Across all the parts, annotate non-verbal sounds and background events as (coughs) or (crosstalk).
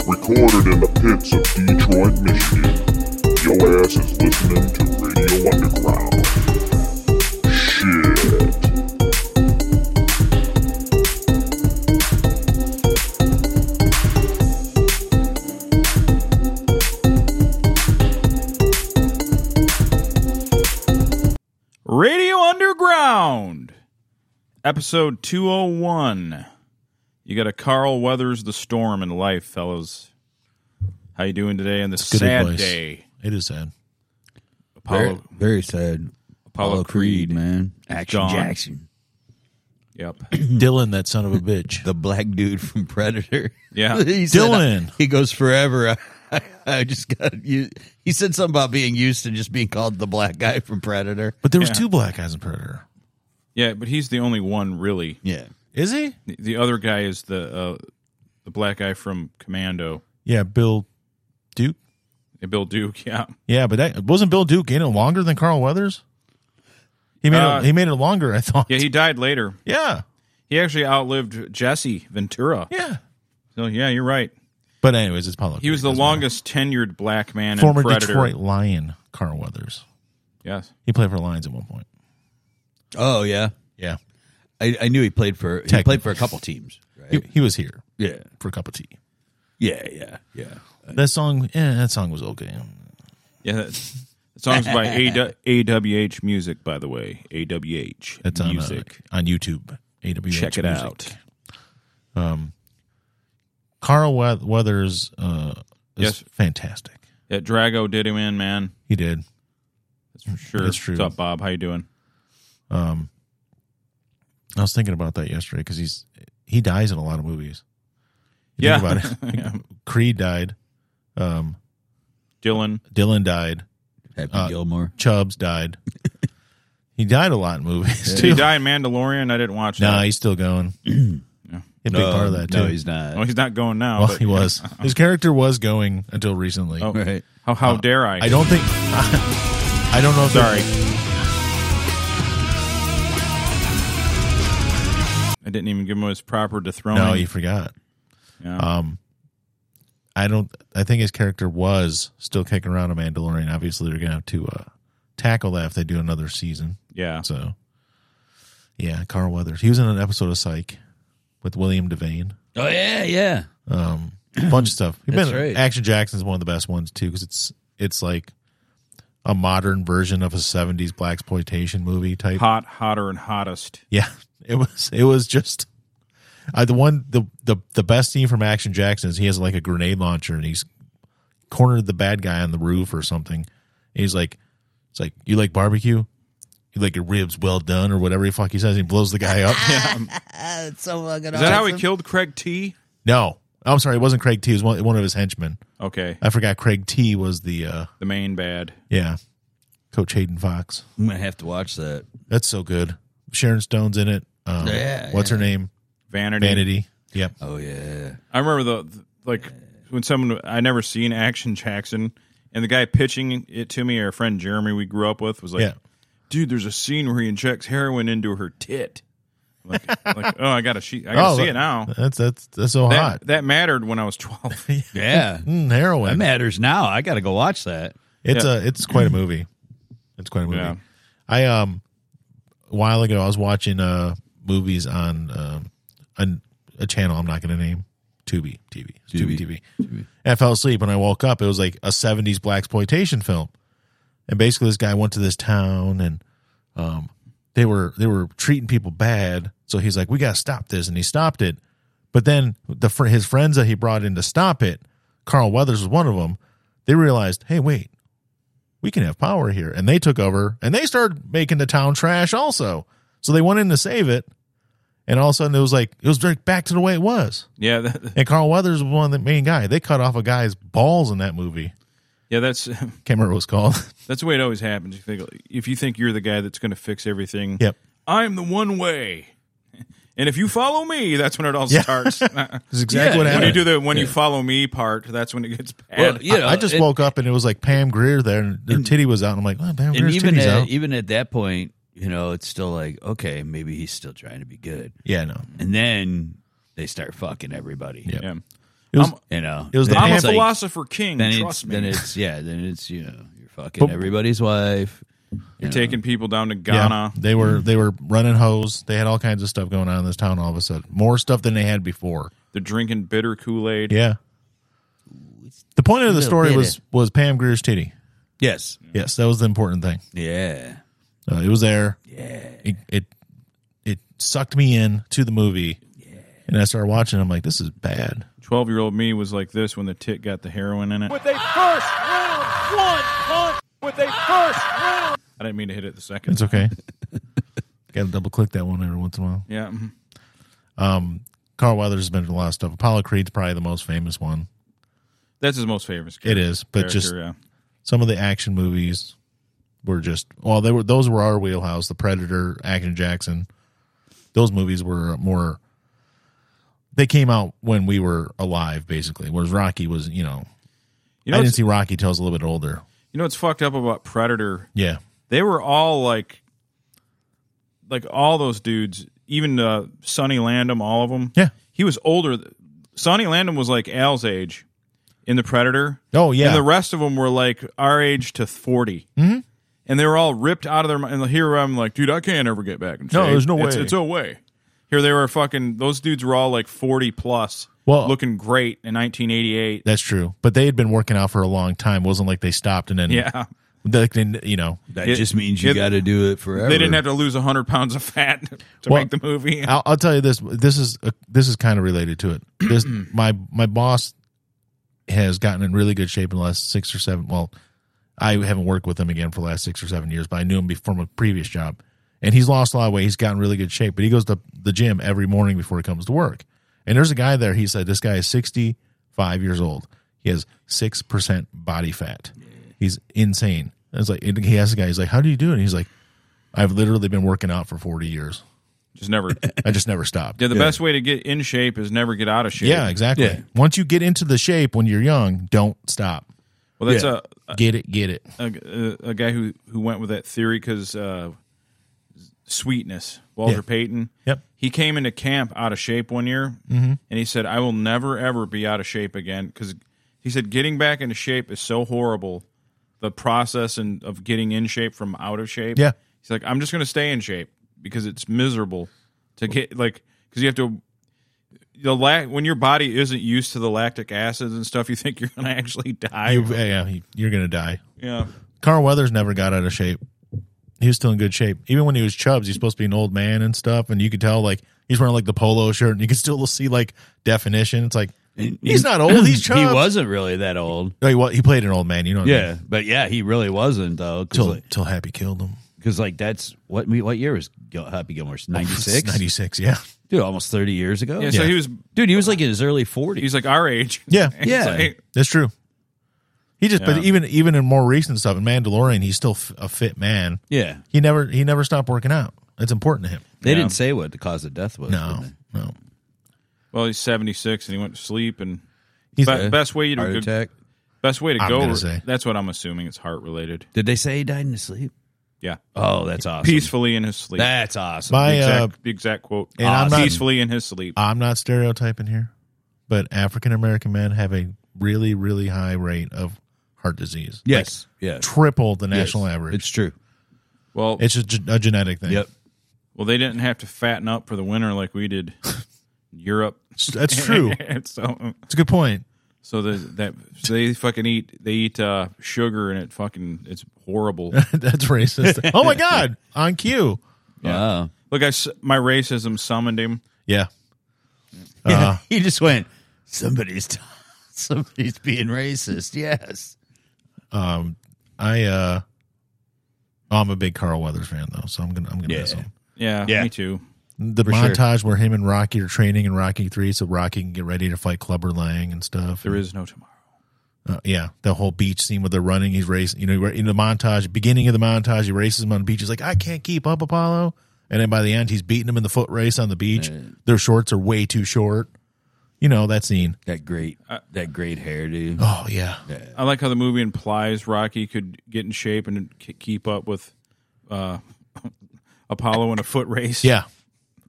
stranded in the pits of Detroit, Michigan. Your ass is listening to Radio Underground. Shit. Radio Underground, episode 201. You got a Carl Weathers the Storm in life, fellas. How you doing today on this Good sad advice. day? It is sad. Apollo, very, very sad. Apollo Creed, man. Action gone. Jackson, yep. Dylan, that son of a bitch. the black dude from Predator. Yeah. (laughs) he said, Dylan. uh, he goes forever. (laughs) I, I just got you. He said something about being used to just being called the black guy from Predator. But there was Yeah. two black guys in Predator. Yeah, but he's the only one really. Yeah, Is he? The- The other guy is the uh, the black guy from Commando, Yeah, Bill Duke. Bill Duke. (laughs) Yeah, Yeah, but that wasn't Bill Duke in it longer than Carl Weathers? He made Uh, it he made it longer, I thought. yeah. He died later. yeah. He actually outlived Jesse Ventura. Yeah. So yeah, you're right. But anyways, it's Apollo. He was Creed, the doesn't matter. longest tenured black man former in Predator. Detroit Lion Carl Weathers. Yes. He played for Lions at one point. Oh yeah, Yeah. I, I knew he played for he Technically. played for a couple teams. Right? He, he was here yeah, for a cup of tea. yeah, yeah, yeah. That song yeah, that song was okay. Yeah, that, the song's by AW, AWH Music, by the way. AWH That's on uh, Music. on YouTube. AWH Check it Music. out. Carl Weth- Weathers uh, is Yes. fantastic. Yeah, Drago did him in, man. He did. That's for sure. That's true. What's up, Bob? How you doing? Um, I was thinking about that yesterday because he's he dies in a lot of movies. You yeah. think (laughs) about it. Yeah. Creed died. Um, Dylan. Dylan died. Happy Uh, Gilmore. Chubbs died. he died a lot in movies Did too. he die in Mandalorian? I didn't watch Nah, that. he's (clears throat) still going. A big part of that too. No, he's not. Well, Um, Oh, he's not going now. well, but- he was. His character was going until recently. Oh, Right. How, how dare I? Uh, I don't think. (laughs) I don't know if Sorry. I didn't even give him his proper dethroning. No, you forgot. Yeah. Um, I don't. I think his character was still kicking around a Mandalorian. Obviously, they're gonna have to uh, tackle that if they do another season. yeah. So, yeah, Carl Weathers. He was in an episode of Psych with William Devane. Oh yeah, yeah. (clears throat) Um, a bunch of stuff. He's That's been- right. Action Jackson's one of the best ones too because it's it's like a modern version of a '70s black exploitation movie type. Hot, hotter, and hottest. Yeah, (laughs) it was it was just uh, the one the, the the best scene from Action Jackson is he has like a grenade launcher and he's cornered the bad guy on the roof or something. And he's like, it's like you like barbecue, you like your ribs well done or whatever the fuck he says. He blows the guy up. That's Ah, so fucking. Is that how he killed Craig T? (laughs) No, I'm sorry, it wasn't Craig T. It was one, one of his henchmen. Okay. I forgot Craig T. was the uh The main bad. yeah, Coach Hayden Fox. I'm gonna have to watch that. That's so good. Sharon Stone's in it. Um, Yeah, what's yeah. her name? Vanity. Vanity. Yep. Oh yeah. I remember the, the- like when someone I never seen Action Jackson and the guy pitching it to me, our friend Jeremy we grew up with, was like, Yeah. "Dude, there's a scene where he injects heroin into her tit." I'm Like, like oh, I gotta, she- I gotta see it now. That's that's that's so hot. That, that mattered when I was twelve. Yeah. Mm, heroin. That matters now. I got to go watch that. It's Yeah. a it's quite a movie. It's quite a movie. Yeah. I um a while ago I was watching uh movies on um an, a channel I'm not going to name Tubi TV It's Tubi, TV. And I fell asleep and I woke up. It was like a 70s black exploitation film. And basically this guy went to this town and um they were they were treating people bad. So he's like we got to stop this and he stopped it. But then the fr- his friends that he brought in to stop it, Carl Weathers was one of them. They realized, "Hey, wait we can have power here. And they took over and they started making the town trash also. So they went in to save it. And all of a sudden it was like, it was like back to the way it was. yeah, that, And Carl Weathers was one of the main guy. They cut off a guy's balls in that movie. yeah, that's (laughs) Can't remember what it was called. (laughs) that's the way it always happens. You think if you think you're the guy that's gonna fix everything, yep. I'm the one way. And if you follow me, that's when it all Yeah. starts. (laughs) when That's exactly Yeah, what yeah. happened. you do the when you follow me part, that's when it gets bad. you know, I just it- woke up and it was like Pam Greer there and their titty was out. And I'm like, oh, Pam and Greer's even e- titty's at, out. even at that point, you know, it's still like, okay, maybe he's still trying to be good. Yeah, no. And then they start fucking everybody. Yeah. Yeah. It was, You know, It was the then I'm a it's like- philosopher king. Then trust it's me. then it's yeah. Then it's you know you're fucking But- everybody's wife. You're taking people down to yeah, Ghana. they were they were running hose. They had all kinds of stuff going on in this town. All of a sudden, more stuff than they had before. They're drinking bitter Kool Aid. Yeah. The point of the Little story bit was was Pam Greer's titty. Yes. Yes, that was the important thing. Yeah. Uh, it was there. Yeah. It, it it sucked me in to the movie. Yeah. And I started watching. I'm like, this is bad. Twelve year old me was like this when the tit got the heroin in it. with a first round one punt with a first round I didn't mean to hit it the second. It's (laughs) okay. Got to double click that one every once in a while. yeah, mhm. Carl Weathers has been in a lot of stuff. Apollo Creed's probably the most famous one. that's his most favorite. It is, but character, just yeah. some of the action movies were just well, they were those were our wheelhouse. The Predator, Action Jackson, those movies were more. They came out when we were alive, basically. Whereas Rocky was, you know, you know, I what's- didn't see Rocky till I was a little bit older. you know what's fucked up about Predator Yeah, they were all like like all those dudes even uh sonny landham all of them Yeah. he was older sonny landham was like al's age in the predator Oh, yeah. and the rest of them were like our age to 40 mm-hmm. and they were all ripped out of their mi- and here i'm like dude i can't ever get back in No, shape. there's no It's- way. it's no way here they were fucking those dudes were all like 40 plus Well- looking great in 1988 that's true. But they had been working out for a long time. It wasn't like they stopped and then yeah they, they- you know. That It- just means you it- got to do it forever. they didn't have to lose 100 pounds of fat (laughs) to Well, make the movie (laughs) I'll, I'll tell you this. This is uh this is kind of related to it. This my my boss has gotten in really good shape in the last six or seven. Well, I haven't worked with him again for the last six or seven years, but I knew him be- from a previous job, and he's lost a lot of weight. He's gotten really good shape, but he goes to the gym every morning before he comes to work. And there's a guy there. He said this guy is 65 years old. He has six percent body fat. He's insane. And It's like and he asked the guy. He's like, "How do you do it?" And he's like, "I've literally been working out for 40 years." just never (laughs) I just never stopped. Yeah, the best way to get in shape is never get out of shape. Yeah, exactly. Yeah. Once you get into the shape when you're young, don't stop. Well, that's Yeah. a, Get it, get it. a a guy who who went with that theory because uh, sweetness, Walter Yeah. Payton. Yep. Mm-hmm. He came into camp out of shape one year, and he said, "I will never ever be out of shape again." Because he said, "Getting back into shape is so horrible, the process and of getting in shape from out of shape." Yeah. He's like, "I'm just going to stay in shape because it's miserable to get like because you have to." The lac- when your body isn't used to the lactic acids and stuff, you think you're going to actually die. You, yeah, you- you're gonna die. yeah, Carl Weathers never got out of shape. He was still in good shape, even when he was chubs. He's supposed to be an old man and stuff, and you could tell like he's wearing like the polo shirt, and you can still see like definition. It's like he's not old. He's chubs. (clears throat) He wasn't really that old. No, he, wa- he played an old man. You know. What I Yeah, but yeah, he really wasn't though. Because Till like, till Happy killed him. 'cause, like, that's what we- what year was Gil- Happy Gilmore's (laughs) ninety six, Ninety six. Yeah. dude, almost thirty years ago. yeah. So Yeah. he was dude, he was like in his early forties. he's like our age. (laughs) Yeah. It's Yeah. like- That's true. He just, but Yeah. even even in more recent stuff, in Mandalorian, he's still f- a fit man. Yeah, He never he never stopped working out. It's important to him. they Yeah. didn't say what the cause of death was. did No, they? no. well, he's seventy six and he went to sleep. And He's be- best way heart to go, attack. best way to I'm go. gonna say. That's what I'm assuming. It's heart related. Did they say he died in his sleep? Yeah, Oh, that's awesome. peacefully in his sleep. That's awesome. My- the, exact, uh, the exact quote. and I'm Awesome. not- Uh, peacefully in his sleep. I'm not stereotyping here, but African American men have a really really high rate of heart disease. yes, yeah, Like, triple the national average. It's true. well, It's just a genetic thing. Yep. well, they didn't have to fatten up for the winter like we did. (laughs) in Europe. That's (laughs) true. And so, It's a good point. (laughs) so the, that so they fucking eat they eat uh, sugar and it fucking it's (laughs) horrible. That's racist. oh my god, on cue. Wow. Look, I s- my racism summoned him. Yeah. (laughs) Uh-huh. Yeah, (laughs) he just went. Somebody's (laughs) somebody's being racist. (laughs) Yes. Um I uh oh, I'm a big Carl Weathers fan though, so I'm going to I'm going to Yeah. miss him. Yeah, Yeah. me too. The sure. montage where him and Rocky are training in Rocky 3 so Rocky can get ready to fight Clubber Lang and stuff. There is no tomorrow. Uh, yeah, the whole beach scene where they're running, he's racing. You know, in the montage, beginning of the montage, he races him on the beach. He's like, "I can't keep up, Apollo." And then by the end, he's beating him in the foot race on the beach. Their shorts are way too short. You know that scene. That great, that great hair, dude. Oh yeah, I like how the movie implies Rocky could get in shape and k- keep up with uh, (laughs) Apollo in a foot race. yeah,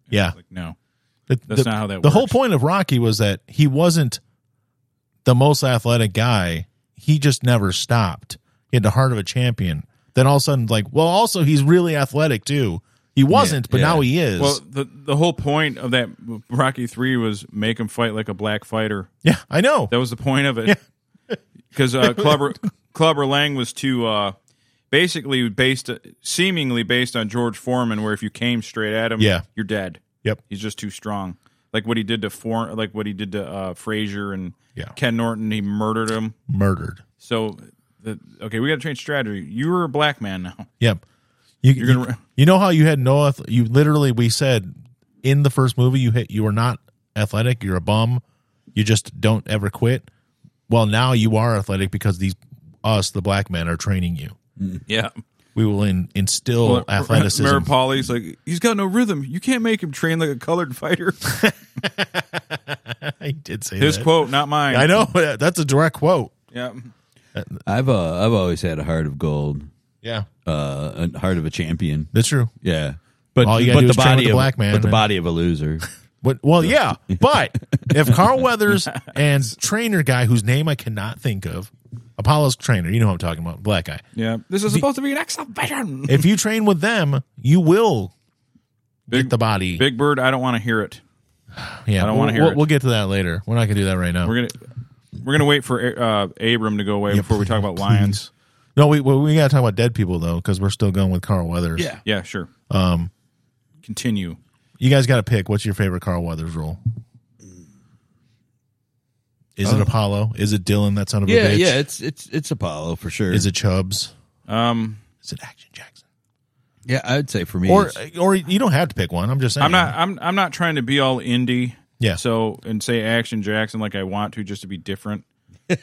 yeah. Like, no. It- That's the, not how that The whole works. point of Rocky was that he wasn't the most athletic guy. He just never stopped. He had the heart of a champion. Then all of a sudden, like, well, also he's really athletic too. He wasn't, but yeah. now he is. Well, the the whole point of that Rocky Three was make him fight like a black fighter. yeah, I know. That was the point of it. (laughs) Because uh, Clubber Clubber Lang was to uh, basically based, seemingly based on George Foreman, where if you came straight at him, Yeah. you're dead. Yep. He's just too strong. Like what he did to For, like what he did to uh, Frazier and Yeah. Ken Norton, he murdered him. Murdered. So, the, okay, we got to change strategy. You're a black man now. Yep. You, you You're gonna re- you know how you had no ath- you literally we said in the first movie you hit you were not athletic you're a bum you just don't ever quit well now you are athletic because these us the black men are training you (laughs) Yeah. we will in, instill (laughs) athleticism Mary Polly's like, he's got no rhythm. You can't make him train like a colored (laughs) fighter. (laughs) I did say His that. quote, not mine. I know (laughs) but that's a direct quote Yeah. I've uh, I've always had a heart of gold, yeah uh, a heart of a champion. that's true Yeah, but All you gotta but do the is train with body the of black man but the and- body of (laughs) a loser. But, well, yeah, but if Carl Weathers and trainer guy whose name I cannot think of, Apollo's trainer, you know who I'm talking about, black guy. Yeah. This is supposed to be an exhibition. If you train with them, you will Big, get the (laughs) body. Big Bird, I don't want to hear it. yeah, I don't we'll- wanna hear we'll, it. we'll get to that later. We're not gonna do that right now. We're gonna we're gonna wait for uh, Abram to go away before we talk about lions. No, we we we gotta talk about dead people though, because we're still going with Carl Weathers. Yeah, sure. Um, Continue. you guys got to pick. What's your favorite Carl Weathers role? Is it Apollo? Is it Dylan? That son of a Uh, yeah, bitch. yeah. It's it's it's Apollo for sure. Is it Chubbs? Um, Is it Action Jackson? Yeah, I'd say for me. Or it's- or you don't have to pick one. I'm just saying. I'm not I'm I'm not trying to be all indie. Yeah. So and say Action Jackson like I want to just to be different. (laughs)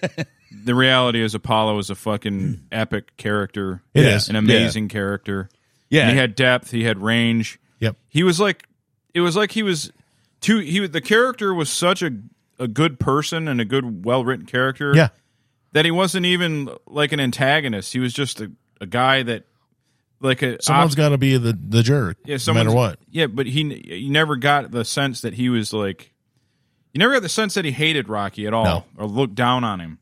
the reality is Apollo is a fucking epic character. Hmm. It is. an amazing character. yeah, And he had depth. He had range. Yep. He was like, it was like he was too. He was- the character was such a a good person and a good, well written character. Yeah. that he wasn't even like an antagonist. He was just a, a guy that like a Someone's op- got to be the the jerk. Uh, yeah, no matter someone's- what. Yeah, but he you never got the sense that he was like you never got the sense that he hated Rocky at all No. or looked down on him.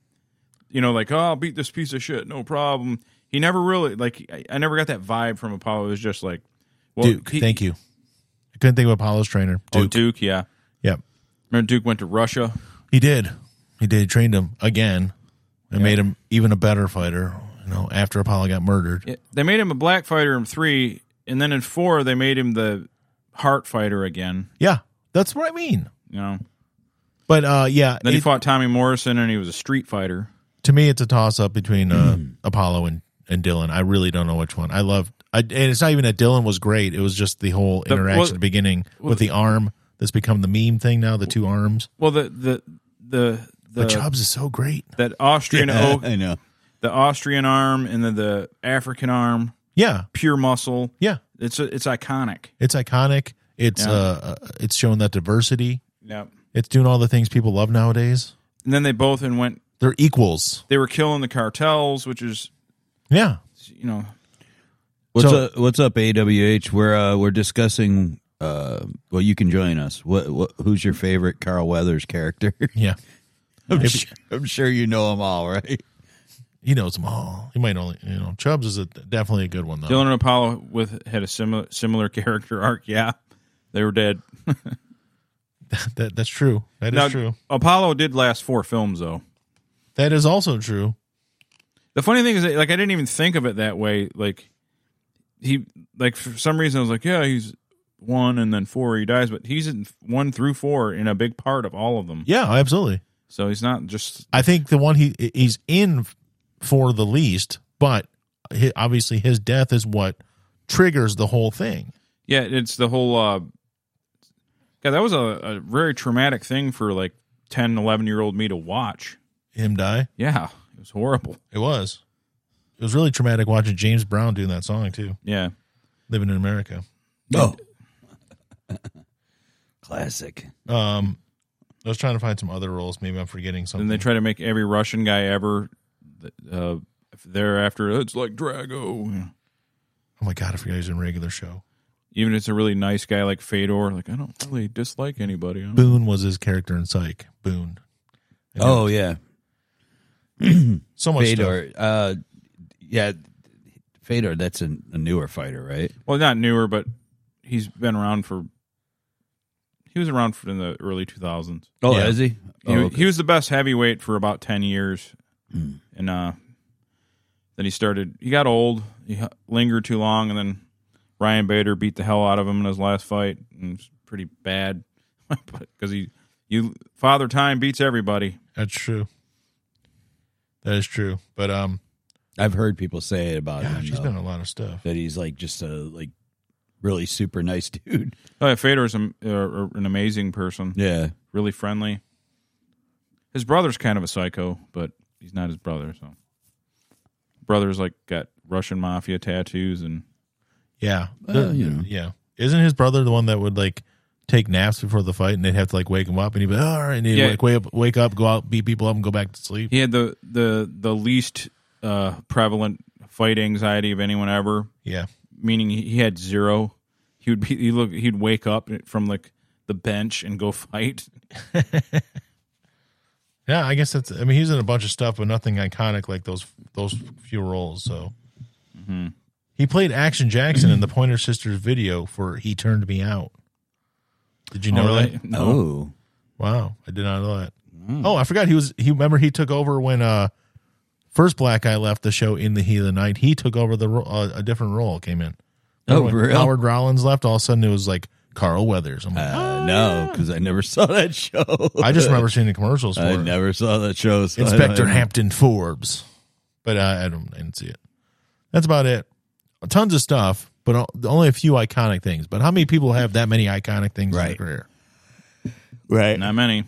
You know, like oh, I'll beat this piece of shit, no problem. He never really like I, I never got that vibe from Apollo. It was just like, well, Duke, he- thank you. I couldn't think of Apollo's trainer. Oh, Duke. Duke, yeah. Yep. Remember Duke went to Russia. He did. He did. He trained him again and made him even a better fighter, you know, after Apollo got murdered. Yeah, They made him a black fighter in three, and then in four they made him the heart fighter again. Yeah. That's what I mean. You know, But uh yeah, then he it- fought Tommy Morrison, and he was a street fighter. to me it's a toss up between uh, Mm-hmm. Apollo and and Dylan. I really don't know which one. I love I, and it's not even that Dylan was great. It was just the whole well- interaction at the beginning with the arm that's become the meme thing now, the two arms. Well, the the the the But Chubbs is so great. that Austrian (laughs) (laughs) Yeah, oh, I know. the Austrian arm and then the African arm, Yeah. pure muscle. Yeah. It's it's iconic. It's iconic. It's Yeah. uh uh, it's showing that diversity. Yep. It's doing all the things people love nowadays. And then they both and went. They're equals. They were killing the cartels, which is Yeah. you know What's So- up? What's up, AWH? We're uh, we're discussing. Uh, well, you can join us. What, what? Who's your favorite Carl Weathers character? (laughs) Yeah. I'm, If- sure, I'm sure you know them all, right? He knows them all. He might only, you know, Chubbs is a, definitely a good one though. Dylan and Apollo with had a similar similar (laughs) character arc. Yeah, they were dead. That, that's true. That is Now, true. Apollo did last four films though. That is also true. The funny thing is, that, like, I didn't even think of it that way. Like, he, like, for some reason, I was like, yeah, he's one and then four, he dies, but he's in one through four in a big part of all of them. Yeah, absolutely. So he's not just I think the one he he's in for the least, but hi obviously his death is what triggers the whole thing. yeah. It's the whole. uh Yeah, that was a, a very traumatic thing for like 10, 11 year old me to watch. Him die. Yeah, it was horrible. It was. It was really traumatic watching James Brown doing that song too. Yeah, Living in America. No. (laughs) Classic. Um, I was trying to find some other roles. Maybe I'm forgetting something. and they try to make every Russian guy ever. Uh, thereafter, it's like Drago. Yeah. oh my god, I forgot he was in regular show. Even if it's a really nice guy like Fedor, like I don't really dislike anybody. I don't Boone was his character in Psych. Boone. Oh yeah, So much stuff. Fedor. Uh, yeah, Fedor. That's an, a newer fighter, right? Well, not newer, but he's been around for. He was around for in the early 2000s. Oh, Yeah. is he? He, Oh, wa- okay. Hmm. he was the best heavyweight for about 10 years. And uh, then he started, he got old. He h- lingered too long. And then Ryan Bader beat the hell out of him in his last fight. And it's pretty bad (laughs) because he, you, Father Time beats everybody. That's true. That is true. But um, I've heard people say it about gosh, him he's though, done a lot of stuff. that he's like just a like really super nice (laughs) dude. Oh, yeah, Fader is am- uh, an amazing person, Yeah, really friendly. His brother's kind of a psycho, but he's not his brother. So, brother's like got Russian mafia tattoos and Yeah, Well, The- you know. yeah. Isn't his brother the one that would like take naps before the fight, and they'd have to like wake him up, and he'd be all right, and he'd Yeah. like wake up, wake up, go out, beat people up, and go back to sleep. He had the the the least uh, prevalent fight anxiety of anyone ever, Yeah, meaning he he had zero. He would be he look he'd wake up from like the bench and go (laughs) fight. yeah. I guess that's. I mean, he's in a bunch of stuff, but nothing iconic like those those few roles. So he played Action Jackson in the Pointer Sisters video for "He Turned Me Out." Did you know that? No. Oh, Wow, I did not know that. Mm. Oh, I forgot he was. He remember he took over when uh first black guy left the show in the heat of the night. He took over the ro- uh, a different role came in. Oh, When for real? Howard Rollins left. All of a sudden, it was like Carl Weathers. I'm like, uh, no, because I never saw that show. I (laughs) just remember seeing the commercials for I it. never saw that show. So I don't- Inspector Hampton Forbes, but uh, I don't. I didn't see it. That's about it. Tons of stuff, but o- only a few iconic things. But how many people have that many iconic things in their Right. career? Oh. Right. Not many.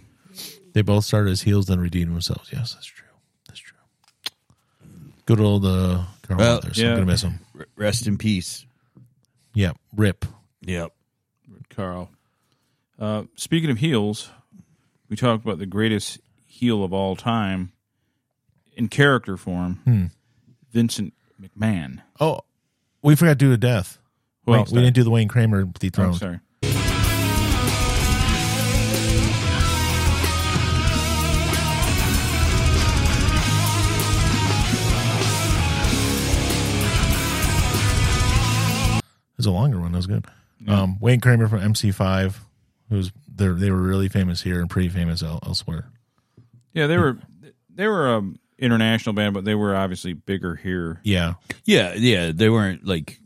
They both started as heels, then redeemed themselves. Yes, that's true. That's true. Good old uh, Carl Well, Weathers. yeah. I'm gonna miss him. R- Rest in peace. Yeah, rip. Yep. Carl. Uh, speaking of heels, we talked about the greatest heel of all time in character form, Hmm. Vincent McMahon. Oh, we forgot to do a death. Who Wait, else we did? didn't do the Wayne Kramer Oh, dethroned. sorry. it was a longer one. That was good. Um, Wayne Kramer from MC5, who's they they were really famous here and pretty famous el- elsewhere. Yeah, they were they were a international band, but they were obviously bigger here. Yeah, Yeah, yeah. They weren't like.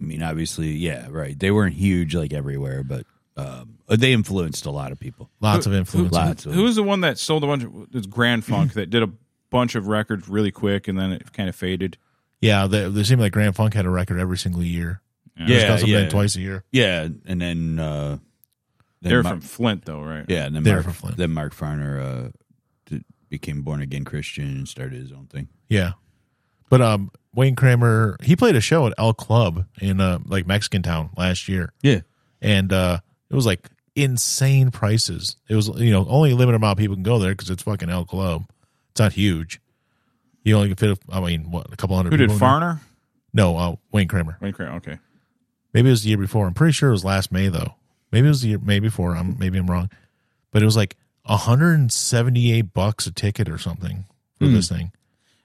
I mean, obviously, yeah, right. They weren't huge like everywhere, but um, they influenced a lot of people. lots of influence. Lots. Of, Who was the one that sold a bunch of it's Grand Funk (clears throat) that did a bunch of records really quick and then it kind of faded? Yeah, they, they seemed like Grand Funk had a record every single year. Just yeah, got something yeah, twice a year. yeah, and then uh, then They're Mar- from Flint though, right? yeah, and then They're Mark, from Flint. then Mark Farner uh, d- became born again Christian and started his own thing. Yeah. But um, Wayne Kramer, he played a show at El Club in uh, like Mexican Town last year. Yeah, and uh, it was like insane prices. It was you know only a limited amount of people can go there because it's fucking El Club. It's not huge. You only can fit. I mean, what a couple hundred. Who did people in there? Farner? No, uh, Wayne Kramer. Wayne Kramer. Okay. Mm-hmm. Maybe it was the year before. I'm pretty sure it was last May though. Maybe it was the year May before. I'm maybe I'm wrong, but it was like 178 bucks a ticket or something for Hmm. this thing.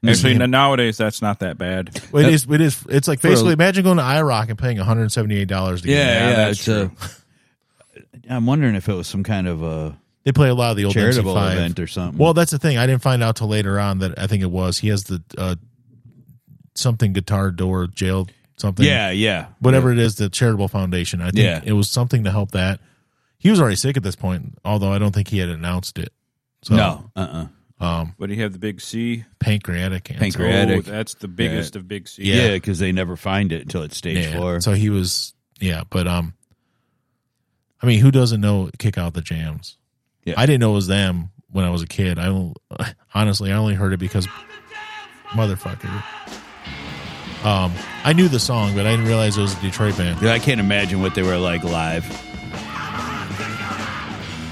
Actually, n- nowadays that's not that bad. It is. It is. It's like basically imagine going to IROC and paying 178 dollars to get. in. yeah, yeah. that's it's uh, (laughs) I'm wondering if it was some kind of uh, They play a lot of the old charitable MC5. event or something. Well, that's the thing. I didn't find out till later on that I think it was he has the uh, something guitar door jail something. yeah, yeah, whatever it is, the charitable foundation. I think Yeah. it was something to help that. He was already sick at this point, although I don't think he had announced it. So um, No, uh, uh But he had the big C. pancreatic cancer. Pancreatic. Erratic. Oh, that's the biggest of big C. yeah, because they never find it until it's stage Yeah. four. So he was yeah, but um, I mean, who doesn't know kick out the jams? Yeah. I didn't know it was them when I was a kid. I don't- (laughs) honestly, I only heard it because motherfucker. Um, I knew the song, but I didn't realize it was a Detroit band. Yeah, I can't imagine what they were like live.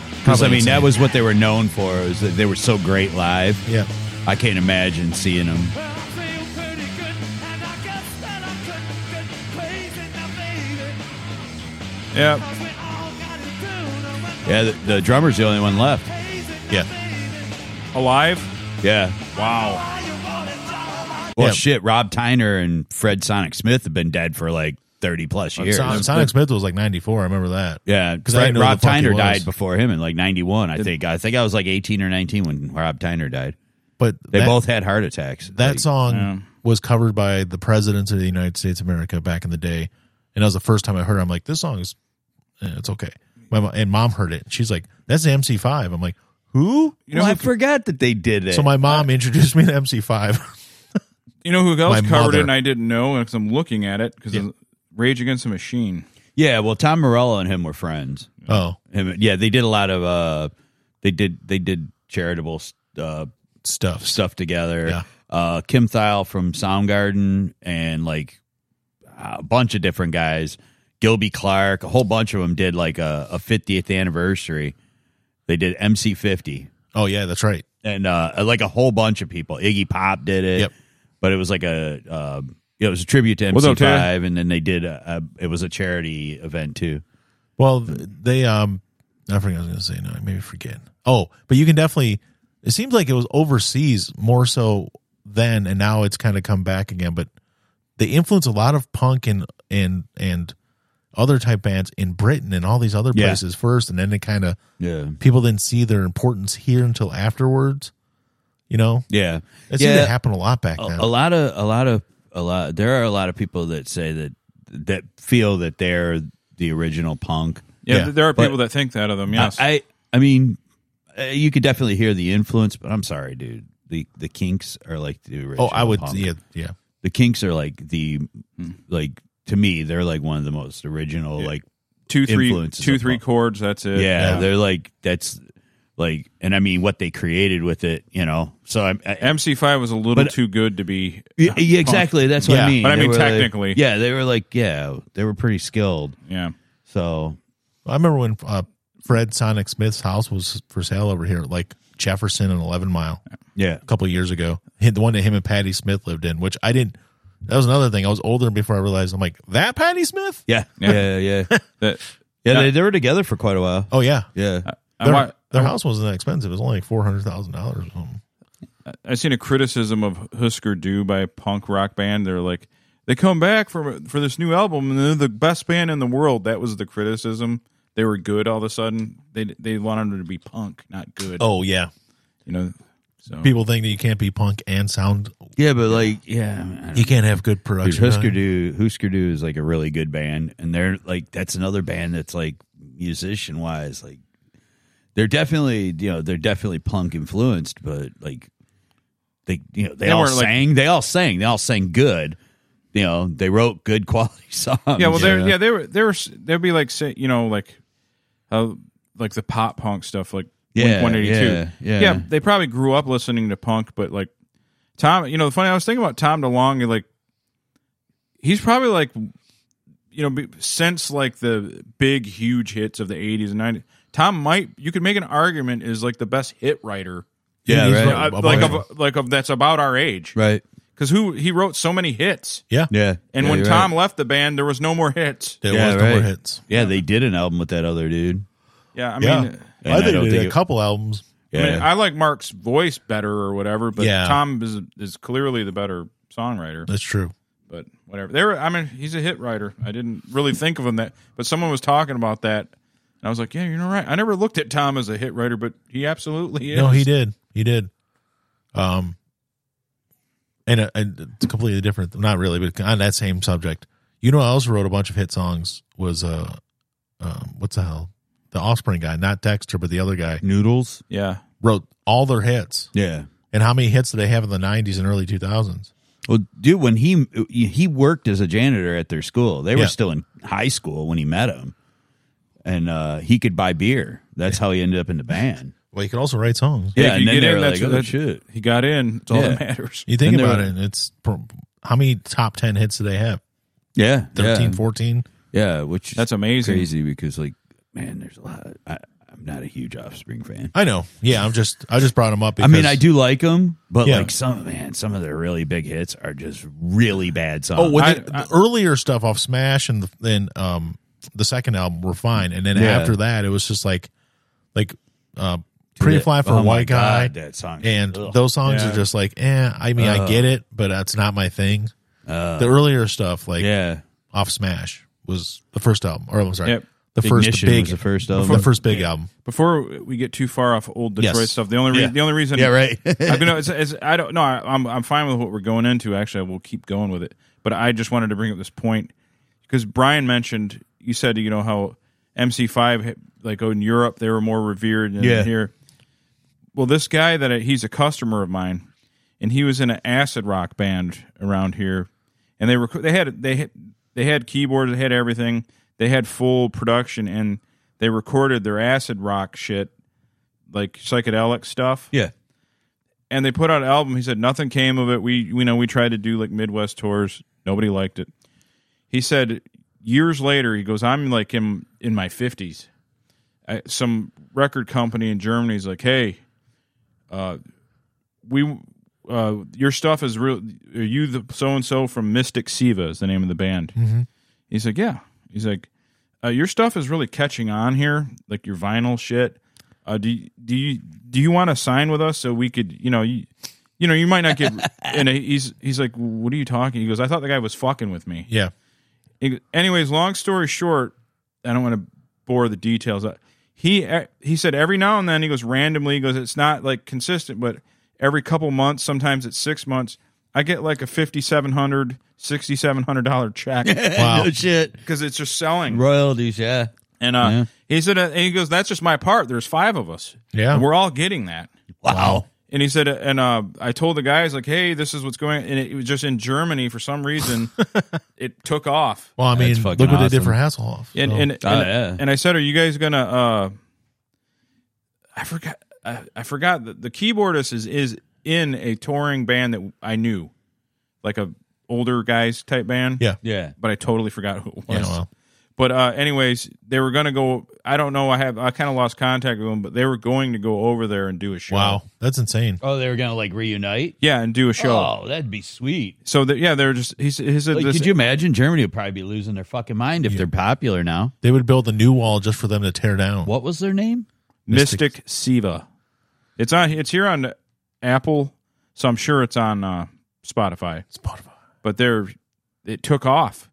Because Probably I mean, insane. that was what they were known for. Is that they were so great live. Yeah, I can't imagine seeing them. Well, I feel pretty good, and I guess that I couldn't get praising now, baby. Yeah. 'Cause we all gotta do now when Yeah, the, the drummer's the only one left. praising now, yeah. baby. Alive. Yeah, Wow. Well, Yeah. shit, Rob Tyner and Fred Sonic Smith have been dead for like 30 plus years. Son- Sonic Smith was like 94. I remember that. yeah, 'Cause because I didn't know who Rob the fuck he Tyner was. died before him in like 91, I think. I think I was like 18 or 19 when Rob Tyner died. But They that, both had heart attacks. that Like, song yeah. was covered by the presidents of the United States of America back in the day, and that was the first time I heard. It. I'm like, this song is, eh, it's okay. My mom, and mom heard it. and She's like, that's MC5. I'm like, who? You know, well, I who, forgot that they did it. So my mom introduced me to MC5. you know who else My covered mother. it and I didn't know because I'm looking at it because Rage Against the Machine. yeah, well, Tom Morello and him were friends. (laughs) oh, Him, yeah, they did a lot of uh, they did they did charitable uh stuff. stuff together. Yeah. Uh, Kim Thile from Soundgarden and like a bunch of different guys. Gilby Clark, a whole bunch of them did like a, a 50th anniversary. They did MC50 Oh yeah, that's right. and uh, like a whole bunch of people. Iggy Pop did it. Yep. But it was like a uh, it was a tribute to What's up, MC5 and then they did a, a, it was a charity event too. Well, th- they um, I forget what I was going to say. No, I maybe forget. Oh, but you can definitely. It seems like it was overseas more so then, and now it's kind of come back again. But they influence a lot of punk and and and other type bands in Britain and all these other Yeah. places first, and then it kind of Yeah. people didn't see their importance here until afterwards. You know, Yeah. it seemed yeah. to happen a lot back a, then. Oh, a lot of a lot of a lot there are a lot of people that say that that feel that they're the original punk Yeah, Yeah, th- there are but- people that think that of them. Yes, I, I i mean uh, you could definitely hear the influence but i'm sorry dude the the kinks are like the original oh, I would. punk. Yeah, yeah. the kinks are like the like to me they're like one of the most original like two, three, influences two, of three punk. chords. That's it. yeah, Yeah. they're like that's like and i mean what they created with it you know so i'm I, MC5 was a little But- too good to be. yeah, yeah, exactly that's what Yeah, i mean but I They mean were like- technically. yeah they were like yeah they were pretty skilled Yeah, so I remember when uh, Fred Sonic Smith's house was for sale over here, like Jefferson and Eleven Mile. yeah a couple of years ago. Hit- The one that him and Patty Smith lived in, which I didn't. That was another thing. I was older before I realized. I'm like that Patty Smith. Yeah, Yeah. yeah, yeah. (laughs) Yeah, that They, they were together for quite a while. Oh yeah, Yeah, I, their, wa- their house wasn't that expensive. It was only like four hundred thousand dollars. or something. I seen a criticism of Husker Du by a punk rock band. They're like, they come back for for this new album and they're the best band in the world. That was the criticism. They were good all of a sudden. They they wanted them to be punk, not good. Oh yeah, You know, so people think that you can't be punk and sound. yeah, but like, yeah, I You can't have good don't production. know. Husker Du, Husker Du is like a really good band, and they're like that's another band that's like musician wise, like they're definitely you know they're definitely punk influenced, but like they you know they, They all weren't, like- sang, they all sang, they all sang good. You know, they wrote good quality (laughs) songs. yeah, well, you they're know? yeah they were they were s- they'd be like say you know like how like the pop punk stuff like Yeah, One Eighty yeah, Two. yeah. they probably grew up listening to punk, but like Tom, you know, the funny I was thinking about Tom DeLonge, and, like he's probably like you know be- since like the big huge hits of the eighties and nineties. Tom might you could make an argument is like the best hit writer, yeah, He's right, uh, Of- like of- of like of that's about our age, right, Because who he wrote so many hits, Yeah, yeah. and Yeah, when you're Tom right. left the band, there was no more hits. there Yeah, was no more right. hits. yeah, they did an album with that other dude. Yeah, I Yeah, mean. and I I think don't they did think a it- couple albums. Yeah, I mean, I like Mark's voice better or whatever, but Yeah. Tom is is clearly the better songwriter. That's true. But whatever, there. I mean, he's a hit writer. I didn't really think of him that, but someone was talking about that, and I was like, yeah, you're right. I never looked at Tom as a hit writer, but he absolutely is. No, he did. He did. Um, and, uh, and it's completely different. Not really, but on that same subject, you know, I also wrote a bunch of hit songs. Was uh, um, what's the hell? The Offspring guy, not Dexter, but the other guy noodles. Yeah, wrote all their hits. Yeah. And how many hits did they have in the '90s and early 2000s? Well, dude, when he he worked as a janitor at their school, they were Yeah. still in high school when he met him, and uh, he could buy beer. That's how he ended up in the band. Well, you could also write songs. Yeah, If and then they were like, that's "Oh, that- shit." He got in. That's all that Yeah. matters. You think And they about were- it, and it's pro- how many top ten hits do they have? Yeah, 13, yeah, 14? yeah, which That's amazing. crazy because like, man, there's a lot. Of, I, I'm not a huge Offspring fan. I know. Yeah, I'm just I just brought them up. I Because, mean, I do like them, but Yeah. like some man, some of their really big hits are just really bad songs. Oh, when I- they, I- the earlier stuff off Smash and the, then um the second album were fine, and then Yeah. after that it was just like like uh Pretty Yeah. Fly for a Oh my White Guy. God, that song. And Ugh. those songs Yeah. are just like, eh, I mean, I get it, but that's not my thing. the earlier stuff, like Uh. yeah, off Smash, was the first album. Or I'm sorry, Yep. the first Ignition big, was the first album. the first big album. Before we get too far off old Detroit Yes. stuff, the only re- Yeah. the only reason Yeah, right. I've been, it's, it's, I don't know. I'm I'm fine with what we're going into. Actually, we'll keep going with it. But I just wanted to bring up this point because Brian mentioned you said you know how MC5 hit- like oh, in Europe they were more revered than Yeah. here. Well, this guy that I, he's a customer of mine, and he was in an acid rock band around here, and they were they had they had, they had keyboards, they had everything, they had full production, and they recorded their acid rock shit like psychedelic stuff yeah. and they put out an album. He said nothing came of it. We you know we tried to do like Midwest tours. Nobody liked it. He said years later, he goes, I'm like in in my fifties. Some record company in Germany is like, hey, uh, we uh, your stuff is real. Are you the so and so from Mystic Siva? Is the name of the band? He's like, yeah. He's like, uh, your stuff is really catching on here, like your vinyl shit. Uh, do you, do you do you want to sign with us so we could, you know, you, you know, you might not get. and he's he's like, what are you talking? He goes, I thought the guy was fucking with me. (laughs) Yeah. He- Anyways, long story short, I don't want to bore the details. Uh, He eh, he said every now and then he goes randomly. He goes, it's not like consistent, but every couple months, sometimes it's six months. I get like a fifty seven hundred, sixty seven hundred dollar check (laughs) Wow. No shit. because it's just selling. Royalties, yeah. And uh, Yeah. he said, uh, and he goes, that's just my part. There's five of us. Yeah. And we're all getting that. Wow. And he said, uh, and uh, I told the guys like, hey, this is what's going. And it was just in Germany for some reason, it took off. Well, I That's mean, look fucking what they did awesome. for Hasselhoff. And so. and and, Oh, yeah. and I said, are you guys gonna? Uh, I forgot. I, I forgot that the keyboardist is is in a touring band that I knew, like a older guys type band. Yeah. Yeah. But I totally forgot who it was. yeah, well, But uh, anyways, they were gonna go. I don't know. I have. I kind of lost contact with them, but they were going to go over there and do a show. wow, that's insane. Oh, they were gonna like reunite. Yeah, and do a show. Oh, that'd be sweet. So that yeah, they're just. He, s- he said Like, this. could you imagine Germany would probably be losing their fucking mind if they're popular now? They would build a new wall just for them to tear down. What was their name? Mystic, Siva. It's on. It's here on Apple, so I'm sure it's on uh, Spotify. Spotify. But they're it took off.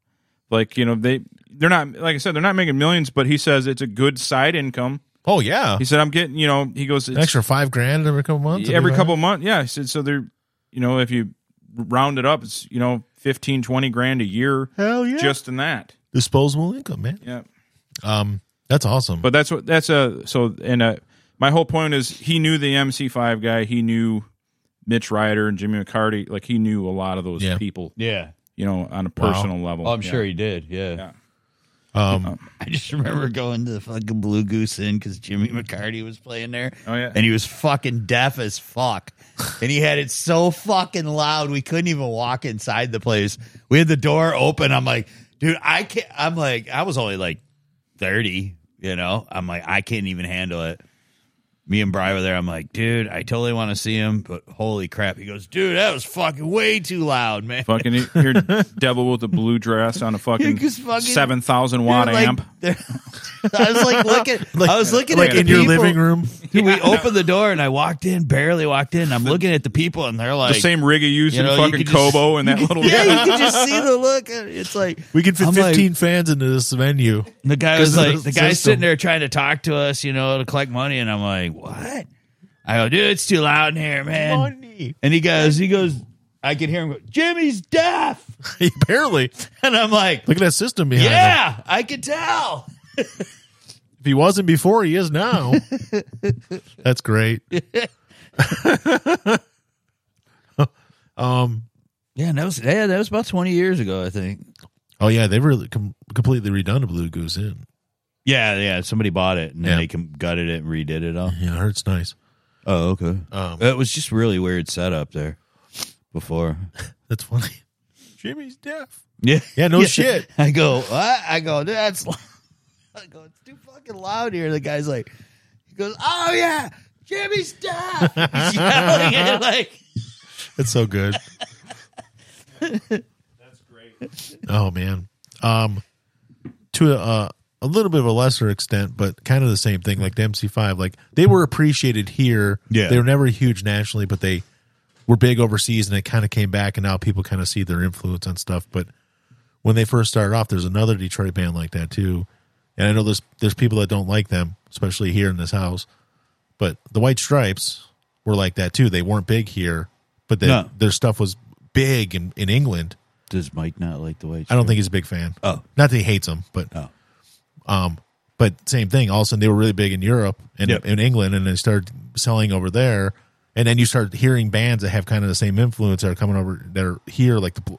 Like you know they they're not like I said they're not making millions, but he says it's a good side income. Oh yeah, He said I'm getting you know he goes an it's, extra five grand every couple months. every That'd be couple months yeah he said so they're you know if you round it up it's you know 15 20 grand a year all right. Hell yeah, just in that disposable income, man. yeah Um, that's awesome. but that's what that's a so and uh my whole point is he knew the mc5 guy he knew mitch ryder and jimmy mccarty like he knew a lot of those Yeah. people Yeah. you know on a Wow. personal level Oh, I'm Yeah. sure he did. Yeah. Yeah. um, I just remember going to the fucking Blue Goose Inn because Jimmy McCarty was playing there. Oh, yeah. And he was fucking deaf as fuck. and he had it so fucking loud we couldn't even walk inside the place. We had the door open. I'm like, dude, I can't I'm like, I was only like 30, you know? I'm like, I can't even handle it. Me and Bry were there. I'm like, dude, I totally want to see him, but holy crap. He goes, dude, that was fucking way too loud, man. (laughs) fucking your devil with a blue dress on a fucking, just fucking- 7000 watt Dude, like, amp there- I was like looking. I was looking (laughs) like at the in your people. living room. Dude, we opened the door and I walked in, barely walked in. and I'm looking at the people and they're like, the same rig you used you know, in you fucking could just- kobo and that little (laughs) Yeah, you can just see (laughs) the look. It's like We could fit I'm like- fifteen fans into this venue. (laughs) the guy 'Cause was of like, the the guy's system. sitting there trying to talk to us, you know, to collect money, and I'm like, what? I go, dude, it's too loud in here, man. And he goes, he goes, I can hear him go, Jimmy's deaf, (laughs) Apparently, and I'm like, look at that system behind him. yeah, I could tell. If he wasn't before, he is now. that's great. um. Yeah, and that was yeah, that was about 20 years ago, I think. Oh yeah, they really com- completely redone the Blue Goose Inn. Yeah, yeah. Somebody bought it and Yeah. then they com- gutted it and redid it all. Yeah, it hurts nice. Oh, okay. Um, it was just really weird setup there before. That's funny. Jimmy's deaf. Yeah. Yeah, no shit. (laughs) I go, what? I go, dude, that's. lo- (laughs) I go, it's too fucking loud here. The guy's like, he goes, oh yeah, Jimmy's deaf. (laughs) He's yelling at it (laughs) like. That's so good. That's great. Oh man. Um, to uh, a little bit of a lesser extent, but kind of the same thing. Like the MC5, like they were appreciated here. Yeah. they were never huge nationally, but they were big overseas, and it kind of came back. And now people kind of see their influence on stuff. But when they first started off, there's another Detroit band like that too. And I know there's there's people that don't like them, especially here in this house. But the White Stripes were like that too. They weren't big here, but they, No. their stuff was big in, in England. Does Mike not like the way? I don't think he's a big fan. Oh. not that he hates them, but Oh. um, but same thing. All of a sudden, they were really big in Europe and Yep. in England, and they started selling over there. And then you start hearing bands that have kind of the same influence that are coming over that are here, like the Bl-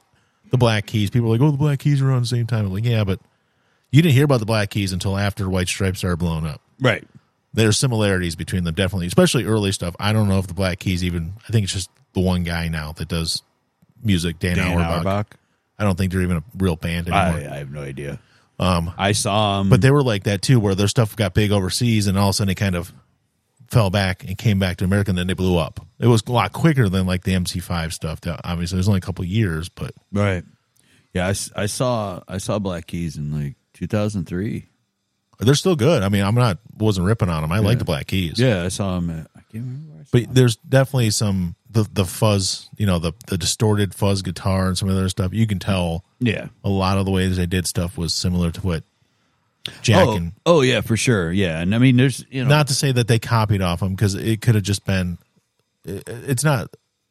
the Black Keys. People are like, oh, the Black Keys are on the same time. I'm like, yeah, but you didn't hear about the Black Keys until after White Stripes started blowing up. right. There's similarities between them, definitely, especially early stuff. I don't know if the Black Keys even. I think it's just the one guy now that does music, Dan, Dan Auerbach. Auerbach. I don't think they're even a real band anymore. I, I have no idea. Um, I saw him, but they were like that too, where their stuff got big overseas, and all of a sudden it kind of fell back and came back to America, and then they blew up. It was a lot quicker than like the MC5 stuff. That obviously, it was only a couple of years, but right? Yeah, I, s- I saw I saw Black Keys in like 2003. they're still good. I mean, I'm not wasn't ripping on them. I like the Black Keys, Yeah, I saw him. At, I can't remember. Where I saw but there's definitely some the the fuzz, you know, the the distorted fuzz guitar and some of the other stuff. You can tell yeah. a lot of the ways they did stuff was similar to what Jack oh, and oh yeah, for sure. Yeah, and I mean, there's you know, not to say that they copied off him because it could have just been it- it's not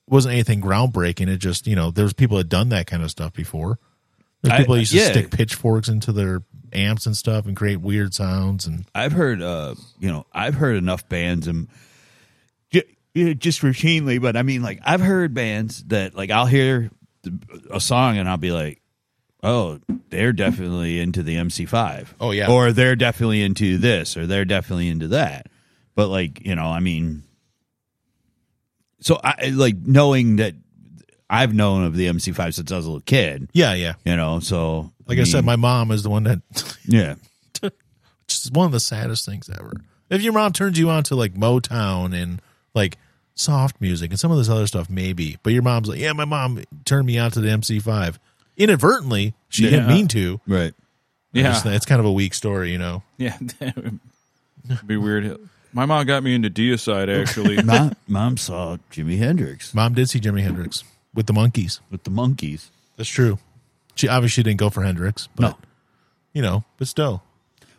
wasn't anything groundbreaking it just you know there's people that done that kind of stuff before there's I- people that used to yeah. stick pitchforks into their amps and stuff and create weird sounds and I've heard, uh, you know, I've heard enough bands and ju- you know, just routinely, but I mean, like, I've heard bands that, like, I'll hear the- a song and I'll be like, oh, they're definitely into the MC5. Oh, yeah. Or they're definitely into this or they're definitely into that. But, like, you know, I mean, so I like knowing that I've known of the MC5 since I was a little kid, yeah yeah you know, so. like I, said mean, my mom is the one that (laughs) yeah. just one of the saddest things ever if your mom turns you on to like motown and like soft music and some of this other stuff maybe but your mom's like yeah my mom turned me on to the mc5 inadvertently she didn't Yeah. mean to Right. (laughs) I Yeah, just think it's kind of a weak story, you know. (laughs) yeah. that would be weird. My mom got me into deicide (laughs) actually. Mom, mom saw Jimi Hendrix. Mom did see Jimi Hendrix with the monkeys. with the monkeys. That's true. She obviously didn't go for Hendrix, but No. you know, but still,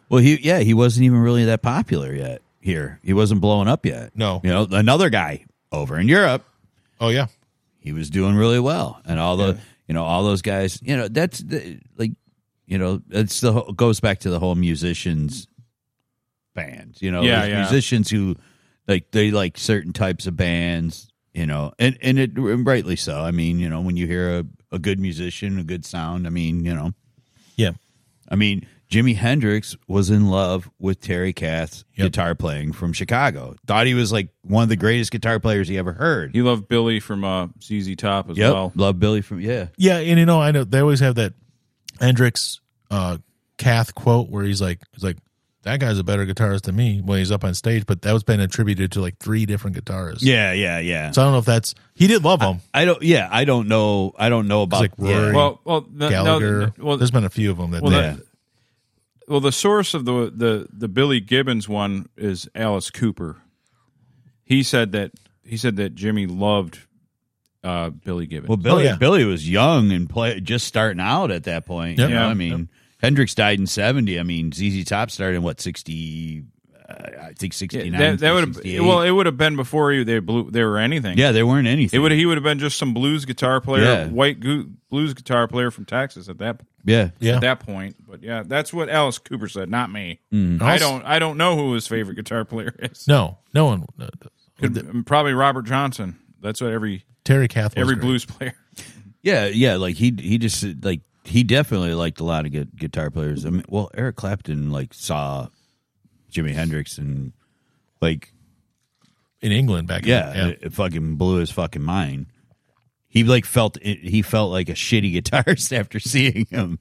Well, he yeah, he wasn't even really that popular yet here. He wasn't blowing up yet. No. You know, another guy over in Europe, oh yeah, he was doing really well. And all the, you know, all those guys, you know, that's the, like, you know, it's the whole- goes back to the whole musicians bands, you know, Yeah, there's yeah. musicians who like they like certain types of bands, you know, and and it and rightly so. I mean, you know, when you hear a, a good musician, a good sound, I mean, you know, yeah, I mean, Jimi Hendrix was in love with Terry Kath's Yep. guitar playing from Chicago. Thought he was like one of the greatest guitar players he ever heard. he loved Billy from uh, ZZ Top as Yep, well. love Billy from yeah, yeah. And you know, I know they always have that Hendrix, uh, Kath quote where he's like, he's like, that guy's a better guitarist than me when he's up on stage. But that was been attributed to like three different guitarists. yeah, yeah, yeah. So I don't know if that's he did love them. I don't, yeah, I don't know, I don't know about like Rory. yeah. Well, well, the, Gallagher. Uh, No, well, There's been a few of them that. well, did. that- well, the source of the the the Billy Gibbons one is Alice Cooper. He said that he said that Jimmy loved uh, Billy Gibbons. Well, Billy, Oh, yeah. Billy was young and play just starting out at that point. Yep. You know, Yeah. I mean, Hendrix died in seventy. I mean, ZZ Top started in what sixty, uh, I think sixty Yeah, nine. that that would well, it would have been before you they blew they were anything. yeah, there weren't anything. It would he would have been just some blues guitar player, Yeah. white goo, blues guitar player from Texas at that yeah, yeah. at that point. But yeah, that's what Alice Cooper said, not me. I Mm-hmm. Mm. Also- don't I don't know who his favorite guitar player is. No, no one. uh, no, no. Could, probably Robert Johnson. That's what every Terry Kath. was every great. blues player. Yeah, yeah. Like he he just like he definitely liked a lot of good guitar players. I mean, well, Eric Clapton like saw Jimi Hendrix and like in England back. yeah, then. It, it fucking blew his fucking mind. He like felt he felt like a (laughs) shitty guitarist (laughs) after seeing him.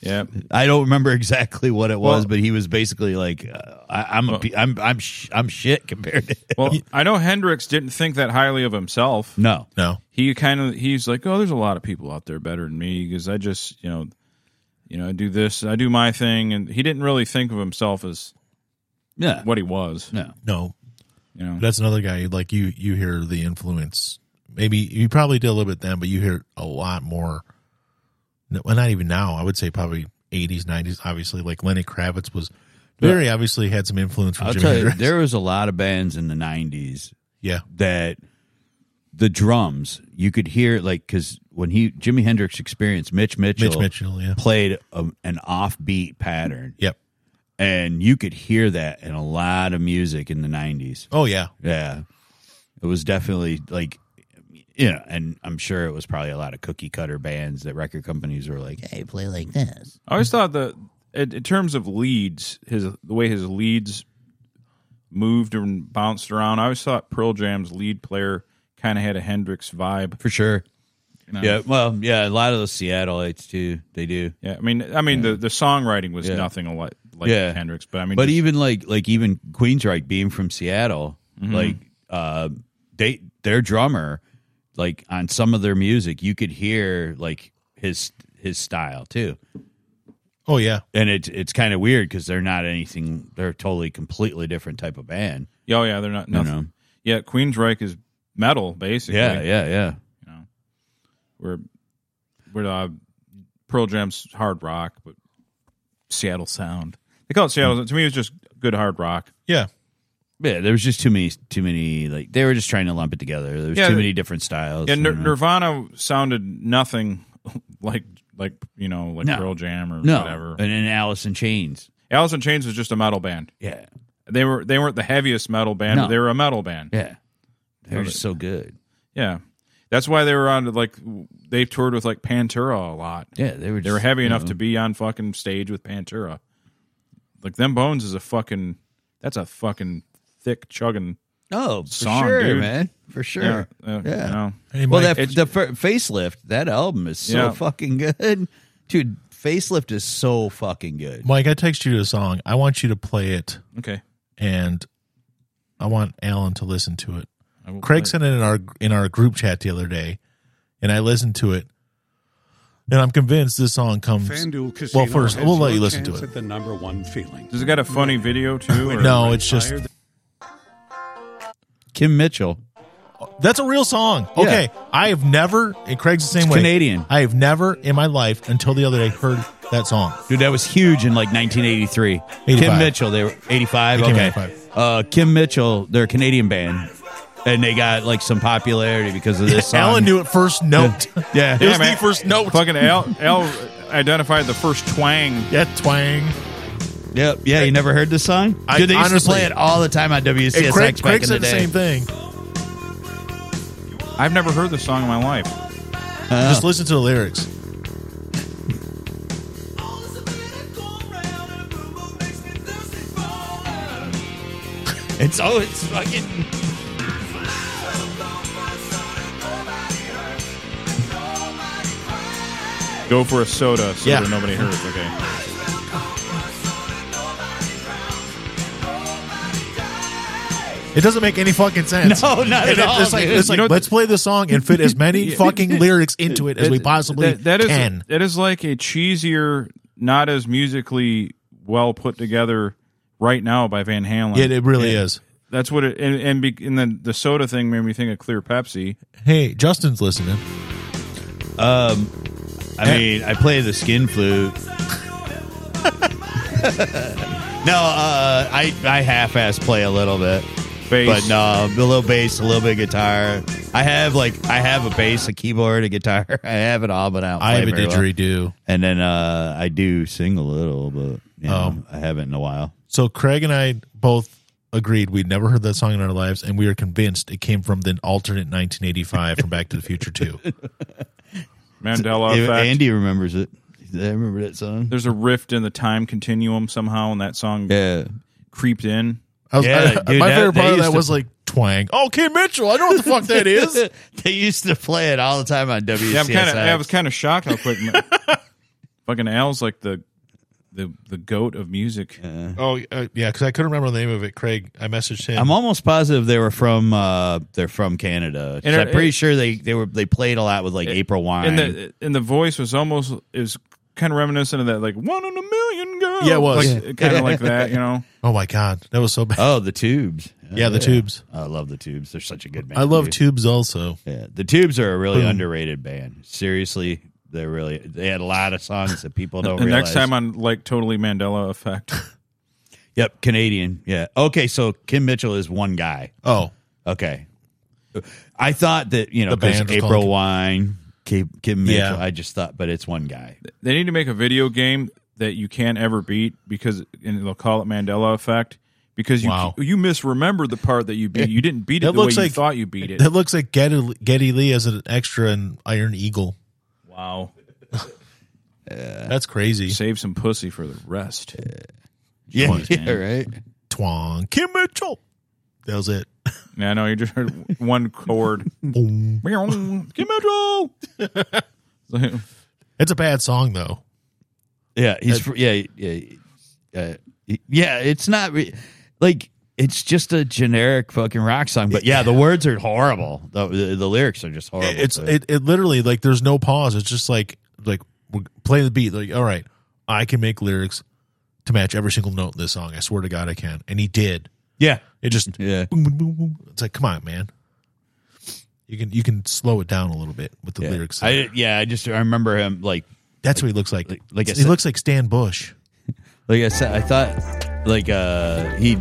Yeah, I don't remember exactly what it was, Well- but he was basically like, uh, I, "I'm a, pe- I'm I'm sh- I'm shit compared to him. (laughs) Well, I know Hendrix didn't think that highly of himself. no, no. He kind of he's like, oh, there's a lot of people out there better than me because I just you know you know, I do this, I do my thing, and he didn't really think of himself as Yeah. what he was. No. No, You know, that's another guy. Like you, you hear the influence. Maybe you probably did a little bit then, but you hear a lot more. no, Well, not even now. I would say probably eighties, nineties. Obviously, like Lenny Kravitz was very obviously had some influence from I'll Jimi tell you, Hendrix. there was a lot of bands in the '90s (laughs) yeah, that the drums you could hear like because when he Jimi Hendrix experienced Mitch Mitchell, Mitch Mitchell. Yeah, played a, an offbeat pattern, yep. and you could hear that in a lot of music in the '90s. Oh yeah, Yeah, it was definitely like. You know, and I'm sure it was probably a lot of cookie cutter bands that record companies were like, "Hey, play like this." I always thought that in, in terms of leads, his the way his leads moved and bounced around, I always thought Pearl Jam's lead player kind of had a Hendrix vibe. For sure. you know? Yeah. Well, yeah, a lot of the Seattleites too. They do. Yeah, I mean, I mean, the, the songwriting was Yeah. nothing like like Yeah. Hendrix, but I mean, But e just- even like like even Queensryche being from Seattle, Mm-hmm. like uh, they their drummer, like on some of their music, you could hear like his his style too. oh yeah. And it's it's kind of weird because they're not anything. They're a totally completely different type of band. oh yeah, they're not You nothing. know? Yeah, Queensryche is metal basically. Yeah, yeah, yeah. Where where uh, Pearl Jam's hard rock, but Seattle sound. They call it Hmm. Seattle. To me, it was just good hard rock. Yeah. Yeah, there was just too many, too many. Like they were just trying to lump it together. There was Yeah, too the- many different styles. Yeah, you Nir- know? Nirvana sounded nothing (laughs) like like you know like No. Pearl Jam or no, whatever. and then Alice in Chains. Alice in Chains was just a metal band. Yeah, They were they weren't the heaviest metal band, No. but they were a metal band. yeah, they were just so good. Yeah. That's why they were on like they toured with like Pantera a lot. Yeah, they were. They were heavy enough to Mm-hmm. be on fucking stage with Pantera. Like them bones is a fucking that's a fucking thick chugging Oh, for song, sure, dude. man, for sure. Yeah. uh, Yeah. you know. Hey, Well, Mike, that the fir- facelift, that album is so Yeah. fucking good, (laughs) dude. Facelift is so fucking good. Mike, I text you a song. I want you to play it, Okay. and I want Alan to listen to it. I will Craig play. sent it in our in our group chat the other day, and I listened to it, and I'm convinced this song comes. FanDuel Casino. well, first has we'll let your you listen to chance it. At the number one feeling. Does it got a funny video (laughs) too? or- No, it's just Kim Mitchell, that's a real song. Yeah. Okay, I have never. And Craig's the same It's way. Canadian. I have never in my life until the other day heard that song. dude, that was huge in like 1983. 85. Kim Mitchell, they were 85. They came in Okay, 85. uh, Kim Mitchell, they're a Canadian band, and they got like some popularity because of this (laughs) song. Alan knew it first note. Yeah, it was Yeah, man. the first note. Fucking Al, Al identified the first twang. Yeah, twang. Yep. Yeah, you never heard this song? I- Dude, they used honestly- to play it all the time on WCSX And Craig, back Craig in the said the day. same thing. I've never heard this song in my life. Just listen to the lyrics. It's oh, it's fucking. (laughs) Go for a soda so Yeah. that nobody hears. Okay. It doesn't make any fucking sense. No, not And at it- (laughs) all, It's like, dude. it's like You know, let's play the song and fit as many fucking lyrics into it as we possibly That- that is can. that is like a cheesier, not as musically well put together right now by Van Halen. it, it really is. That's what it and and, be, and then the soda thing made me think of Clear Pepsi. Hey, Justin's listening. I mean, I play the skin flute. no, uh, I I half-ass play a little bit, Bass. but no, a little bass, a little bit of guitar. I have like I have a bass, a keyboard, a guitar. (laughs) I have it all, but I don't. I have a play very well. didgeridoo. and then uh, I do sing a little, but you know, Um, I haven't in a while. So Craig and I both agreed we'd never heard that song in our lives, and we are convinced it came from the alternate 1985 from Back to the Future 2. Mandela If- effect. Andy remembers it. I remember that song. There's a rift in the time continuum somehow, and that song Yeah. creeped in. I was, (laughs) Yeah, I- dude, my that- favorite they part of used that to- was like twang. Oh, Kim Mitchell. I know what the fuck that is. (laughs) they used to play it all the time on WCSX. Yeah, I'm kind of. I was kind of shocked how quick. (laughs) fucking Al's like the the the goat of music. Mm-hmm. oh, uh, yeah, because I couldn't remember the name of it. Craig, I messaged him. I'm almost positive they were from uh, they're from Canada. 'Cause And I'm it- pretty it- sure they they were they played a lot with like April and Wine. the and the voice was almost is kind of reminiscent of that, like one in a million girls. Yeah, it was. like, kind of like that, you (laughs) know. Oh my god, that was so bad. Oh, the tubes. yeah, the tubes. I love the tubes. They're such a good band. I love dude. tubes also. Yeah, the Tubes are a really Boom. underrated band. Seriously, they're really they had a lot of songs (laughs) that people don't. And realize. next time on like totally Mandela effect. yep, Canadian. Yeah. Okay, so Kim Mitchell is one guy. Oh, Okay, I thought that you know The because band was April called- Wine, Kim, Kim Yeah. Mitchell. I just thought, but it's one guy. they need to make a video game that you can't ever beat because and they'll call it Mandela effect because you Wow. you misremembered the part that you beat. You didn't beat it That the way looks you like- thought you beat it. that looks like Getty, Getty Lee as an extra in Iron Eagle. wow. That's crazy. Save some pussy for the rest. (laughs) Yeah, Twice, man. right. Twang Kim Mitchell. That was it. Yeah, no, you just heard (laughs) one (laughs) chord. Boom. Kim Mitchell. It's a bad song though. Yeah, he's fr- yeah yeah uh, yeah. It's not re- like it's just a generic fucking rock song, but yeah, the words are horrible. The, the, the lyrics are just horrible. It's So- it, it literally like there's no pause. It's just like like we play the beat. Like all right, I can make lyrics to match every single note in this song. I swear to God, I can. And he did. yeah It just yeah. boom, boom, boom, boom. It's like come on, man. You can you can slow it down a little bit with the Yeah. lyrics. I yeah, I just I remember him like That's what he looks like. like- like I he said- looks like Stan Bush. like I said I thought like uh he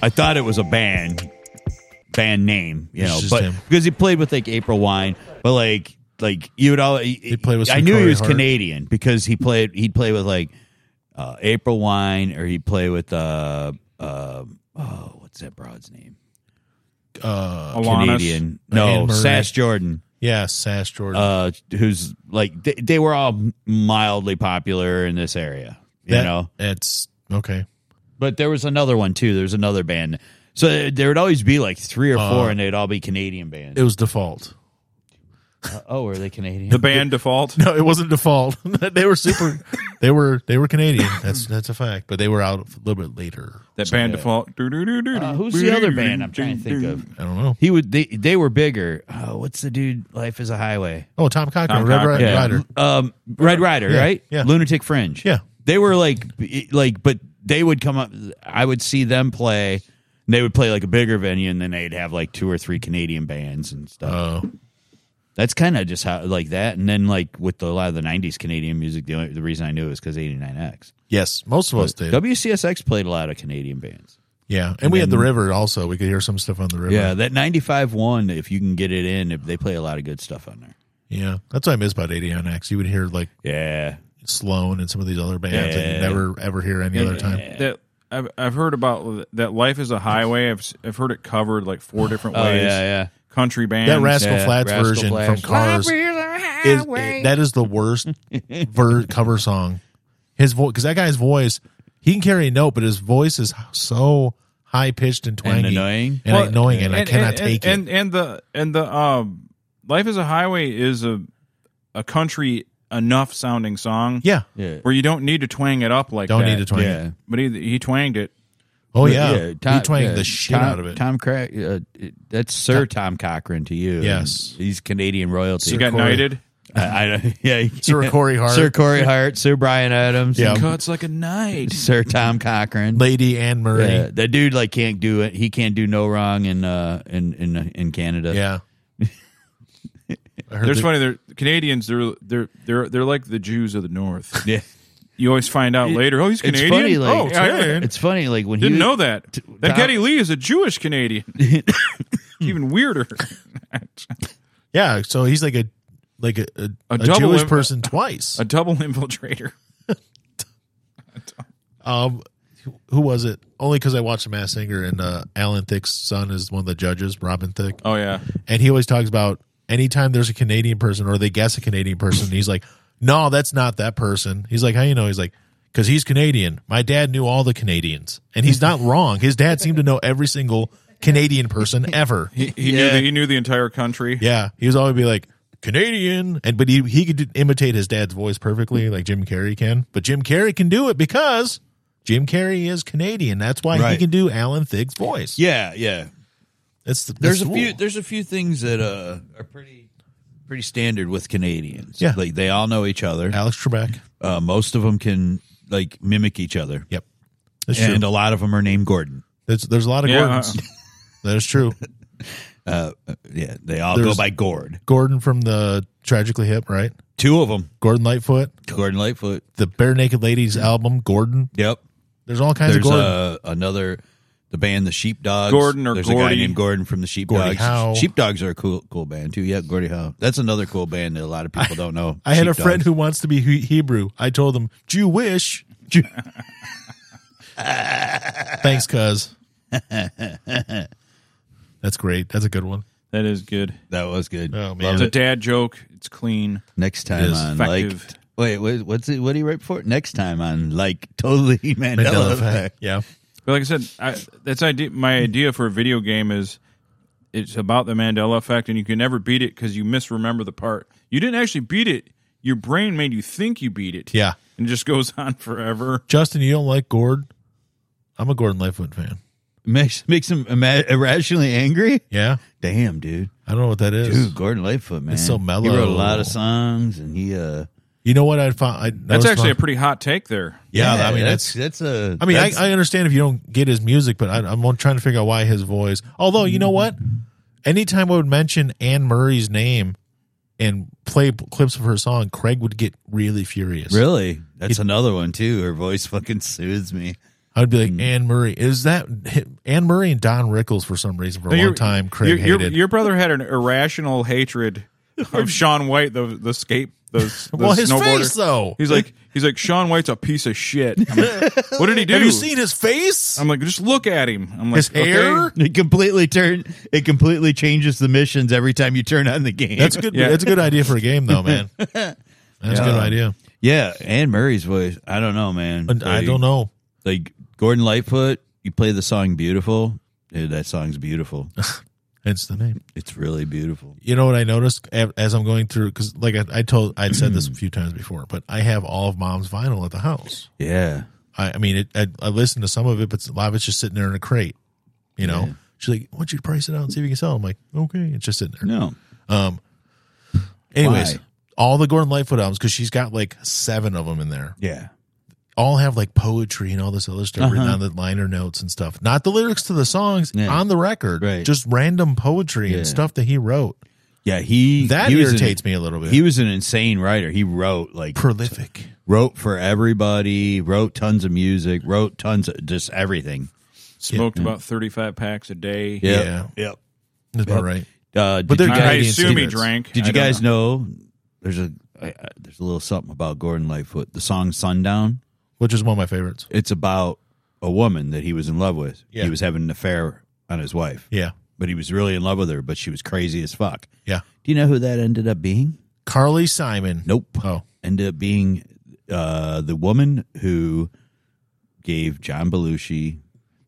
I thought it was a band band name, you It's know, just but him. because he played with like April Wine, but like like you would all he played with I some knew he Corey was Hart. Canadian because he played he'd play with like uh April Wine or he'd play with uh um oh what's that broad's name? Alanis. Canadian. No, Anne Murray. Sash Jordan. Yeah, Sash Jordan. uh, who's like they, they were all mildly popular in this area, you That- know. it's okay. But there was another one too. There was another band, so uh, there would always be like three or four, and they'd all be Canadian bands. Uh-huh. It was default. (laughs) oh, are they Canadian? The band default. No, it wasn't default. (laughs) they were super. they were they were Canadian. That's that's a fact. But they were out a little bit later. That band default. Uh, who's the other band? I'm trying to think of. I don't know. He would. They they were bigger. Oh, what's the dude? Life is a highway. Oh, Tom Cocker, Tom Red Cochran. Ri- Yeah. Rider. Um, Red Rider, Yeah, right? yeah. Lunatic Fringe. Yeah. They were like b- like, but they would come up. I would see them play. and They would play like a bigger venue, and then they'd have like two or three Canadian bands and stuff. Oh, That's kind of just how like that, and then like with the, a lot of the '90s Canadian music, the only the reason I knew it was because '89X. yes, most of us did. WCSX played a lot of Canadian bands. yeah, and, we had the river also. We could hear some stuff on the river. Yeah, that '95 one, if you can get it in, if they play a lot of good stuff on there. yeah. That's what I miss about 80 on X. You would hear like Yeah, Sloan and some of these other bands that you Yeah. never ever hear any other time. That I've, I've heard about that. Life is a highway. I've s- I've heard it covered like four different Oh, ways. yeah, yeah. Country bands. That Rascal yeah, Flats Rascal version Flats. from Cars is that is the worst ver- cover song. His voice, because that guy's voice, he can carry a note, but his voice is so high pitched and twangy annoying. and Well, annoying, and, I cannot and, take and, it. And, and the and the um, life is a highway is a a country enough sounding song. Yeah, yeah. where you don't need to twang it up like don't that. need to twang. it. Yeah. But he he twanged it. Oh yeah, Tom- he twanged yeah, the shit Tom- out of it. Tom Crack, uh, it- that's Sir Tom, Cochran to you. Yes. And he's Canadian royalty. He got Corey. knighted. (laughs) I, I, don't- yeah, Sir Corey Hart. Sir Corey Hart, Sir Brian Adams, Yeah. Cuts like a knight. Sir Tom Cochran. Lady Anne Murray. Yeah, Yeah. Uh, that dude like can't do it. He can't do no wrong in uh in in in Canada. I heard There's that- funny. They're Canadians. They're they're they're they're like the Jews of the North. (laughs) yeah. You always find out later. Oh, he's It's Canadian. funny, like oh, yeah. it's funny, like when didn't he know that. That Tom- Getty Lee is a Jewish (laughs) Canadian. Even weirder. Yeah, so he's like a like a, a, a double Jewish im- person twice. a double infiltrator. Um, who- who was it? Only because I watched The Mass Singer, and uh, Alan Thick's son is one of the judges, Robin Thick, Oh yeah. and he always talks about anytime there's a Canadian person or they guess a Canadian person, he's like, "No, that's not that person." He's like, "How you know?" He's like, "Cause he's Canadian. My dad knew all the Canadians, and he's (laughs) not wrong. His dad seemed to know every single Canadian (laughs) person ever. He, he knew Yeah. the, he knew the entire country. Yeah, he was always be like." Canadian, and but he he could imitate his dad's voice perfectly, like Jim Carrey can. But Jim Carrey can do it because Jim Carrey is Canadian. That's why he Right. can do Alan Thig's voice. Yeah, yeah. That's the, There's that's a few cool. there's a few things that uh are pretty pretty standard with Canadians. Yeah. like they all know each other. Alex Trebek. Uh, most of them can like mimic each other, Yep. That's and true. a lot of them are named Gordon. There's, there's a lot of Yeah. uh-uh. Gordons. (laughs) that is true. Yeah, they all go There's- by Gord. Gordon from the Tragically Hip, right? Two of them, Gordon Lightfoot. Gordon Lightfoot. The Bare Naked Ladies album, Gordon. Yep, There's all kinds there's of Gordon. uh, another the band the Sheepdogs. Gordon or there's a guy Gordy. named Gordon from the Gordie Sheepdogs. Howe. Sheepdogs are a cool cool band too. Yeah, Gordie Howe. That's another cool band that a lot of people don't know. (laughs) I had a Sheepdogs. friend who wants to be he- Hebrew. I told him, Jewish. Jew- (laughs) Thanks, (laughs) cuz. That's great. That's a good one. That is good. that was good. Oh, man. Loved It's a it. dad joke. It's clean. Next time is on effective. like wait, wait what's it? What do you write for? Next time on like totally (laughs) Mandela, Mandela effect. effect. (laughs) Yeah. But like I said, I, that's idea. My idea for a video game is it's about the Mandela effect, and you can never beat it because you misremember the part. You didn't actually beat it. Your brain made you think you beat it. Yeah. and it just goes on (laughs) forever. Justin, you don't like Gord? I'm a Gordon Lightfoot fan. Makes makes him ima- irrationally angry. Yeah. Damn, dude. I don't know what that is. Dude, Gordon Lightfoot, man. so He wrote a mellow. lot of songs, and he. uh You know what I found? I That's actually a pretty hot take there. Yeah, I mean, that's. that's a. I mean, I, that's- I understand if you don't get his music, but I, I'm trying to figure out why his voice. Although, you know what? Anytime I would mention Anne Murray's name and play p- clips of her song, Craig would get really furious. Really? That's another one too. Her voice fucking soothes me. (laughs) I'd be like, Hmm. Anne Murray. Is that Anne Murray and Don Rickles for some reason for a No, long your- time? Craig your, your- hated. your brother had an irrational (laughs) hatred of Sean White, the the skate, the, the well, his snowboarder. face though. He's like he's like Sean White's a piece of shit. I'm (laughs) like, what did he do? Have you seen his face? I'm like, just look at him. I'm like, his hair. okay. It completely turn. It completely changes the missions every time you turn on the (laughs) game. That's a good. Yeah. That's a good idea for a game, (laughs) though, man. That's a good idea. (laughs) yeah. Anne Murray's voice. I don't know, man. And I Like- don't know. Like Gordon Lightfoot. You play the song "Beautiful." Dude, that (laughs) song's beautiful. Hence the name. it's really beautiful. You know what I noticed a- as I'm going through because, like I, I told, I'd said (clears throat) this a few times before, but I have all of Mom's vinyl at the house. Yeah. I, I mean, it, I, I listened to some of it, but a lot of it's just sitting there in a crate. You know, she's like, "Why don't you price it out and see if you can sell?" it?" I'm like, "Okay, it's just sitting there." No. Anyways, Why? all the Gordon Lightfoot albums because she's got like seven of them in there. Yeah. All have like poetry and all this other stuff written on the liner notes and stuff. Not the lyrics to the songs Uh-huh. Yeah. on the record, Right. just random poetry Yeah. and stuff that he wrote. Yeah. He That he was an- irritates me a little bit. He was an insane writer. He wrote like prolific. wrote for everybody. Wrote tons of music. Wrote tons of just everything. Smoked about 35 packs a day. Yeah. Yeah. Yep. That's about right. Uh, But did you they're I, I guys- Canadian assume he cigarettes. drank. Did I you don't guys know. know. there's a I, I, there's a little something about Gordon Lightfoot. The song "Sundown." which is one of my favorites. It's about a woman that he was in love with. Yeah. He was having an affair on his wife, Yeah, but he was really in love with her. But she was crazy as fuck. yeah. Do you know who that ended up being? Carly Simon. Nope. Oh, Ended up being uh, the woman who gave John Belushi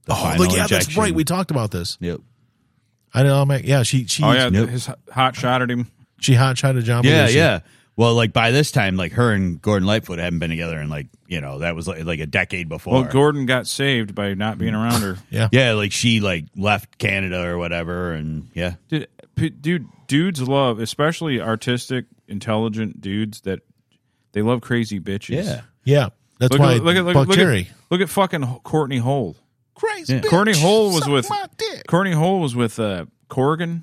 the oh, final look, yeah, injection. that's right. We talked about this. yep. I know. I'm like, yeah, she she Oh, yeah. Nope. His h- hot shot at him. she hot shotted John. Yeah, Belushi. yeah. Well, like by this time, like her and Gordon Lightfoot hadn't been together in like you know that was like, like a decade before. Well, Gordon got saved by not being around (laughs) her. yeah, Yeah, like she like left Canada or whatever, and yeah, Dude, p- dude, dudes love, especially artistic, intelligent dudes that they love crazy bitches. yeah. That's Look why. at, look at, look, Buck at- look, at, Terry. look at fucking H- Courtney Hole. Crazy. Courtney Hole was suck with my dick. Courtney Hole was with uh, Corrigan.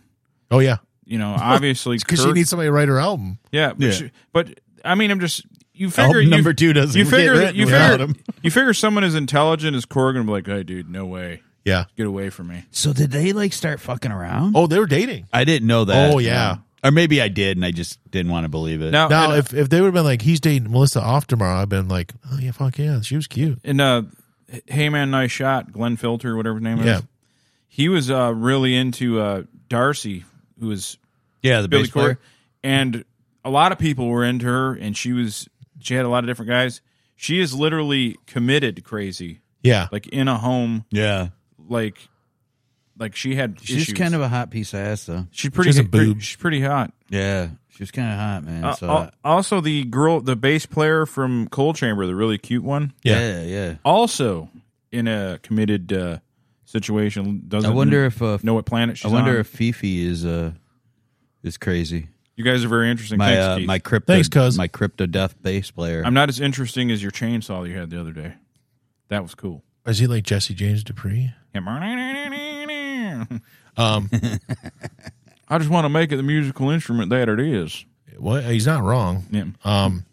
Oh yeah, You know, (laughs) obviously, because she Kurt- needs somebody to write her album. Yeah, but, Yeah. she- but I mean, I'm just you figure Album you- number two doesn't You get figure written you without figure him. (laughs) you figure someone as intelligent as Corrigan, would be like, hey, dude, no way, Yeah. get away from me. So did they like start fucking around? Oh, they were dating. I didn't know that. Oh, yeah. or maybe I did, and I just didn't want to believe it. Now, Now, Oh, and, uh, if if they would have been like, he's dating Melissa off tomorrow, I've been like, oh yeah, fuck yeah, she was cute. and, uh, hey man, nice shot, Glenn Filter, whatever his name Yeah. is. He was uh, really into uh, Darcy, who was yeah, the Billy bass Corey, player. and a lot of people were into her, and she was she had a lot of different guys. She is literally committed crazy, Yeah, like in a home, Yeah, like like she had. she's issues. kind of a hot piece of ass though. She's pretty. She's a pretty- boob. she's pretty hot. Yeah, she was kind of hot, man. Uh, so al- also, the girl, the bass player from Cold Chamber, the really cute one, yeah. yeah, yeah. also in a committed uh, situation. Doesn't I wonder if uh, know what planet she's I wonder on. if Fifi is uh is crazy. You guys are very interesting. My Thanks, uh, Keith. my crypto Thanks, cuz. my crypto death bass player. I'm not as interesting as your chainsaw you had the other day. That was cool. (laughs) Is he like Jesse James Dupree? (laughs) Um, I just want to make it the musical instrument that it is. well, he's not wrong. Yeah. Uh, Um,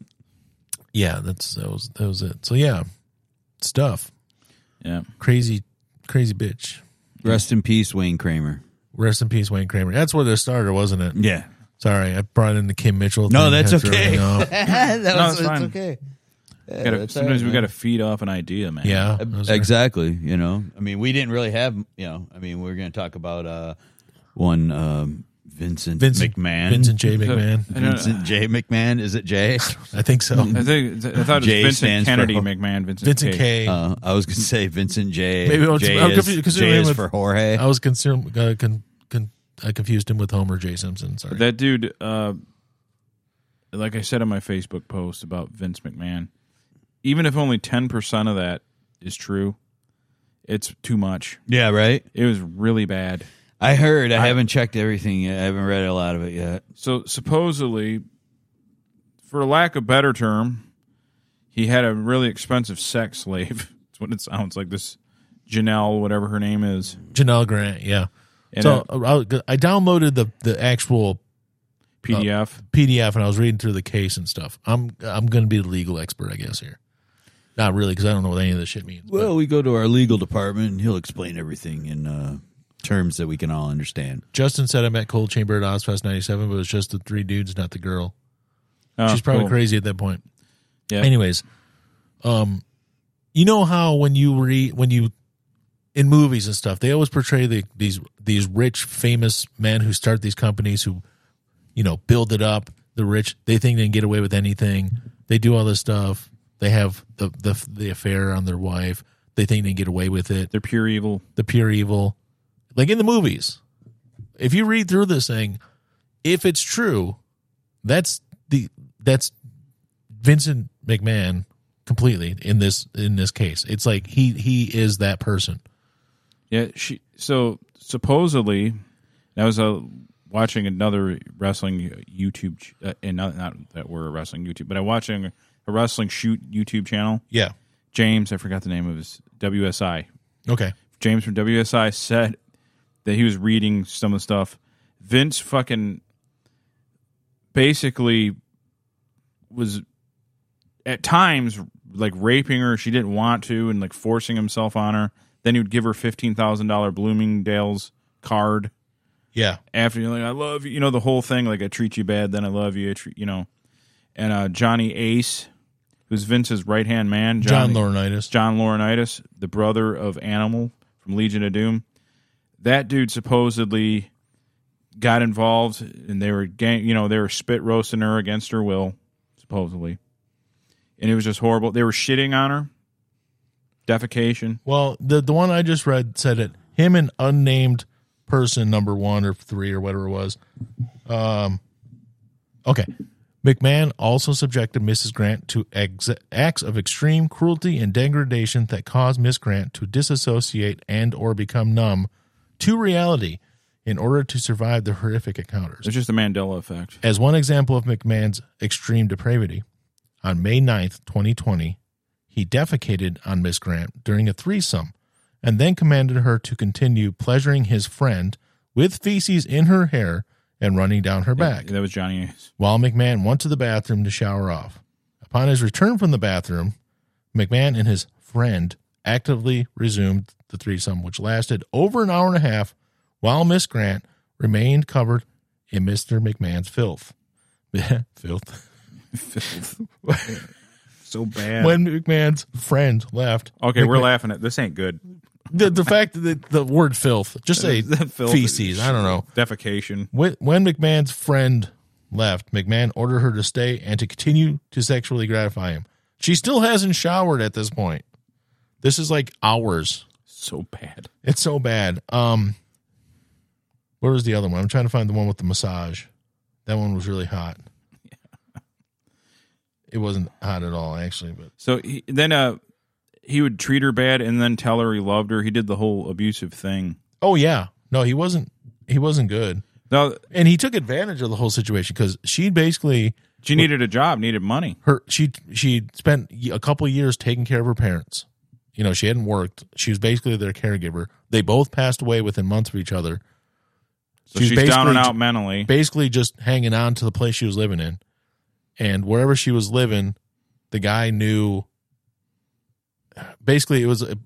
yeah, that's that was that was it. So yeah, stuff Yeah. crazy, crazy bitch. Rest in peace, Wayne Kramer. Rest in peace, Wayne Kramer. That's where it started, wasn't it? Yeah. Sorry, I brought in the Kim Mitchell. No, thing. that's Had to okay. throw (laughs) me off. that No, it's fine. okay. Yeah, Gotta- that's all sometimes right, we man. got to feed off an idea, man. yeah, I was- Exactly. You know, I mean, we didn't really have, you know, I mean, we were going to talk about uh, one um, Vincent, Vincent McMahon. Vincent (laughs) J. McMahon. I don't- Vincent J. McMahon. Is it (laughs) J? I think so. I think I thought it was J Vincent stands Kennedy for- McMahon. Vincent, Vincent K. K. I Uh, I was going to say Vincent J. Maybe I'll- J I'm is, confused- 'cause J his name is was- for Jorge. was concerned. Uh, con, con, I confused him with Homer J. Simpson. Sorry. That dude, uh, like I said in my Facebook post about Vince McMahon, even if only ten percent of that is true, it's too much. Yeah, right. It was really bad. I heard. I, haven't checked everything yet. I haven't read a lot of it yet. So supposedly, for lack of better term, he had a really expensive sex slave. (laughs) That's what it sounds like. This Janelle, whatever her name is. Janelle Grant. Yeah. And so uh, I downloaded the the actual PDF. PDF and I was reading through the case and stuff. I'm I'm going to be the legal expert, I guess here. Not really, because I don't know what any of this shit means. but- Well, we go to our legal department, and he'll explain everything in uh, terms that we can all understand. Justin said I met Cold Chamber at Ozfest '97, but it was just the three dudes, not the girl. Oh, She's probably cool. crazy at that point. Yeah. Anyways, um, you know how when you read when you in movies and stuff, they always portray the, these these rich, famous men who start these companies who, you know, build it up. The rich, they think they can get away with anything. They do all this stuff. They have the the, the affair on their wife. They think they can get away with it They're pure evil. the pure evil, like in the movies. If you read through this thing, if it's true, that's the that's Vincent McMahon completely in this in this case. It's like he he is that person. Yeah, she. So supposedly, I was uh, watching another wrestling YouTube, ch- uh, and not, not that we're a wrestling YouTube, but I'm watching a wrestling shoot YouTube channel. Yeah. James, I forgot the name of his WSI. Okay. James from WSI said that he was reading some of the stuff. Vince fucking basically was at times like raping her. She didn't want to and like forcing himself on her. Then he would give her fifteen thousand dollar Bloomingdale's card Yeah. after you're like, I love you, you know, the whole thing, like I treat you bad, then I love you, I treat, you know. And uh, Johnny Ace, who's Vince's right hand man, John Johnny- Laurinaitis. John Laurinaitis, the brother of Animal from Legion of Doom. That dude supposedly got involved, and they were gang, you know, they were spit roasting her against her will, supposedly, and it was just horrible. They were shitting on her, defecation. Well, the the one I just read said it. Him and unnamed person number one or three or whatever it was. Um, okay. McMahon also subjected Mrs. Grant to ex- acts of extreme cruelty and degradation that caused Miss Grant to disassociate and or become numb to reality in order to survive the horrific encounters. It's just the Mandela effect. As one example of McMahon's extreme depravity, on May 9th, 2020, he defecated on Miss Grant during a threesome and then commanded her to continue pleasuring his friend with feces in her hair and running down her back That was Johnny Ace. while McMahon went to the bathroom to shower off. Upon his return from the bathroom, McMahon and his friend actively resumed the threesome, which lasted over an hour and a half while Miss Grant remained covered in Mr. McMahon's filth. (laughs) filth. So bad. When McMahon's friend left, okay, we're laughing at this. Ain't good. the, the fact that the word filth, (laughs) just say Filth. feces, I don't know. Defecation. When, when McMahon's friend left, McMahon ordered her to stay and to continue to sexually gratify him. She still hasn't showered at this point. This is like hours. So bad. It's so bad. Um, where was the other one? I'm trying to find the one with the massage. That one was really hot. It wasn't hot at all, actually. But So he, then, uh, he would treat her bad and then tell her he loved her. He did the whole abusive thing. oh yeah, no, he wasn't. He wasn't good. No, and he took advantage of the whole situation because she basically she needed a job, needed money. her she she spent y- a couple years taking care of her parents. You know, she hadn't worked. She was basically their caregiver. They both passed away within months of each other. So She's she's, down and basically- out mentally. Basically, just hanging on to the place she was living in, and wherever she was living, the guy knew. Basically, it was a,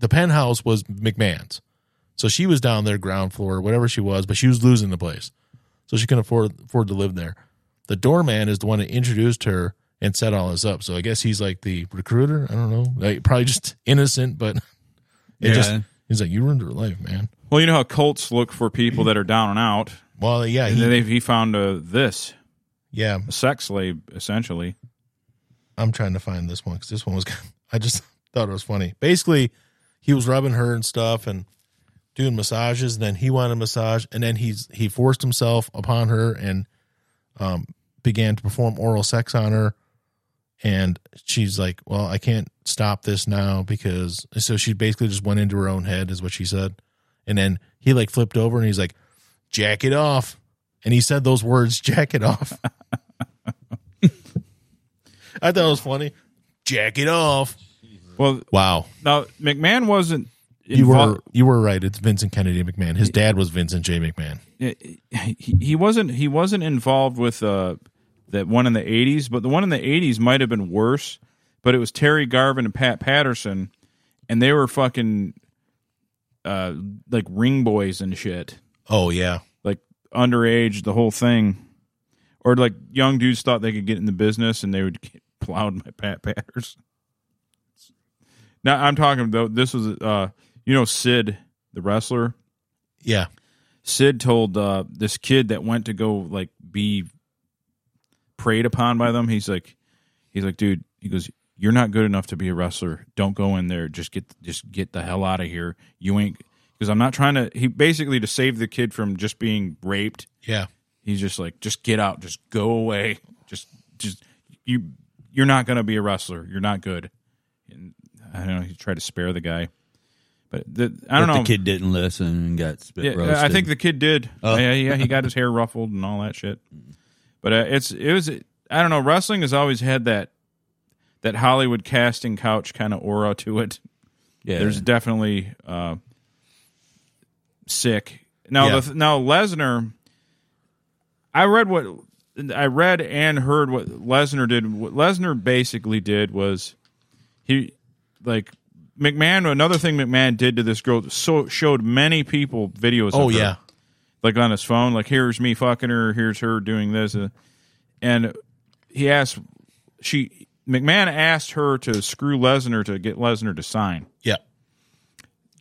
the penthouse was McMahon's, so she was down there, ground floor, whatever she was, but she was losing the place, so she couldn't afford afford to live there. The doorman is the one that introduced her and set all this up. So I guess he's like the recruiter. I don't know, like, probably just (laughs) innocent, but it Yeah. just he's like you ruined her life, man. Well, you know how cults look for people that are down and out. Well, yeah, And he, then they- he found uh, this yeah. a sex slave, essentially. I'm trying to find this one because this one was. (laughs) I just thought it was funny. Basically, he was rubbing her and stuff and doing massages. And then he wanted a massage, and then he's he forced himself upon her and um, began to perform oral sex on her. And she's like, "Well, I can't stop this now because." So she basically just went into her own head, is what she said. And then he like flipped over and he's like, "Jack it off," and he said those words, (laughs) "Jack it off." I thought it was funny. Jack it off. Well, Wow. now McMahon wasn't. You invol- were you were right. It's Vincent Kennedy McMahon. His dad was Vincent J. McMahon. eh, he, he wasn't he wasn't involved with uh, that one in the 80s but the one in the 80s might have been worse but it was terry garvin and pat patterson and they were fucking uh, like ring boys and shit Oh yeah. like underage the whole thing or like young dudes thought they could get in the business and they would get (laughs) plowed by pat patterson now i'm talking though this was uh, you know sid the wrestler Yeah. Sid told uh, this kid that went to go like be preyed upon by them. He's like, he's like, dude. He goes, you're not good enough to be a wrestler. Don't go in there. Just get, just get the hell out of here. You ain't. Because I'm not trying to. He basically to save the kid from just being raped. Yeah. He's just like, just get out. Just go away. Just, just you. You're not gonna be a wrestler. You're not good. And I don't know. He tried to spare the guy, but the, I don't But know. The kid didn't listen and got spit Yeah, roasted. I think the kid did. Oh. Yeah, yeah, he got his hair ruffled and all that shit. But uh, it's it was I don't know. Wrestling has always had that that Hollywood casting couch kind of aura to it. yeah. There's definitely uh, sick. Now Yeah. the, now Lesnar, I read what I read and heard what Lesnar did. What Lesnar basically did was he like. McMahon, another thing McMahon did to this girl, so showed many people videos. Oh of her yeah. like on his phone, like here's me fucking her, here's her doing this, uh, and he asked she McMahon asked her to screw Lesnar to get Lesnar to sign. Yeah.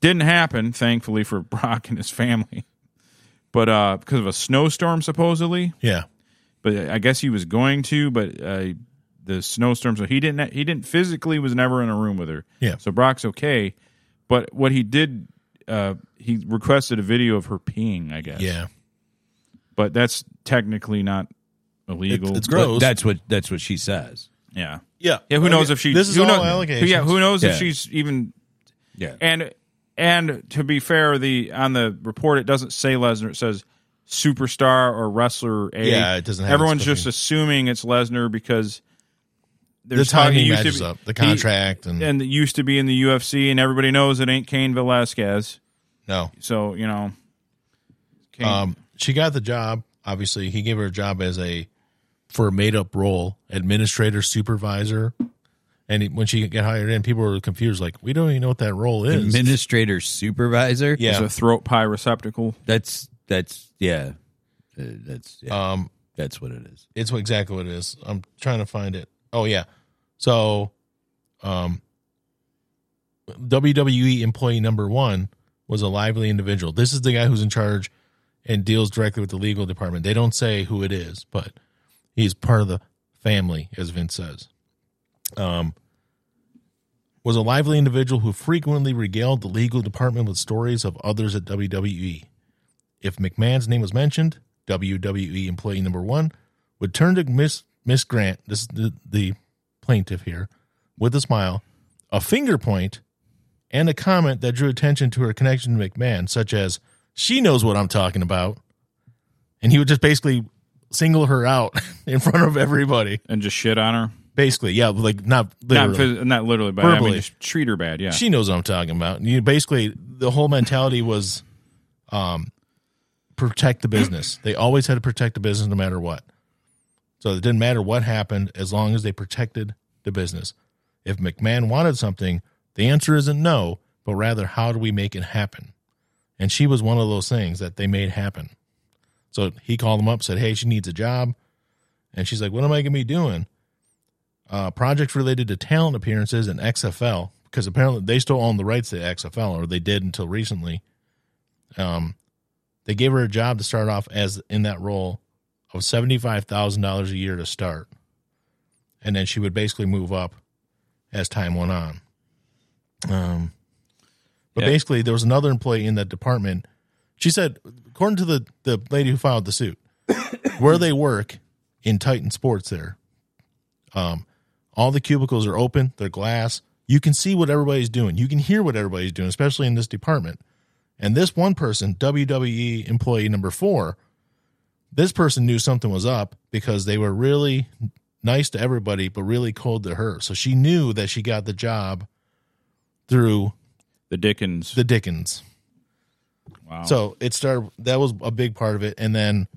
Didn't happen, thankfully for (laughs) Brock and his family, but uh, because of a snowstorm supposedly. Yeah. But I guess he was going to, but uh, the snowstorm, so he didn't. He didn't physically was never in a room with her. Yeah. So Brock's okay, but what he did, uh, he requested a video of her peeing. I guess Yeah. but that's technically not illegal. It's- it's But gross. that's what that's what she says. yeah, Yeah. yeah. Who knows if she? This is who all knows, allegations. Yeah, who knows Yeah. if she's even Yeah. and and to be fair, the on the report it doesn't say Lesnar. It says superstar or wrestler. A. Yeah, it doesn't have Everyone's its fucking- just assuming it's Lesnar because The there's how he timing used to matches be- up. The he- contract and, and it used to be in the UFC, and everybody knows it ain't Kane Velasquez. no. So you know, Kane, Um, she got the job. Obviously, he gave her a job as a for a made up role, administrator, supervisor. And he- when she got hired in, people were confused. Like, we don't even know what that role is. Administrator supervisor. is yeah. a throat pie receptacle. That's that's yeah. Uh, that's yeah, um, that's what it is. It's what- exactly what it is. I'm trying to find it. Oh yeah. So, um, WWE employee number one was a lively individual. This is the guy who's in charge and deals directly with the legal department. They don't say who it is, but he's part of the family, as Vince says. Um, was a lively individual who frequently regaled the legal department with stories of others at E. WWE. If McMahon's name was mentioned, WWE employee number one would turn to Miss Miss Grant, this is the, the plaintiff here, with a smile, a finger point, and a comment that drew attention to her connection to McMahon, such as "She knows what I'm talking about." and he would just basically single her out (laughs) in front of everybody. and just shit on her. Basically, yeah, like not literally. Not, phys- not literally, but I mean, Verbally. just treat her bad. Yeah. she knows what I'm talking about. You basically the whole mentality was um protect the business. they always had to protect the business no matter what. So it didn't matter what happened as long as they protected the business. If McMahon wanted something, the answer isn't no, but rather how do we make it happen? And she was one of those things that they made happen. So he called them up, said, Hey, she needs a job. And she's like, What am I going to be doing? uh, projects related to talent appearances and XFL because apparently they still own the rights to XFL or they did until recently. Um, they gave her a job to start off as in that role of seventy five thousand dollars a year to start, and then she would basically move up as time went on. Um, but Yeah. basically, there was another employee in that department. She said, according to the the lady who filed the suit, (coughs) where they work in Titan Sports there. Um, all the cubicles are open, they're glass. You can see what everybody's doing. You can hear what everybody's doing, especially in this department. And this one person, WWE employee number four, this person knew something was up because they were really nice to everybody, but really cold to her. So she knew that she got the job through The Dickens. the Dickens. wow. So it started. That was a big part of it, and then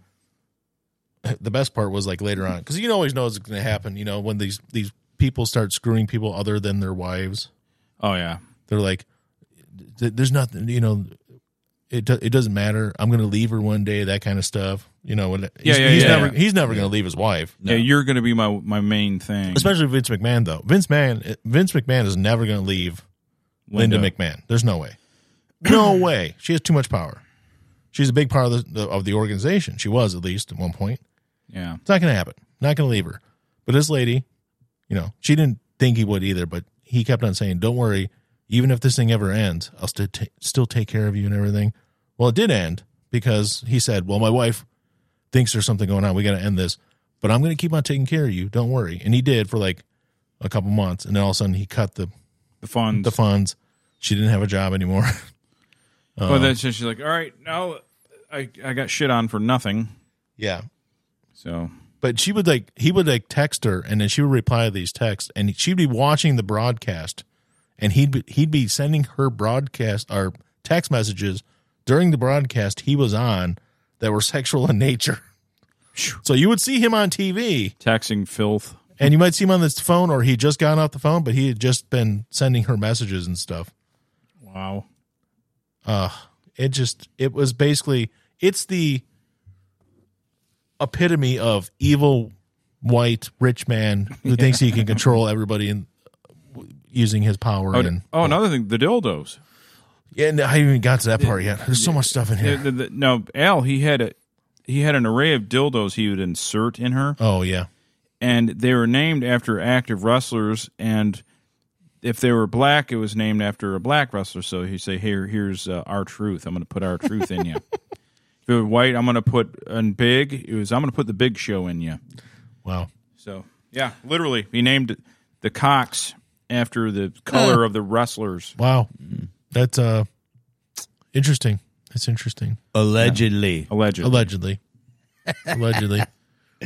(clears throat) the best part was like later on because you always know it's going to happen. You know when these these people start screwing people other than their wives, oh yeah. they're like, "Th- "There's nothing." You know, it do- it doesn't matter. I'm going to leave her one day. That kind of stuff. You know, when he's, yeah, he's yeah, never yeah. he's never going to leave his wife. Yeah, you're gonna be my my main thing. Especially Vince McMahon though. Vince Man Vince McMahon is never going to leave Linda, McMahon. There's no way. No (clears throat) way. She has too much power. She's a big part of the, the of the organization. She was at least at one point. Yeah. It's not going to happen. Not going to leave her. But this lady, you know, she didn't think he would either. But he kept on saying, "Don't worry. Even if this thing ever ends, I'll still ta still take care of you and everything." Well, it did end because he said, "Well, my wife thinks there's something going on. We got to end this, but I'm going to keep on taking care of you. Don't worry." And he did for like a couple months, and then all of a sudden he cut the The funds. the funds. She didn't have a job anymore. (laughs) Well, then she- she's like, all right, now I I got shit on for nothing. yeah. So but she would like he would like text her and then she would reply to these texts and she'd be watching the broadcast and he'd be, he'd be sending her broadcast or text messages during the broadcast he was on that were (laughs) sexual in nature so you would see him on TV taxing filth. and you might see him on this phone or he just got off the phone but he had just been sending her messages and stuff Wow. it just it was basically it's the epitome of evil white rich man who thinks he can control everybody and using his power Oh, and oh, another thing, the dildos. yeah and i haven't even got to that part yet there's so much stuff in The- here the- the- no, Al, he had a he had an array of dildos he would insert in her, oh yeah and they were named after active wrestlers. And if they were black, it was named after a black wrestler. So he'd say, "Here, here's uh, our truth. I'm going to put our truth in you." if it were white, I'm going to put and big. It was I'm going to put the big show in you. wow So yeah, literally, he named the cocks after the color of the wrestlers. wow that's uh interesting that's interesting Allegedly. Oh. Allegedly. allegedly allegedly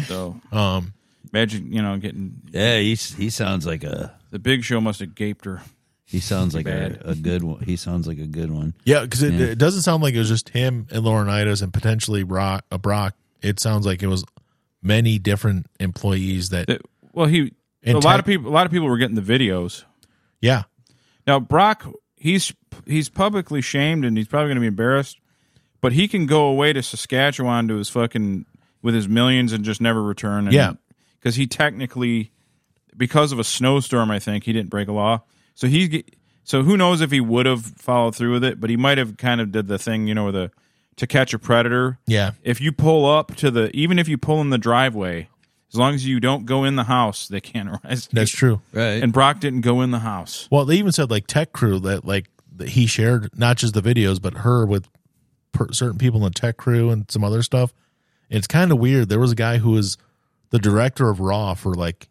so um imagine, you know, getting Yeah, he's, he sounds like a the big show must have gaped her. he sounds like Bad. a, a good one. He sounds like a good one. yeah because it, it doesn't sound like it was just him and laurinaitis and potentially rock a brock it sounds like it was many different employees that That- well, he And a tech- lot of people, a lot of people were getting the videos. Yeah. Now Brock, he's he's publicly shamed and he's probably going to be embarrassed, but he can go away to Saskatchewan to his fucking with his millions and just never return. And, Yeah. because he technically, because of a snowstorm, I think he didn't break a law. So he ge- so who knows if he would have followed through with it, but he might have kind of did the thing, you know, with a to catch a predator. Yeah. If you pull up to the, even if you pull in the driveway, as long as you don't go in the house, they can't (laughs) arrest. you. That's true. Right. And Brock didn't go in the house. Well, they even said like tech crew that like that he shared not just the videos but her with per- certain people in the tech crew and some other stuff. It's kind of weird. There was a guy who was the director of Raw for like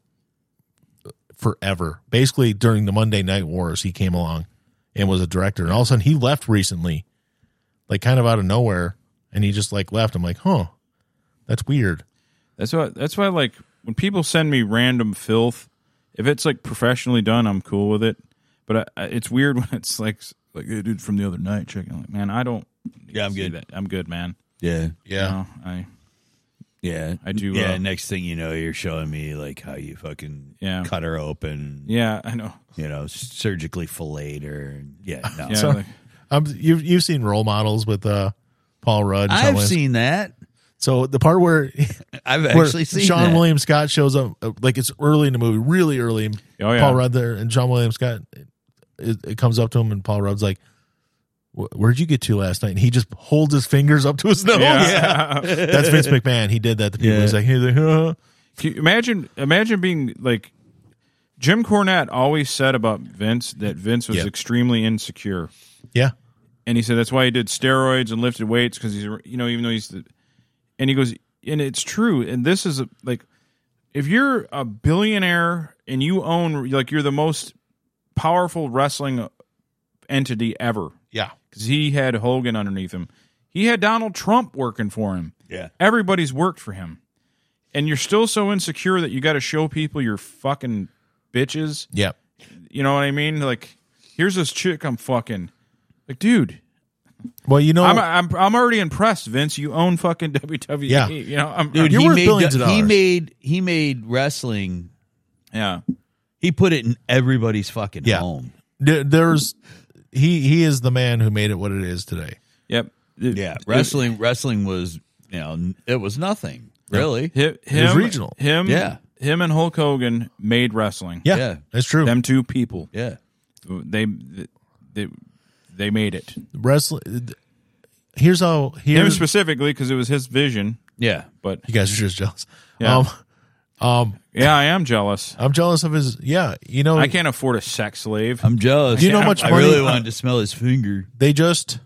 forever. Basically, during the Monday Night Wars, he came along and was a director, and all of a sudden he left recently, like kind of out of nowhere, and he just like left. I'm like, huh. That's weird. That's why. That's why. Like when people send me random filth, if it's like professionally done, I'm cool with it. But I, I, it's weird (laughs) when it's like like hey, dude from the other night. Check. I'm like, man, I don't. Yeah, I'm see good. That. I'm good, man. Yeah. Yeah. No, I Yeah. I do, Yeah. uh, next thing you know, you're showing me like how you fucking Yeah. cut her open, yeah, I know. you know, surgically fillet her. (laughs) Yeah. No. Yeah, So- like, Um, you've you've seen role models with uh, Paul Rudd. and Sean I've Williams. seen that. So the part where, (laughs) I've where actually seen Sean that. William Scott shows up, uh, like it's early in the movie, really early. Oh, yeah. Paul Rudd there, and Sean William Scott, it, it comes up to him, and Paul Rudd's like, "Wh- "Where'd you get to last night?" And he just holds his fingers up to his nose. (laughs) yeah. That's Vince McMahon. He did that to people. Yeah. He's like, he's like, "Huh." Can you imagine imagine being like Jim Cornette always said about Vince that Vince was Yeah. extremely insecure, yeah, and he said that's why he did steroids and lifted weights because he's you know even though he's the, and he goes and it's true and this is a, like if you're a billionaire and you own like you're the most powerful wrestling entity ever yeah, because he had Hogan underneath him. He had Donald Trump working for him. Yeah. Everybody's worked for him. And you're still so insecure that you got to show people you're fucking bitches. yeah." You know what I mean? Like, here's this chick I'm fucking. Like, dude, Well, you know, I'm, I'm, I'm already impressed, Vince. You own fucking (laughs) WWE. Yeah. You know, I'm, Dude, You're he worth made billions of He dollars. made he made wrestling. yeah. He put it in everybody's fucking Yeah. home. there- there's he he is the man who made it what it is today. Yep. Yeah, wrestling. Wrestling was you know n- it was nothing really. Him, was regional. Him, Yeah. Him and Hulk Hogan made wrestling. Yeah, Yeah. that's true. Them two people. Yeah, They, they, they made it. Wrestling. Here's how him here's specifically because it was his vision. yeah. But you guys are just jealous. Yeah. Um, um, yeah, I am jealous. I'm jealous of his. Yeah, you know, I can't afford a sex slave. I'm jealous. Do you know I- how much I money- really wanted to smell his finger. they just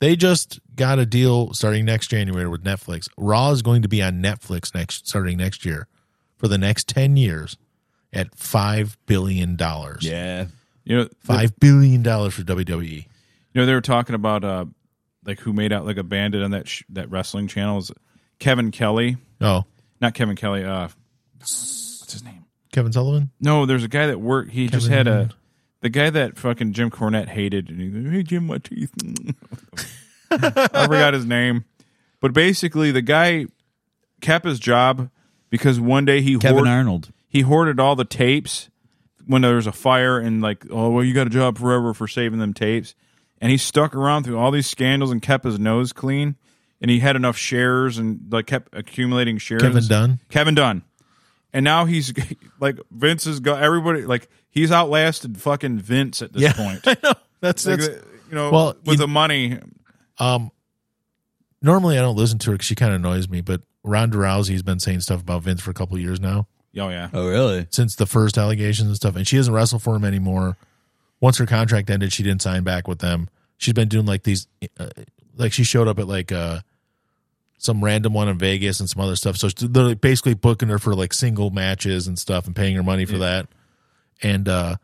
they just got a deal starting next January with Netflix. Raw is going to be on Netflix next starting next year for the next ten years at five billion dollars. Yeah, You know, th- Five billion dollars for E. WWE. you know they were talking about uh, like who made out like a bandit on that sh- that wrestling channel is Kevin Kelly, Oh, not Kevin Kelly. Uh, what's his name? Kevin Sullivan. No, there's a guy that worked. He just had a Kevin- the guy that fucking Jim Cornette hated, and he hey Jim, my teeth. (laughs) I forgot his name, but basically the guy kept his job because one day he Kevin hoard- Arnold. he hoarded all the tapes when there was a fire and like oh well you got a job forever for saving them tapes and he stuck around through all these scandals and kept his nose clean and he had enough shares and like kept accumulating shares Kevin Dunn? kevin dunn and now he's (laughs) like vince has got everybody like he's outlasted fucking vince at this (laughs) point Like, That's that's. you know well, with you- the money oh, Um, normally I don't listen to her 'cause she kind of annoys me, but Ronda Rousey's been saying stuff about Vince for a couple of years now. oh yeah Oh, really? since the first allegations and stuff, and she doesn't wrestle for him anymore. Once her contract ended, she didn't sign back with them. She's been doing like these, uh, like she showed up at like uh, some random one in Vegas and some other stuff. So they're like, basically booking her for like single matches and stuff and paying her money for that. And uh,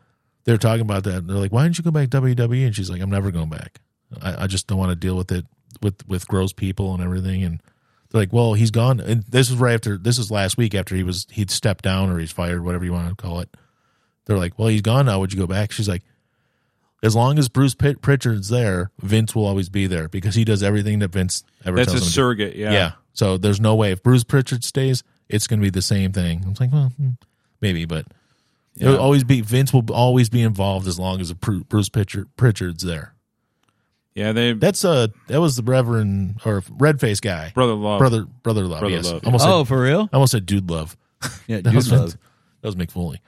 they're talking about that. And they're like, "Why didn't you go back to WWE?" And she's like, "I'm never going back. I, I just don't want to deal with it with with gross people and everything." And they're like, well, he's gone. And this was right after this was last week after he was he'd stepped down or he's fired, whatever you want to call it. They're like, well, he's gone now. Would you go back? She's like, as long as Bruce Pit- Pritchard's there, Vince will always be there because he does everything that Vince ever that's a tells him. to do." surrogate yeah yeah. So there's no way if Bruce Pritchard stays, it's going to be the same thing. I'm like, well, hmm, maybe, but it'll always be Vince will always be involved as long as Bru- Bruce Pritchard, Pritchard's there. yeah they That's uh that was the Reverend or red face guy, brother love brother, brother love. Brother yes. Love. Almost said- Oh, for real? I almost said dude love. (laughs) Yeah, That dude was love. that was Mick Foley.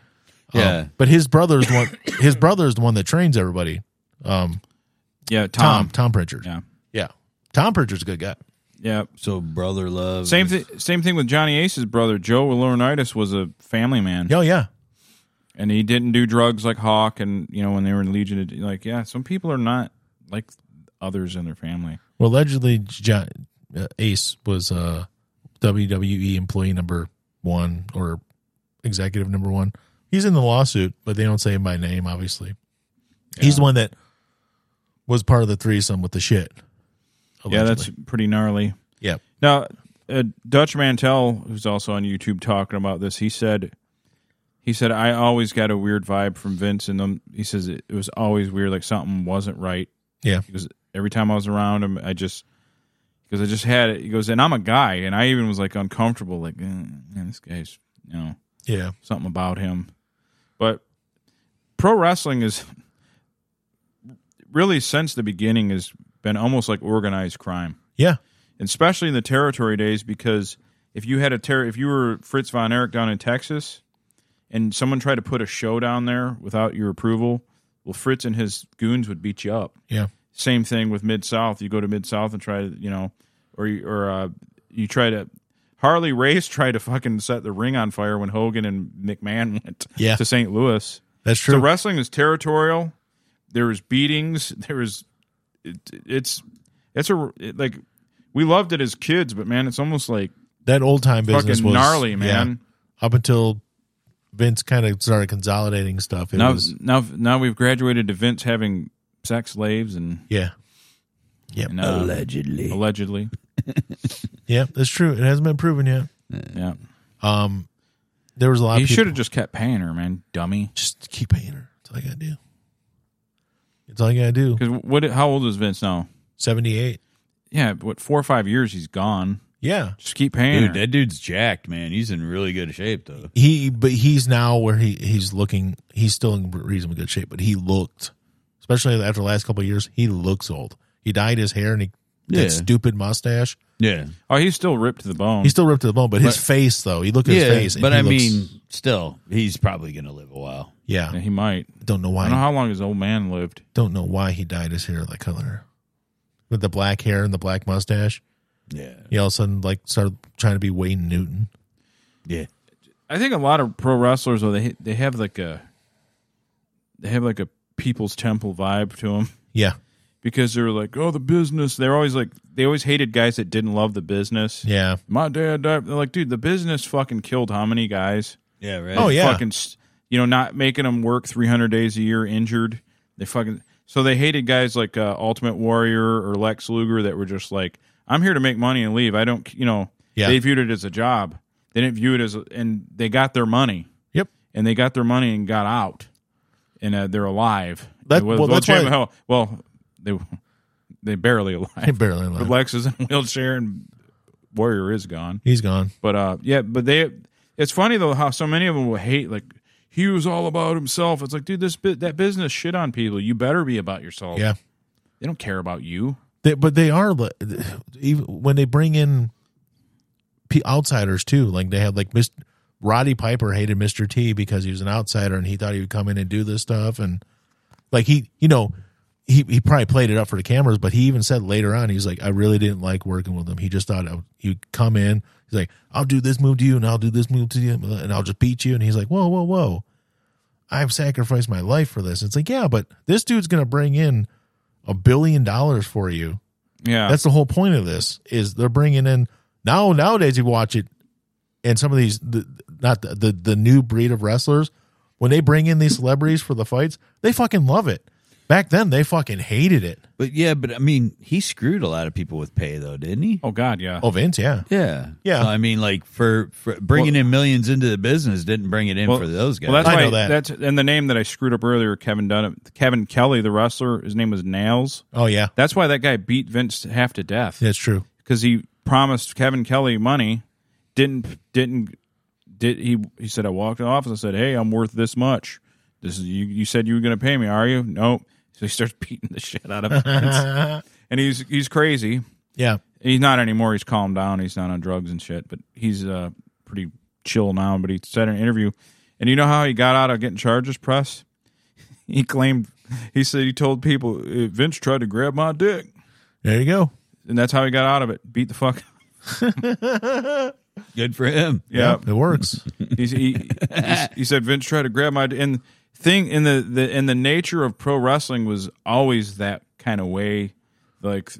Um, Yeah, but his brother's one. His brother's the one that trains everybody. Um, yeah Tom. tom, Tom Pritchard. Yeah. Yeah. Tom Pritchard's a good guy. yeah so brother love. same is- thing same thing with johnny ace's brother joe laurinaitis was a family man Oh yeah. and he didn't do drugs like Hawk, and you know when they were in Legion, it- like yeah, some people are not like others in their family. Well, allegedly, John, uh, Ace was uh, WWE employee number one or executive number one. He's in the lawsuit, but they don't say him by name. Obviously, he's the one that was part of the threesome with the shit. Yeah, that's allegedly. pretty gnarly. yeah. Now, uh, Dutch Mantel, who's also on YouTube talking about this, he said, he said, I always got a weird vibe from Vince, and them. He says it, it was always weird, like something wasn't right. Yeah. He goes, every time I was around him, I just because I just had it. He goes, and I'm a guy, and I even was like uncomfortable, like eh, man, this guy's, you know, Yeah. something about him. But pro wrestling is really since the beginning has been almost like organized crime Yeah. especially in the territory days because if you had a ter- if you were Fritz von Erich down in Texas and someone tried to put a show down there without your approval, well Fritz and his goons would beat you up. Yeah. Same thing with Mid South. You go to Mid South and try to, you know, or you- or uh, you try to Harley Race (laughs) tried to fucking set the ring on fire when Hogan and McMahon went Yeah. to St. Louis. That's So true. wrestling is territorial. There is beatings. (laughs) There is it, it's it's a it, like we loved it as kids, but man, it's almost like that old time business fucking was gnarly, yeah. man. up until Vince kind of started consolidating stuff. It Now was now now we've graduated to Vince having sex slaves and, yeah, and, uh, Allegedly. allegedly. yeah. That's true. It hasn't been proven yet. Yeah, Um, there was a lot. he of should people, have just kept paying her, man, dummy. just keep paying her. That's all I gotta do. That's all I gotta do. Because what? How old is Vince now? Seventy eight. Yeah, what four or five years he's gone. Yeah, Just keep paying Dude, her. that dude's jacked, man. He's in really good shape though. he but he's now where he he's looking. He's still in reasonably good shape, but he looked, especially after the last couple of years, he looks old. He dyed his hair and he Yeah. that stupid mustache. Yeah. Oh, he's still ripped to the bone. He's still ripped to the bone, but, his face though. You look at yeah. his face, and but he I looks- mean, still, he's probably gonna live a while. yeah, Yeah, he might. don't know I why. don't know how long his old man lived. don't know why he dyed his hair that color. With the black hair and the black mustache, Yeah. he all of a sudden like started trying to be Wayne Newton. Yeah. I think a lot of pro wrestlers though they they have like a they have like a people's temple vibe to them Yeah, because they're like oh the business they're always like they always hated guys that didn't love the business. yeah, My dad died. They're like dude the business fucking killed how many guys? Yeah, right. Oh, yeah. Fucking s- you know not making them work 300 days a year injured. They fucking so they hated guys like uh, Ultimate Warrior or Lex Luger that were just like I'm here to make money and leave. I don't you know Yeah. they viewed it as a job. They didn't view it as a, and they got their money yep, and they got their money and got out, and uh, they're alive. That- Well, well, well, that's Jay- why- hell, well, they they barely he alive. barely But alive. Lex is in a wheelchair and (laughs) Warrior is gone. He's gone. But uh, yeah, but they. It's funny though how so many of them will hate like he was all about himself. It's like dude, this bit that business shit on people. You better be about yourself. Yeah, they don't care about you. they, but they are li- even when they bring in pe- outsiders too. Like they had like Mr. Roddy Piper hated Mr. T because he was an outsider and he thought he would come in and do this stuff and like he you know he he probably played it up for the cameras, but he even said later on he's like I really didn't like working with him. He just thought I would, he'd come in. He's like I'll do this move to you and I'll do this move to you and I'll just beat you. And he's like whoa whoa whoa. I've sacrificed my life for this. It's like, yeah, but this dude's going to bring in a billion dollars for you. Yeah, That's the whole point of this is they're bringing in now nowadays you watch it and some of these the, not the, the the new breed of wrestlers when they bring in these celebrities for the fights they fucking love it. Back then they fucking hated it. But yeah, but I mean, he screwed a lot of people with pay though, didn't he? oh god, yeah. Oh Vince, yeah, Yeah, Yeah. So, I mean, like for, for bringing in millions into the business didn't bring it in Well- for those guys. Well, that's I why know that. that's and the name that I screwed up earlier, Kevin Dunham, Kevin Kelly, the wrestler. His name was Nails. oh yeah, That's why that guy beat Vince half to death that's true. because he promised Kevin Kelly money. Didn't didn't did he? He said I walked in the office. I said, "Hey, I'm worth this much. This is you. You said you were going to pay me, are you? Nope." So he starts (laughs) beating the shit out of Vince, and he's he's crazy. Yeah, He's not anymore. He's calmed down. He's not on drugs and shit, but he's uh, pretty chill now. But he said in an interview, and you know how he got out of getting charges pressed? (laughs) He claimed, he said he told people, "Eh, Vince tried to grab my dick. there you go. And that's how he got out of it. Beat the (laughs) fuck. good for him. Yeah. It works. He's, he, (laughs) he's- he said Vince tried to grab my d-" and thing in the, the in the nature of pro wrestling was always that kind of way, like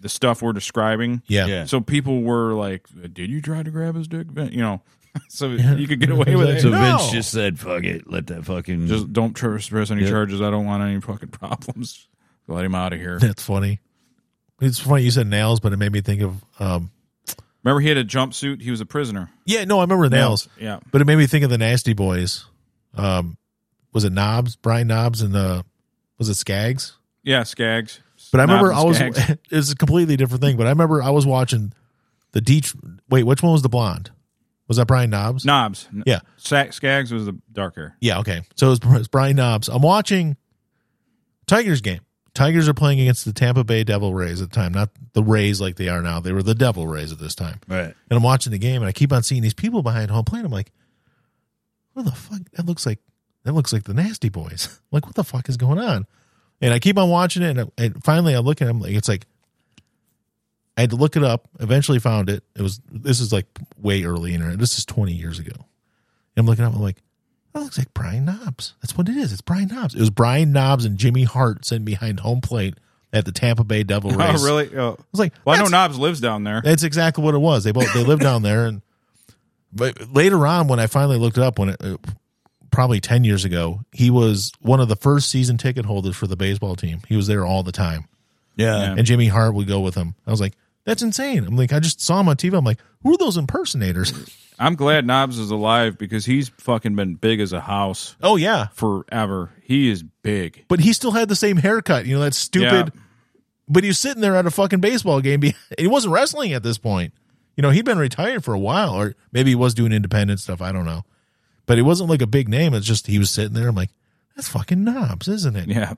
the stuff we're describing. Yeah, Yeah. So people were like, "Did you try to grab his dick?" Vin-" You know, (laughs) so you could get away with it. So No. Vince just said, "Fuck it, let that (laughs) fucking." Just don't tr- press any Yeah. charges. I don't want any fucking problems. (laughs) (laughs) Let him out of here. that's funny. It's funny you said nails, but it made me think of um, Remember, he had a jumpsuit. He was a prisoner. Yeah, no, I remember Nails. Yeah. But it made me think of the Nasty Boys. Um, was it Knobs, Brian Knobs, and the was it Skaggs? Yeah, Skaggs. But I remember I Knobs was and Skaggs. (laughs) it was a completely different thing. But I remember I was watching the Deech. Wait, which one was the blonde? Was that Brian Knobs? Knobs. Yeah. Sa- Skaggs was the dark hair. Yeah, okay. So it was, it was Brian Knobs. I'm watching Tigers game. Tigers are playing against the Tampa Bay Devil Rays at the time, not the Rays like they are now. They were the Devil Rays at this time. Right. And I'm watching the game, and I keep on seeing these people behind home plate. I'm like, what the fuck? That looks like that looks like the Nasty Boys. (laughs) like, what the fuck is going on? And I keep on watching it, and, I, and finally I look at them. Like, it's like I had to look it up. Eventually found it. It was this is like way early internet. This is 20 years ago. And I'm looking up. I'm like, that looks like Brian Knobs. That's what it is. It's Brian Knobs. It was Brian Knobs and Jimmy Hart sitting behind home plate at the Tampa Bay Devil Rays. (laughs) Oh, really? Oh. I was like, Well, I know "That's- Knobs lives down there. that's exactly what it was. They both they lived down there, and but later on, when I finally looked it up, when it, uh, probably ten years ago, he was one of the first season ticket holders for the baseball team. He was there all the time, Yeah. and Jimmy Hart would go with him. I was like, that's insane. I'm like, I just saw him on TV. I'm like, who are those impersonators? I'm glad Knobs is alive because he's fucking been big as a house oh yeah, forever. He is big. but he still had the same haircut. You know that stupid. Yeah. But he was sitting there at a fucking baseball game. be- He (laughs) wasn't wrestling at this point. You know, he'd been retired for a while, or maybe he was doing independent stuff. I don't know. But it wasn't like a big name. It's just he was sitting there. I'm like, that's fucking knobs, isn't it? Yeah.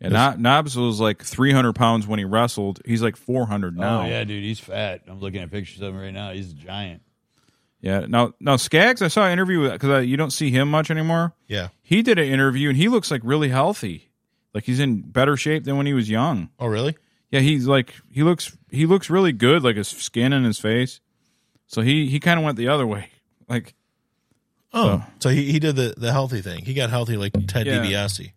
Yeah, Knob- Knobs was like 300 pounds when he wrestled. He's like 400 now. Oh yeah, dude, he's fat. I'm looking at pictures of him right now. He's a giant. Yeah. Now, now Skaggs, I saw an interview with because you don't see him much anymore. Yeah. He did an interview and he looks like really healthy. Like he's in better shape than when he was young. Oh, really? Yeah, he's like he looks he looks really good, like his skin and his face. So he he kind of went the other way. Like Oh, so he, he did the, the healthy thing. He got healthy like Ted Yeah. DiBiase.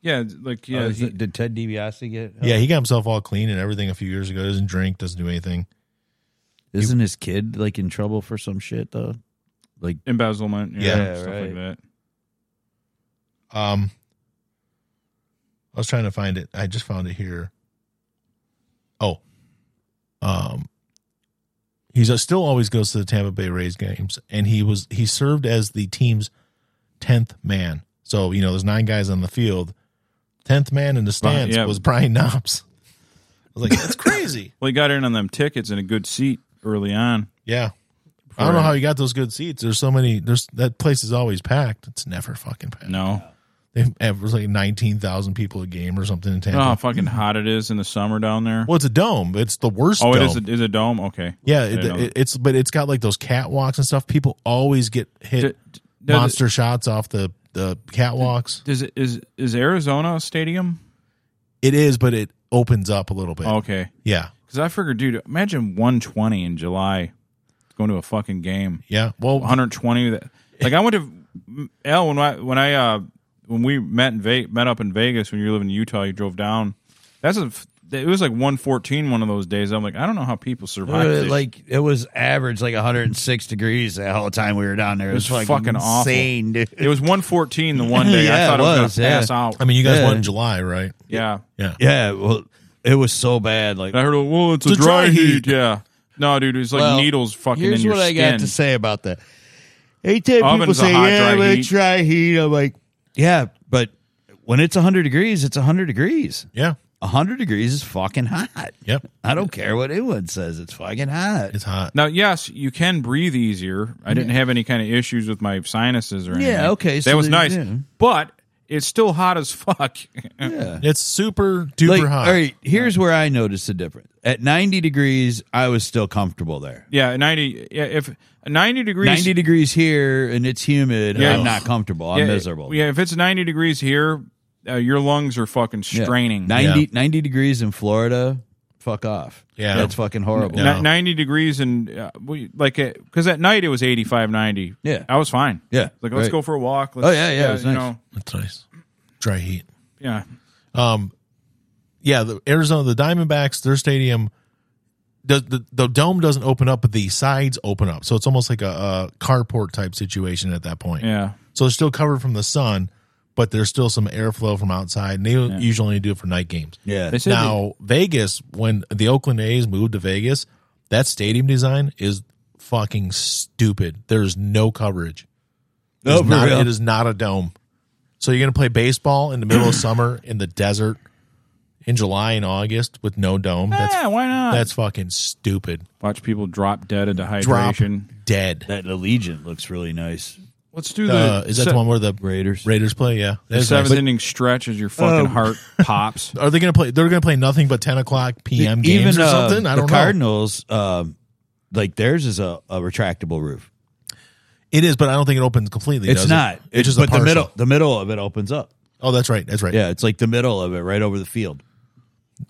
yeah, like yeah, Oh, is he- it- did Ted DiBiase get? uh, Yeah, he got himself all clean and everything a few years ago. Doesn't drink, doesn't do anything. Isn't his kid like in trouble for some shit though? Like embezzlement. Yeah, Yeah, stuff like right. that. Um, I was trying to find it. I just found it here. Oh, um, he's uh, still always goes to the Tampa Bay Rays games, and he was he served as the team's tenth man. So you know, there's nine guys on the field. Tenth man in the stands yeah. was Brian Knobs. I was (coughs) like, that's crazy. Well, he got in on them tickets in a good seat early on. Yeah. I don't know Right. how he got those good seats. There's so many. There's that place is always packed. It's never fucking packed. No, They have it was like nineteen thousand people a game or something in Tampa. oh, how fucking hot it is in the summer down there. Well, it's a dome. It's the worst. Oh, it dome. is a, is a dome. Okay, yeah, I it, know. it- it's but it's got like those catwalks and stuff. People always get D- hit d- does it- monster shots off the the catwalks. Does it is is Arizona a stadium? It is, but it opens up a little bit. Okay, Yeah, because I figured, dude, imagine 120 in July going to a fucking game. yeah. Well, 120. That, like I went to L when I when I uh when we met in Ve- met up in Vegas when you were living in Utah. You drove down. That's a f- it was like 114 one of those days. I'm like, I don't know how people survive. Uh, this. like it was average like 106 degrees the whole time we were down there. It was, was fucking, fucking awful. insane, dude. it was 114 the (laughs) one day. I Yeah, thought it I was was, gonna yeah. pass out. I mean, you guys Yeah. won in July, right? yeah. Yeah. yeah, well, it was so bad. Like And I heard, well, it's, It's a dry, heat. Yeah. No, dude, it's like Well, needles fucking Here's in your what skin. I got to say about that. Anytime people Oven's a say, hot, "Yeah, dry but heat." dry heat," I'm like, "Yeah, but when it's 100 degrees, it's 100 degrees. Yeah. 100 degrees is fucking hot. Yep. I don't care what anyone says; it's fucking hot. It's hot. Now, yes, you can breathe easier. I didn't have any kind of issues with my sinuses or anything. okay, That so was there- nice. yeah. But it's still hot as (laughs) fuck. yeah. It's super duper Like, hot. all right, here's where I noticed the difference. At 90 degrees, I was still comfortable there. yeah, 90 yeah, if 90 degrees 90 degrees here and it's humid, Yeah. I'm not comfortable. I'm yeah, miserable. Yeah, if it's 90 degrees here, uh, your lungs are fucking Yeah. straining. 90, 90 degrees in Florida, fuck off. Yeah. That's fucking horrible. Yeah. Ni- 90 degrees and uh, we like because at night it was 85 90 Yeah. i was fine Yeah, like let's right. go for a walk let's, uh, Oh, yeah, yeah, it was you nice. know, That's nice. Dry heat. yeah Um, yeah, the Arizona, the Diamondbacks, their stadium, the, the the dome doesn't open up, but the sides open up, so it's almost like a, a carport type situation at that point. yeah So they're still covered from the sun, but there's still some airflow from outside, and they usually only do it for night games. Yeah. They said Now Vegas, when the Oakland A's moved to Vegas, That stadium design is fucking stupid. There's no coverage. It Oh, is for not, real? It is not a dome. So you're gonna play baseball in (clears throat) the middle of summer in the desert in July and August with no dome. That's yeah, why not? that's fucking stupid. Watch people drop dead of Drop dehydration. dead. That Allegiant looks really nice. Let's do the. Uh, is that se- the one where the Raiders. Raiders play? Yeah, That the is nice. seventh inning stretch as your fucking heart pops? Are they going to play? They're going to play nothing but ten o'clock p.m. E games or uh, something. I don't know. the Cardinals, um, like theirs is a, a retractable roof. It is, but I don't think it opens completely. It's does it? not. It's just a but partial. the middle. The middle of it opens up. Oh, that's right. That's right. Yeah, it's like the middle of it, right over the field.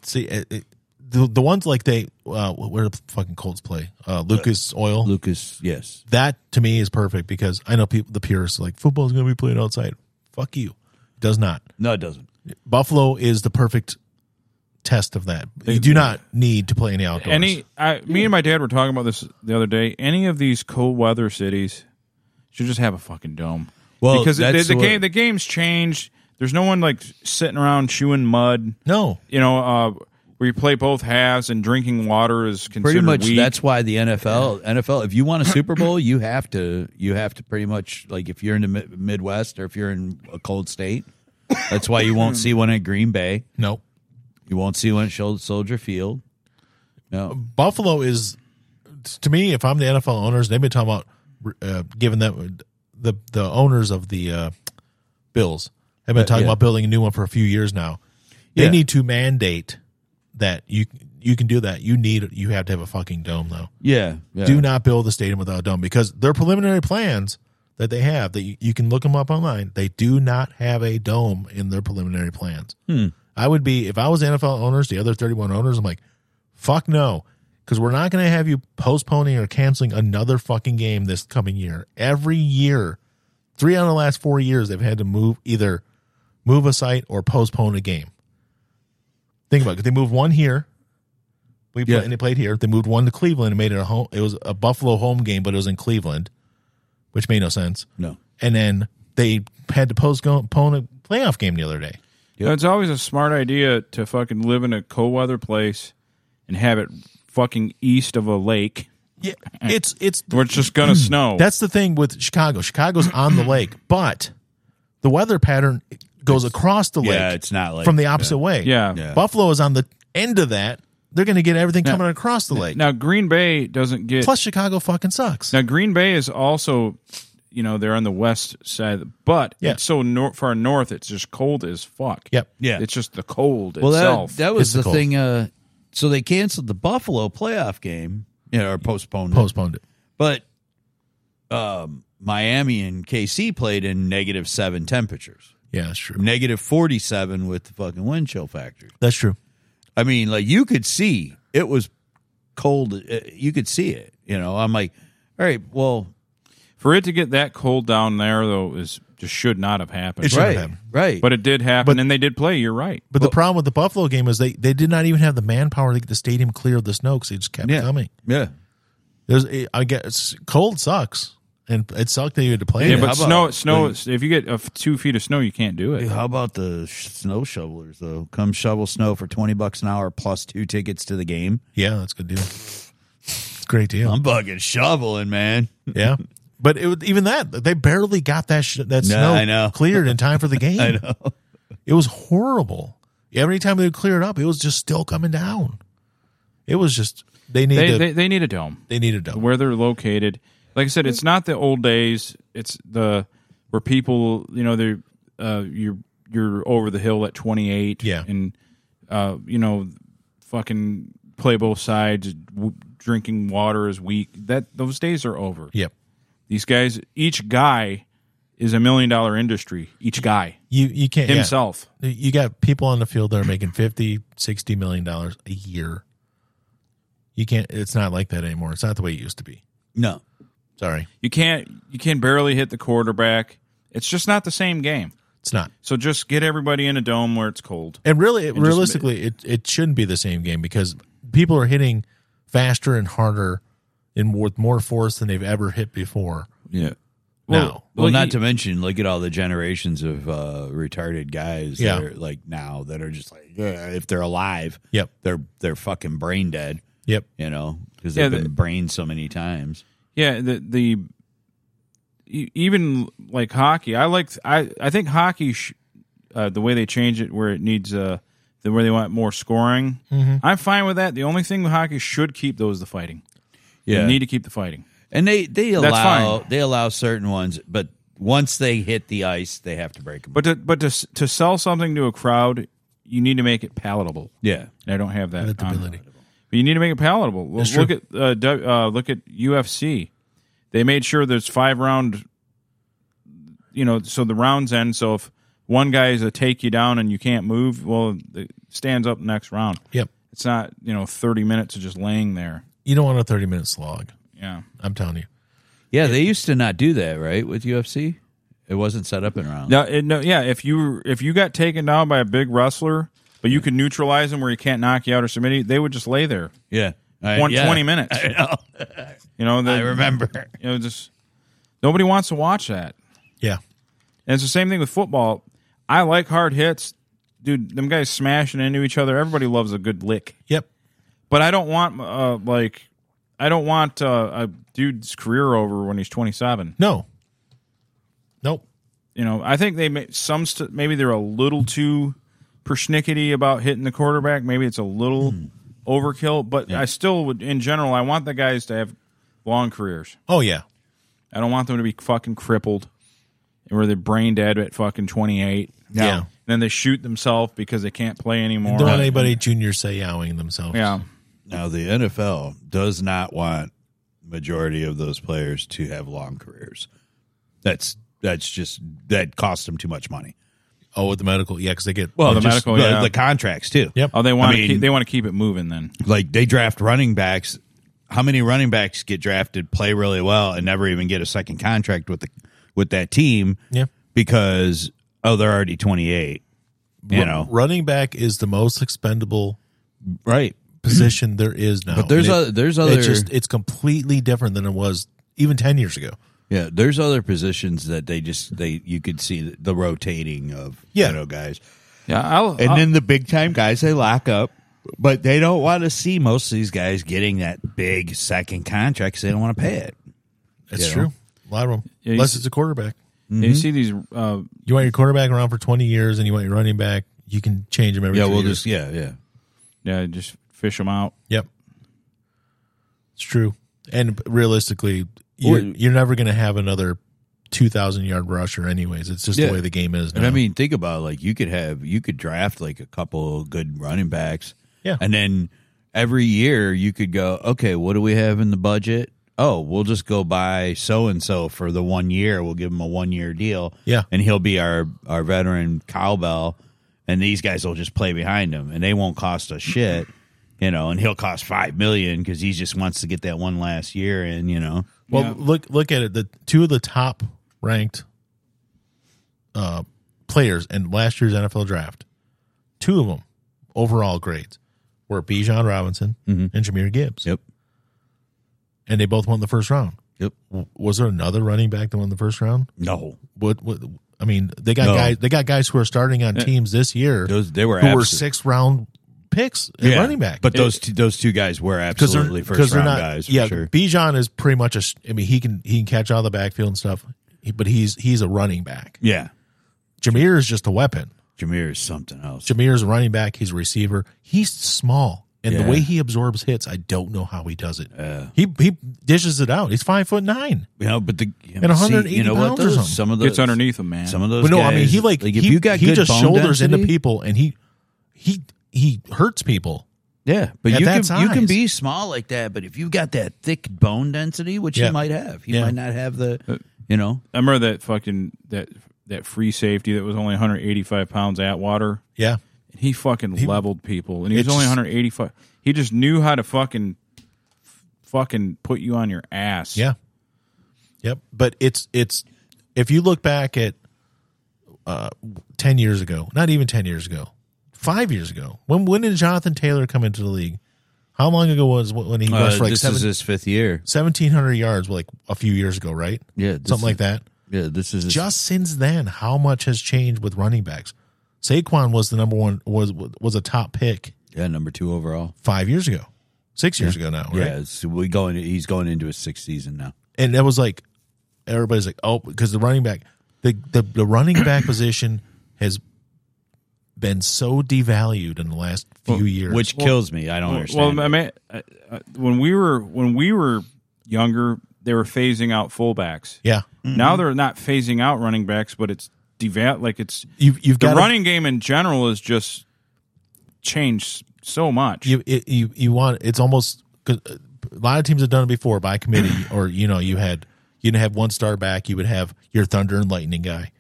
See, it, it, the the ones like they uh, where the fucking Colts play uh, Lucas Oil. Lucas, yes, That to me is perfect because I know people. The purists are like football's going to be played outside. Fuck you. Does not. no, it doesn't. Buffalo is the perfect test of that. You do not need to play any outdoors. Any, I, me and my dad were talking about this the other day. Any of these cold weather cities should just have a fucking dome. Well, because the, that's the what- game, the game's changed. There's no one like sitting around chewing mud. no. You know, uh, where you play both halves and drinking water is considered Pretty much. weak. That's why the NFL, NFL. If you want a Super Bowl, you have to. You have to pretty much like if you're in the Mi- Midwest or if you're in a cold state. That's why you won't see one at Green Bay. No. You won't see one at Shol- Soldier Field. No, Um, Buffalo is to me. If I'm the NFL owners, they've been talking about uh, giving that the the owners of the uh, Bills have been talking Uh, yeah. about building a new one for a few years now. They Yeah. need to mandate that you you can do that. You need you have to have a fucking dome though. yeah, yeah. Do not build the stadium without a dome because their preliminary plans that they have that you, you can look them up online. They do not have a dome in their preliminary plans. I would be if I was the NFL owners, the other 31 owners. I'm like, fuck no, because we're not going to have you postponing or canceling another fucking game this coming year. Every year, three out of the last four years, they've had to move either move a site or postpone a game. Think about it. 'cause They moved one here. We play, Yeah. and they played here. They moved one to Cleveland and made it a home. It was a Buffalo home game, but it was in Cleveland, which made no sense. no. And then they had to postpone a playoff game the other day. So It's always a smart idea to fucking live in a cold weather place and have it fucking east of a lake Yeah, it's it's where it's just (clears throat) gonna snow. That's the thing with Chicago. Chicago's on the lake, but the weather pattern goes across the lake. Yeah, it's not like- from the opposite way. yeah. Yeah. Buffalo is on the end of that. They're going to get everything coming across the lake. Now Green Bay doesn't get Plus, Chicago fucking sucks. Now Green Bay is also, you know, they're on the west side, but Yeah. it's so nor- far north, it's just cold as fuck. Yep. Yeah. it's just the cold Well, itself. that, that was It's the the cold. thing. Uh, so they canceled the Buffalo playoff game, you know, or postponed. it. Postponed it. But um, Miami and KC played in negative seven temperatures, Yeah, that's true. negative forty-seven with the fucking wind chill factor. That's true. I mean, like you could see it was cold. uh, You could see it. You know, I'm like, all right, well, For it to get that cold down there, though, is just should not have happened. It should- right, happened. right, But it did happen, But- and they did play. You're right. But the problem with the Buffalo game is they, they did not even have the manpower to get the stadium clear of the snow because it just kept yeah, coming. yeah. There's, eh, I guess, cold sucks, and it sucked that you had to play. Yeah, it. but how snow, about- snow. if you get uh, two feet of snow, you can't do it. Dude, how about the sh- snow shovelers though? Come shovel snow for twenty bucks an hour plus two tickets to the game. yeah, that's a good deal. It's a great deal. I'm fucking shoveling, man. Yeah. But it, was- even that, they barely got that sh- that No, snow I know. cleared in time for the game. I know. It was horrible. Every time they would clear it up, it was just still coming down. It was just they need They, to, they they, they need a dome need a dome. where they're located. Like I said, it's not the old days. It's the where people, you know, they're uh, you're you're over the hill at 28. Yeah. and uh, you know, fucking play both sides. W- drinking water is weak. That those days are over. Yep. These guys, each guy is a million dollar industry. Each guy You you can't yeah. himself. You got people on the field that are making 50, 60 million dollars a year. You can't it's not like that anymore. It's not the way it used to be. No. Sorry. You can't you can barely hit the quarterback. It's just not the same game. It's not. So just get everybody in a dome where it's cold. And really, it, just- realistically, it, it shouldn't be the same game because people are hitting faster and harder and with more force than they've ever hit before. Yeah. now, Well, Well, not he- to mention, look at all the generations of uh, retarded guys Yeah. that are like now that are just like, uh, if they're alive, Yep. they're they're fucking brain dead. Yep. you know, because Yeah, they've the- been brained so many times. Yeah, the the e- even like hockey, I like I I think hockey sh- uh, the way they change it where it needs uh the where they want more scoring. I'm fine with that. The only thing with hockey should keep those the fighting. Yeah, You need to keep the fighting. and they they That's allow fine. they allow certain ones, but once they hit the ice, they have to break them. But to but to s- to sell something to a crowd, you need to make it palatable. yeah, And I don't have that Palatability. on- But you need to make it palatable. Look, That's true. at uh, du- uh, look at UFC. They made sure there's five round. You know, so the rounds end. So if one guy is a take you down and you can't move, well, it stands up next round. Yep. It's not you know thirty minutes of just laying there. You don't want a 30 minute slog. Yeah, I'm telling you. yeah. They used to not do that, right? With UFC, it wasn't set up in rounds. no, it, no, yeah. If you if you got taken down by a big wrestler, but you could neutralize him where he can't knock you out or submit you, they would just lay there Yeah, one Uh, yeah. twenty minutes. (laughs) I know. You know, they, I remember. you know, just nobody wants to watch that. Yeah. And it's the same thing with football. I like hard hits. Dude, them guys smashing into each other. Everybody loves a good lick. Yep. But I don't want uh, like I don't want uh, a dude's career over when he's 27. No. Nope. You know, I think they may, some st- maybe they're a little too persnickety about hitting the quarterback. Maybe it's a little overkill, but I still would in general I want the guys to have long careers. Oh, yeah. I don't want them to be fucking crippled and where they're brain dead at fucking 28. No. Yeah. And then they shoot themselves because they can't play anymore. Don't let anybody junior say yowing themselves. yeah. Now the NFL does not want majority of those players to have long careers. That's that's just that costs them too much money. Oh, with the medical. Yeah. Cause they get, Well, the Just medical, the, yeah. the contracts too. Yep. Oh, they want I mean- to keep, they want to keep it moving then. Like they draft running backs. How many running backs get drafted, play really well, and never even get a second contract with the with that team? Yeah. because oh, they're already twenty eight. You know, running back is the most expendable right? position there is now. But there's And other- there's other- It's just it's completely different than it was even ten years ago. Yeah, there's other positions that they just they you could see the, the rotating of Yeah. you know guys. Uh, Yeah. I'll, And I'll- then the big time guys, they lock up, but they don't want to see most of these guys getting that big second contract 'cause they don't want to pay it. That's Yeah. true. A lot of them, Yeah, you unless see- it's a quarterback. you see these, uh, You want your quarterback around for twenty years, and you want your running back. You can change them every. Yeah, two we'll years. just, yeah, yeah. yeah, just fish them out. Yep, it's true. And realistically, you're, Well- you're never going to have another two thousand yard rusher, anyways. It's just Yeah. the way the game is. Now. And I mean, think about it, like you could have, you could draft like a couple good running backs. Yeah. And then every year you could go, okay, what do we have in the budget? Oh, we'll just go buy so and so for the one year. We'll give him a one year deal. Yeah. And he'll be our, our veteran cowbell. And these guys will just play behind him and they won't cost us shit, you know, and he'll cost five million because he just wants to get that one last year in, you know. well, look look at it. The two of the top ranked uh, players in last year's NFL draft, two of them overall grades were Bijan Robinson and Jameer Gibbs, Mm-hmm. Yep. and they both won the first round. Yep. W- Was there another running back that won the first round? No. What? what I mean, they got No. guys. They got guys who are starting on teams this year Those, they were who were absent. six round picks at running back. But those two, those two guys were because they're absolutely because first they're not. round guys. For yeah, sure. Bijan is pretty much a. sh- I mean, he can he can catch out of the backfield and stuff, he- but he's he's a running back. yeah. Jameer is just a weapon. Jameer is something else. Jameer is a running back. He's a receiver. He's small, and Yeah. the way he absorbs hits, I don't know how he does it. He he dishes it out. He's five foot nine. you know, but the you know, And 180 you know what? pounds or Those, something. some of those Gets underneath them, man. Some of those. But no, guys, I mean he like, if he, you got he good just bone shoulders density, into people, and he he he hurts people. Yeah, but at you that can you can size. be small like that. But if you've got that thick bone density, which Yeah. he might have, he Yeah. might not have Uh, the you know. I remember that fucking, that, that free safety that was only 185 pounds Atwater. Yeah, And he fucking leveled people. And he It was only just- 185. He just knew how to fucking, fucking put you on your ass. Yeah. Yep. But it's it's if you look back at uh, ten years ago, not even ten years ago, five years ago, when when did Jonathan Taylor come into the league? How long ago was wh- when he Uh, rushed for like this is his fifth year. seventeen hundred yards? Like a few years ago, right? Yeah, this something is- like that. Yeah, this is his, Just since then, how much has changed with running backs? Saquon was the number one was was a top pick yeah number two overall. five years ago. six years ago now, right? Yeah, so we going. He's going into his sixth season now. and that was like everybody's like, oh, because the running back, the the, the running (clears throat) back position has been so devalued in the last few years. which kills me. I don't well, understand. I mean, uh, uh, when we were when we were younger, they were phasing out fullbacks. yeah, Now they're not phasing out running backs, but it's deva- like it's you you've the got running game in general is just changed so much. you it, you you want it's almost 'cause a lot of teams have done it before by committee, (clears throat) or you know you had you didn't have one star back, you would have your thunder and lightning guy.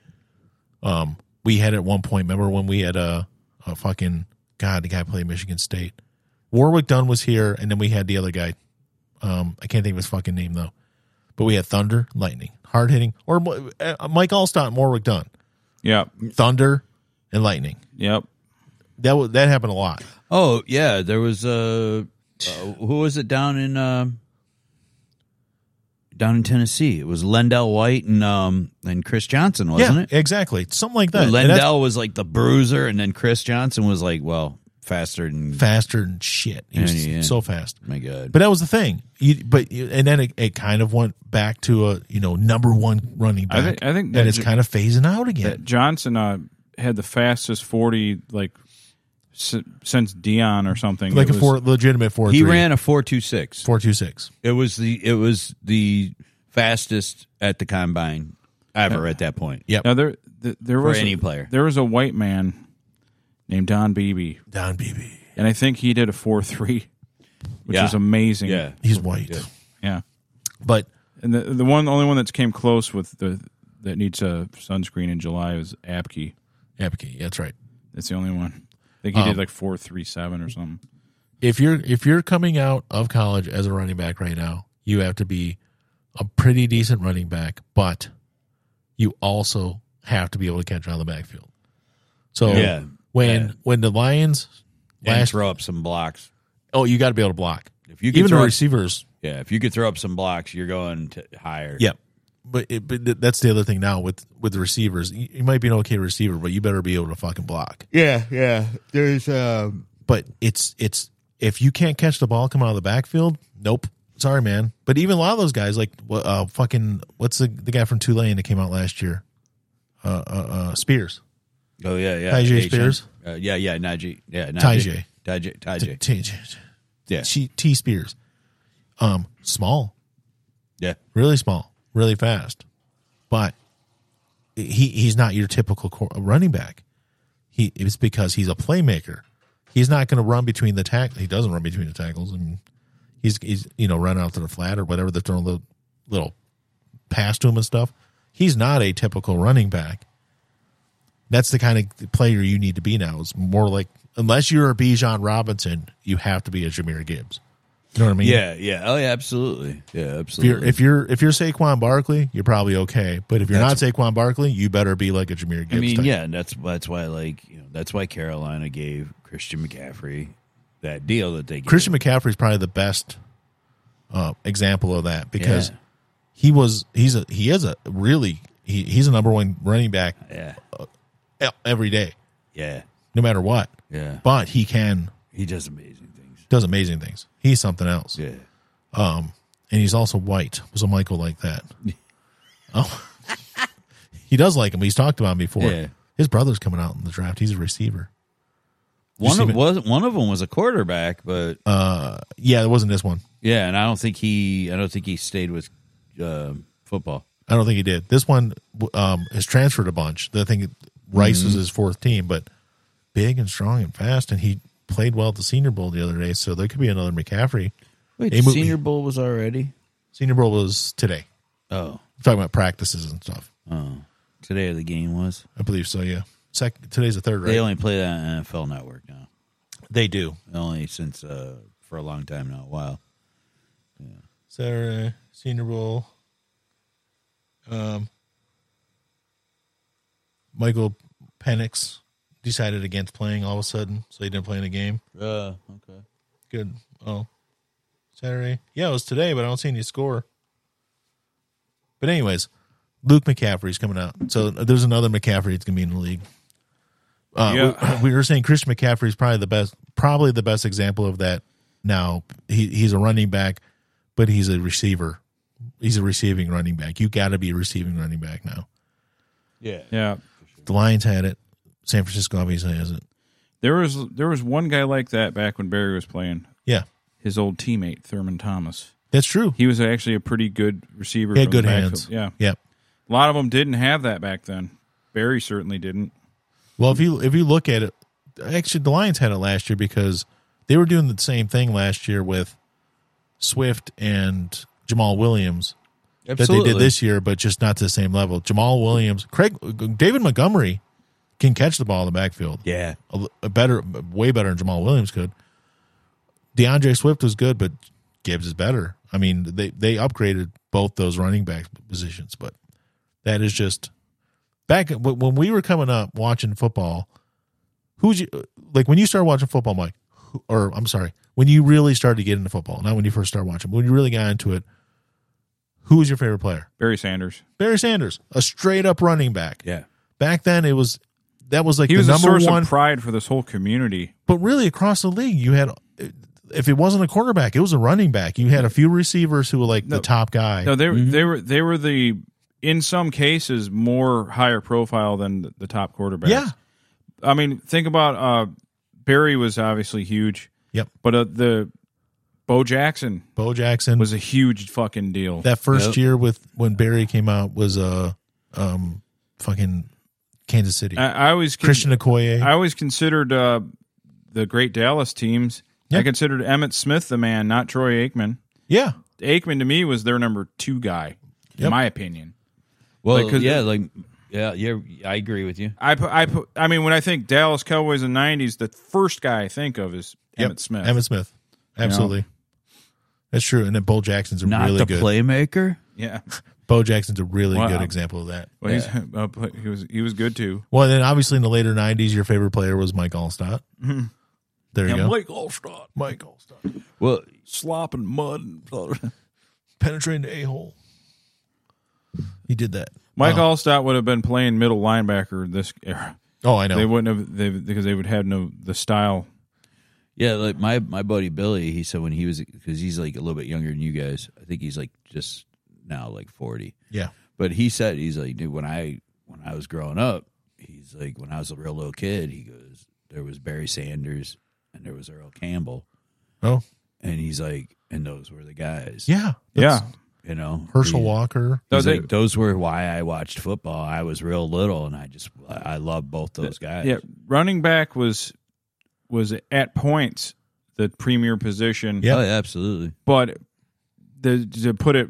Um, we had at one point. Remember when we had a, a fucking god? The guy played Michigan State. Warwick Dunn was here, and then we had the other guy. Um, I can't think of his fucking name though. But we had Thunder, Lightning, hard hitting, or uh, Mike Allstott and Warwick Dunn, yep, Thunder, and Lightning. yep. That was that happened a lot. oh yeah, there was a uh, who was it down in um down in Tennessee? It was Lendell White and um and Chris Johnson, wasn't yeah, it? exactly, something like that. And that's- Lendell was like the bruiser, and then Chris Johnson was like, well, faster than faster than shit. He was Yeah, yeah. so fast. my god. But that was the thing. You, but you, and then it, it kind of went back to a you know number one running back. I think- I think that and it's ju- kind of phasing out again. That Johnson uh, had the fastest forty like s- since Dion or something. like It a was- four legitimate four. he three, ran a four two six. four two six. It was the it was the fastest at the combine ever at that point. Yep. Now there th- there was any player. There was a white man named Don Beebe, Don Beebe. and I think he did a four three, which Yeah. is amazing. Yeah. He's white, yeah. but And the the one the only one that's came close with the that needs a sunscreen in July is Apke. Apke. That's right. That's the only one. I think he Oh. did like four three seven or something. If you're if you're coming out of college as a running back right now, you have to be a pretty decent running back, but you also have to be able to catch out of the backfield. So Yeah. when when the Lions And last throw up some blocks. Oh, you got to be able to block. If you can Even the throw- receivers. Yeah, if you could throw up some blocks, you're going to higher. But, it, but th- that's the other thing now with with the receivers. You, you might be an okay receiver, but you better be able to fucking block. Yeah, yeah. There's um But it's it's if you can't catch the ball come out of the backfield, nope. Sorry, man. But even a lot of those guys, like wha- uh, fucking what's the the guy from Tulane that came out last year? Uh, uh, uh, Spears, Oh yeah, yeah. Tajay Asian. Spears? Uh, yeah, yeah. Najee. Yeah. Tajay. Tajay. T, Tajay. T, Yeah. T- T Spears, um, small, Yeah. really small, really fast, but he he's not your typical cor- running back. He it's because he's a playmaker. He's not going to run between the tack. He doesn't run between the tackles, and he's he's you know running out to the flat or whatever. They're throwing the little pass to him and stuff. He's not a typical running back. That's the kind of player you need to be now. It's more like unless you're a Bijan Robinson, you have to be a Jameer Gibbs. You know what I mean? Yeah. Yeah. Oh yeah. Absolutely. Yeah. If you're Absolutely. if you're if you're Saquon Barkley, you're probably okay. But if you're not Saquon Barkley, you better be like a Jameer Gibbs. I mean, type. yeah. And that's that's why like you know that's why Carolina gave Christian McCaffrey that deal that they gave. Christian McCaffrey is probably the best uh, example of that because Yeah. he was he's a he is a really he, he's a number one running back Yeah. e- every day, Yeah. no matter what. Yeah. But he can He does amazing things. does amazing things. He's something else, Yeah. and he's also white. So Michael like (laughs) that. oh, (laughs) he does like him. He's talked about him before. Yeah. His brother's coming out in the draft. He's a receiver. One see Uh, of me- was one of them was a quarterback, but Yeah, it wasn't this one. yeah, and I don't think he I don't think he stayed with um football. I don't think he did. This one um, has transferred a bunch. I think Rice was Mm-hmm. his fourth team, but big and strong and fast, and he played well at the Senior Bowl the other day. So there could be another McCaffrey. Wait, He moved- Senior Bowl was already. Senior Bowl was today. Oh, I'm talking about practices and stuff. today the game was. I believe so. Yeah. Sec- today's the third, right? They only play that on NFL Network now. They do. Only since uh, for a long time now. Wow. Saturday Senior Bowl. Um, Michael Penix decided against playing all of a sudden, so he didn't play in the game. Uh, okay. Good. Oh, Saturday. Yeah, it was today, but I don't see any score. But anyways, Luke McCaffrey's coming out. So uh, there's another McCaffrey that's gonna be in the league. Uh, Yeah. we, we were saying Christian McCaffrey is probably the best, probably the best example of that now. He he's a running back, but he's a receiver. He's a receiving running back. You got to be a receiving running back now. Yeah. The Lions had it. San Francisco obviously has it. There was there was one guy like that back when Barry was playing. Yeah, His old teammate Thurman Thomas. that's true. He was actually a pretty good receiver. He had from the good backfield. hands. Yeah. Yep. A lot of them didn't have that back then. Barry certainly didn't. Well, if you if you look at it, actually the Lions had it last year because they were doing the same thing last year with Swift and Jamal Williams that they did this year, but just not to the same level. Jamal Williams, Craig, David Montgomery can catch the ball in the backfield. Yeah. a, l- a better, way better than Jamal Williams could. DeAndre Swift was good, but Gibbs is better. I mean, they they upgraded both those running back positions, but that is just back when when we were coming up watching football. Who's you like when you started watching football, Mike? who- Or I'm sorry, when you really started to get into football, not when you first started watching, but when you really got into it, who was your favorite player? Barry Sanders. Barry Sanders, a straight up running back. Yeah. Back then, it was that was like He the was a number source one. of pride for this whole community. but really, across the league, you had if it wasn't a quarterback, it was a running back. You had a few receivers who were like the top guy. No, they were they were they were the in some cases more higher profile than the- the top quarterbacks. yeah. I mean, think about uh, Barry was obviously huge, Yep. but uh, the Bo Jackson Bo Jackson was a huge fucking deal. that first Yep. year with when Barry came out was uh, um fucking Kansas City. I, I always con- Christian Okoye. Uh, I always considered uh, the great Dallas teams. Yeah. I considered Emmett Smith the man, not Troy Aikman. yeah. Aikman to me was their number two guy, in Yep. my opinion. Well, Like, 'cause- yeah, like yeah, yeah, I agree with you. I put, I put, I mean, when I think Dallas Cowboys in the '90s, the first guy I think of is Yep. Emmett Smith. Emmett Smith. Absolutely. That's true. And then Bo Jackson's a Not really the good playmaker. yeah, Bo Jackson's a really Wow. good example of that. well, he's, (laughs) uh, but he was he was good too. Well, then obviously in the later '90s, your favorite player was Mike Allstott. There you Mm-hmm. Yeah, go, Blake Allstott Mike Allstott, Well, slopping mud. And penetrating the a hole. He did that. Mike Wow. Allstott would have been playing middle linebacker this era. Oh, I know. They wouldn't have they because they would have no the style. yeah, like my my buddy Billy, he said when he was because he's like a little bit younger than you guys. I think he's like just now like forty. yeah, But he said he's like, dude, when I when I was growing up, he's like, when I was a real little kid, he goes, there was Barry Sanders and there was Earl Campbell, Oh. and he's like, and those were the guys. yeah, Yeah, you know, Herschel He- Walker. No, he's they- like, those were why I watched football. I was real little, and I just I love both those guys. yeah. Running back was was at points the premier position. Yeah. Oh, absolutely. but the, to put it,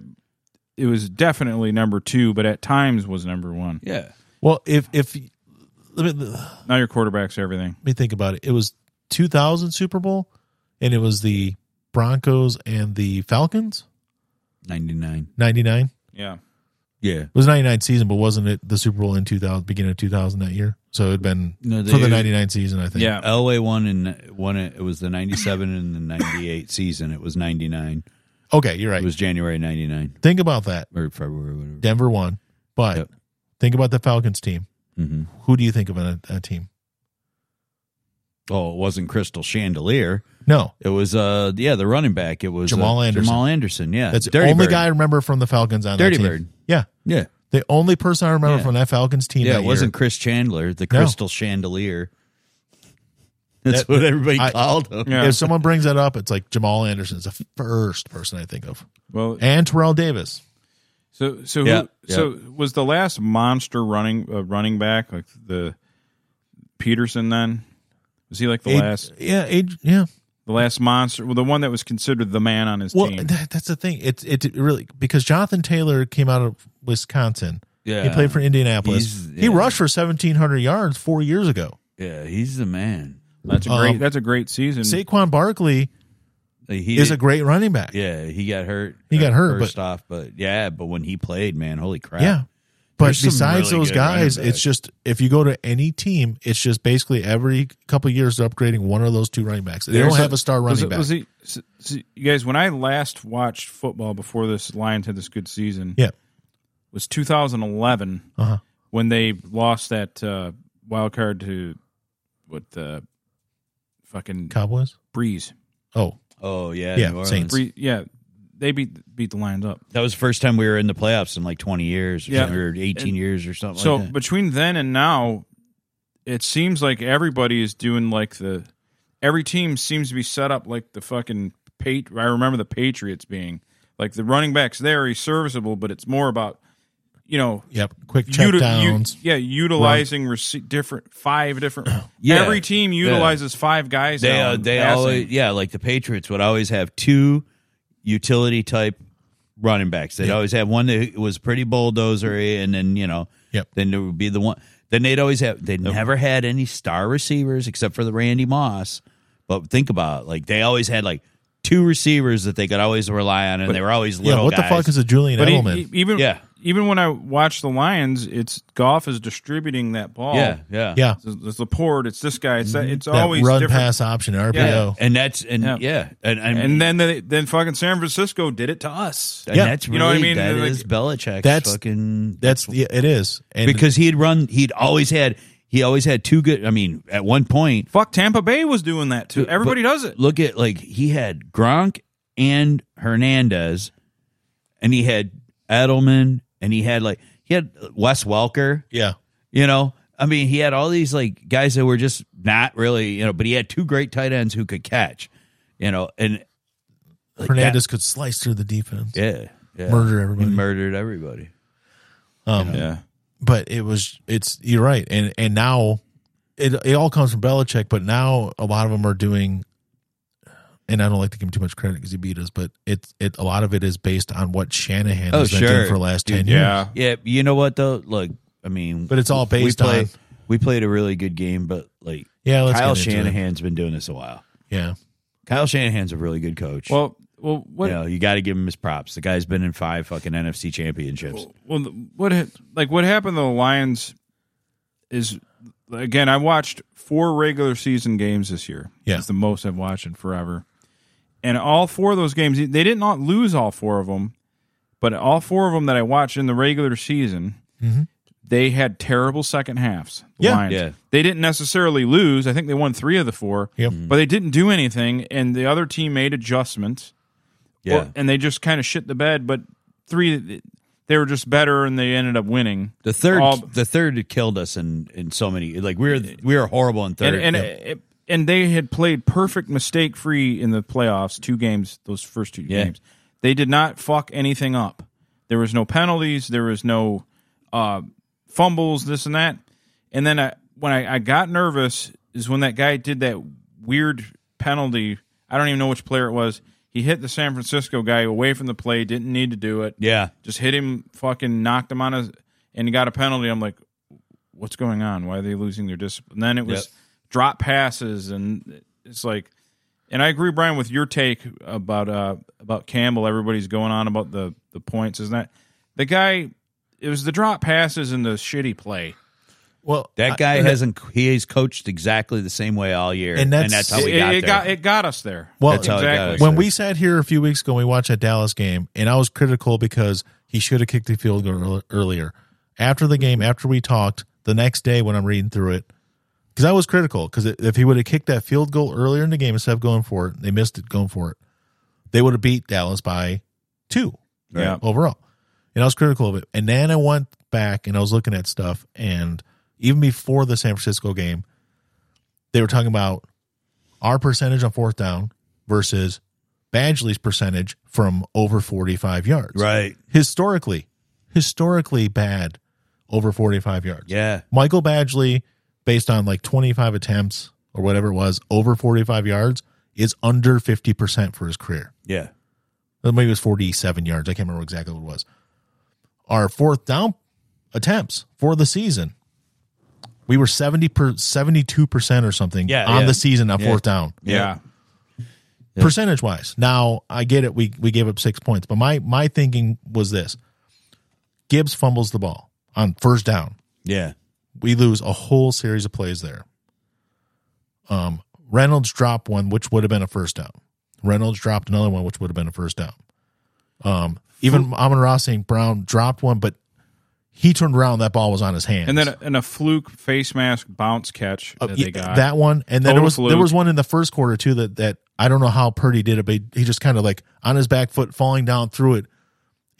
it was definitely number two, but at times was number one. Yeah. Well, if if let me let Now your quarterback's everything. me think about it, it was 2000 Super Bowl, and it was the Broncos and the Falcons. 99. '99 Yeah, Yeah. it was '99 season, but wasn't it the Super Bowl in 2000, beginning of 2000 that year? So it'd been No, for they- the '99 season, I think. yeah. Elway won and won it. It was the 97 and the 98 season. It was 99. Okay, you're right. It was January 99 think about that. or February, whatever. Denver won, but Yep. think about the Falcons team. hmm Who do you think of in a, a team? Oh, it wasn't Crystal Chandelier. No, It was uh yeah, the running back. It was Jamal uh, Anderson. Jamal Anderson, yeah. that's the Dirty only Bird. guy I remember from the Falcons on Dirty that team. Bird. Yeah, Yeah. the only person I remember Yeah. from that Falcons team. Yeah, that it wasn't Chris Chandler, the No. Crystal Chandelier. That's That- what everybody I- called him. Year. Yeah. If someone brings that up, it's like Jamal Anderson's the first person I think of, Well, and Terrell Davis. so so Yeah, who, so was the last monster running uh, running back like the Peterson? Then was he like the Ad- last yeah, Ad- yeah. the last monster? Well, the one that was considered the man on his Well, team. that, that's the thing. It's it, really because Jonathan Taylor came out of Wisconsin. Yeah. He played for Indianapolis. He's- He yeah. rushed for seventeen hundred yards four years ago. Yeah, he's the man. that's a great. um, that's a great season. Saquon Barkley Like, he is did- a great running back. Yeah, he got hurt. uh, He got hurt, first but- off, but yeah, but when he played, man, holy crap! Yeah. But There's some besides really those good running guys, it's backs. just if you go to any team, it's just basically every couple of years they're upgrading one of those two running backs. They There's don't have a star was running it- back. was he- s- s- you guys, when I last watched football before this Lions had this good season, yeah. was 2011 Uh-huh. when they lost that uh, wild card to what the uh, fucking Cowboys? Breeze. Oh. Oh yeah, Yeah, New Orleans. Saints. Three, yeah, they beat beat the Lions up. That was the first time we were in the playoffs in like twenty years, or Yeah. something, or eighteen years, or something. so like that. between then and now, it seems like everybody is doing like the every team seems to be set up like the fucking Pat. I remember the Patriots being like the running backs there. He's serviceable, but it's more about you know Yep. Quick check uti- u- downs. yeah, utilizing rece- different five different. Yeah. (clears throat) every team utilizes five guys. they now uh, in they passing. always yeah like the Patriots would always have two utility type running backs. They'd always have one that was pretty bulldozery, and then you know Yep. then there would be the one. Then they'd always have they never had any star receivers except for the Randy Moss. But think about it, like they always had like two receivers that they could always rely on, and they were always little. yeah. What the guys. fuck is a Julian But e- Edelman? e- even Yeah. even when I watch the Lions, it's golf is distributing that ball. yeah yeah yeah. It's, it's Laporte. It's this guy. It's that. It's That always run different. pass option RPO. Yeah. and that's and Yeah. yeah, and and, And then they, then fucking San Francisco did it to us. and Yeah. that's You really, know what I mean? That They're like- is Belichick's That's- fucking That's yeah, it is. And because he'd run he'd always had he always had two good i mean at one point Fuck, Tampa Bay was doing that too. Everybody but does it. look at like he had gronk and hernandez and he had edelman and he had like he had wes welker yeah. you know i mean he had all these like guys that were just not really you know but he had two great tight ends who could catch you know and like, Hernandez could slice through the defense. that- yeah, yeah Murder everybody. He murdered everybody Um, Yeah. but it was it's you're right and and now it it all comes from Belichick but now a lot of them are doing and I don't like to give him too much credit because he beat us but it's it a lot of it is based on what Shanahan Oh, has been sure. doing for the last Dude, ten years Yeah. Yeah, you know what though? Look, I mean, But it's all based we play, on- We played a really good game, but like yeah let's Kyle get into it. Shanahan's been doing this a while. yeah Kyle Shanahan's a really good coach. Well, well, what, you know, you got to give him his props. The guy's been in five fucking NFC championships. well, what, ha- like, what happened to the Lions is, again, I watched four regular season games this year. Yeah. It's the most I've watched in forever. And all four of those games, they did not lose all four of them, but all four of them that I watched in the regular season, they had terrible second halves. the Mm-hmm. Yeah. Lions. Yeah. They didn't necessarily lose. I think they won three of the four, Yep. but they didn't do anything, and the other team made adjustments. Yeah, Or- and they just kind of shit the bed, but three, they were just better and they ended up winning. the third, All- the third killed us in in so many. Like we were we were horrible in third. and and, it- and they had played perfect mistake free in the playoffs, two games, those first two Yeah. games. They did not fuck anything up. There was no penalties, there was no uh, fumbles, this and that. And then I, when I, I got nervous is when that guy did that weird penalty. I don't even know which player it was. He hit the San Francisco guy away from the play, didn't need to do it. yeah, just hit him, fucking knocked him on his, and he got a penalty. I'm like, what's going on? Why are they losing their discipline? And then it was Yep. drop passes, and it's like, and I agree, Brian, with your take about uh about Campbell. Everybody's going on about the the points, isn't that the guy? It was the drop passes and the shitty play. well that guy hasn't. He has coached exactly the same way all year, And and that's, that's- how we it, got it there. got it got us there. Well, That's how it got us. when we sat here a few weeks ago and we watched that Dallas game, and I was critical because he should have kicked the field goal earl- earlier. After the game, after we talked, the next day when I'm reading through it, because I was critical, because if he would have kicked that field goal earlier in the game instead of going for it, they missed it going for it, they would have beat Dallas by two yeah. overall. And I was critical of it. And then I went back and I was looking at stuff. And even before the San Francisco game, they were talking about our percentage on fourth down versus Badgley's percentage from over 45 yards. right. Historically, historically bad over 45 yards. Yeah, Michael Badgley, based on like 25 attempts or whatever it was, over 45 yards is under 50% for his career yeah, or maybe it was 47 yards. I can't remember exactly what it was. Our fourth down attempts for the season, we were 70 per, 72% or something Yeah, on yeah. the season on Yeah. fourth down, yeah. percentage wise. Now, I get it. We, we gave up six points, but my, my thinking was this Gibbs fumbles the ball on first down. yeah. We lose a whole series of plays there. Um, Reynolds dropped one, which would have been a first down. Reynolds dropped another one, which would have been a first down. Um, even Amon Ross St. Brown dropped one, but he turned around. That ball was on his hands. And then a, and a fluke face mask bounce catch Uh, that yeah, they got. that one, and then Total there was fluke. there was one in the first quarter too that that I don't know how Purdy did it, but he, he just kind of like on his back foot falling down through it,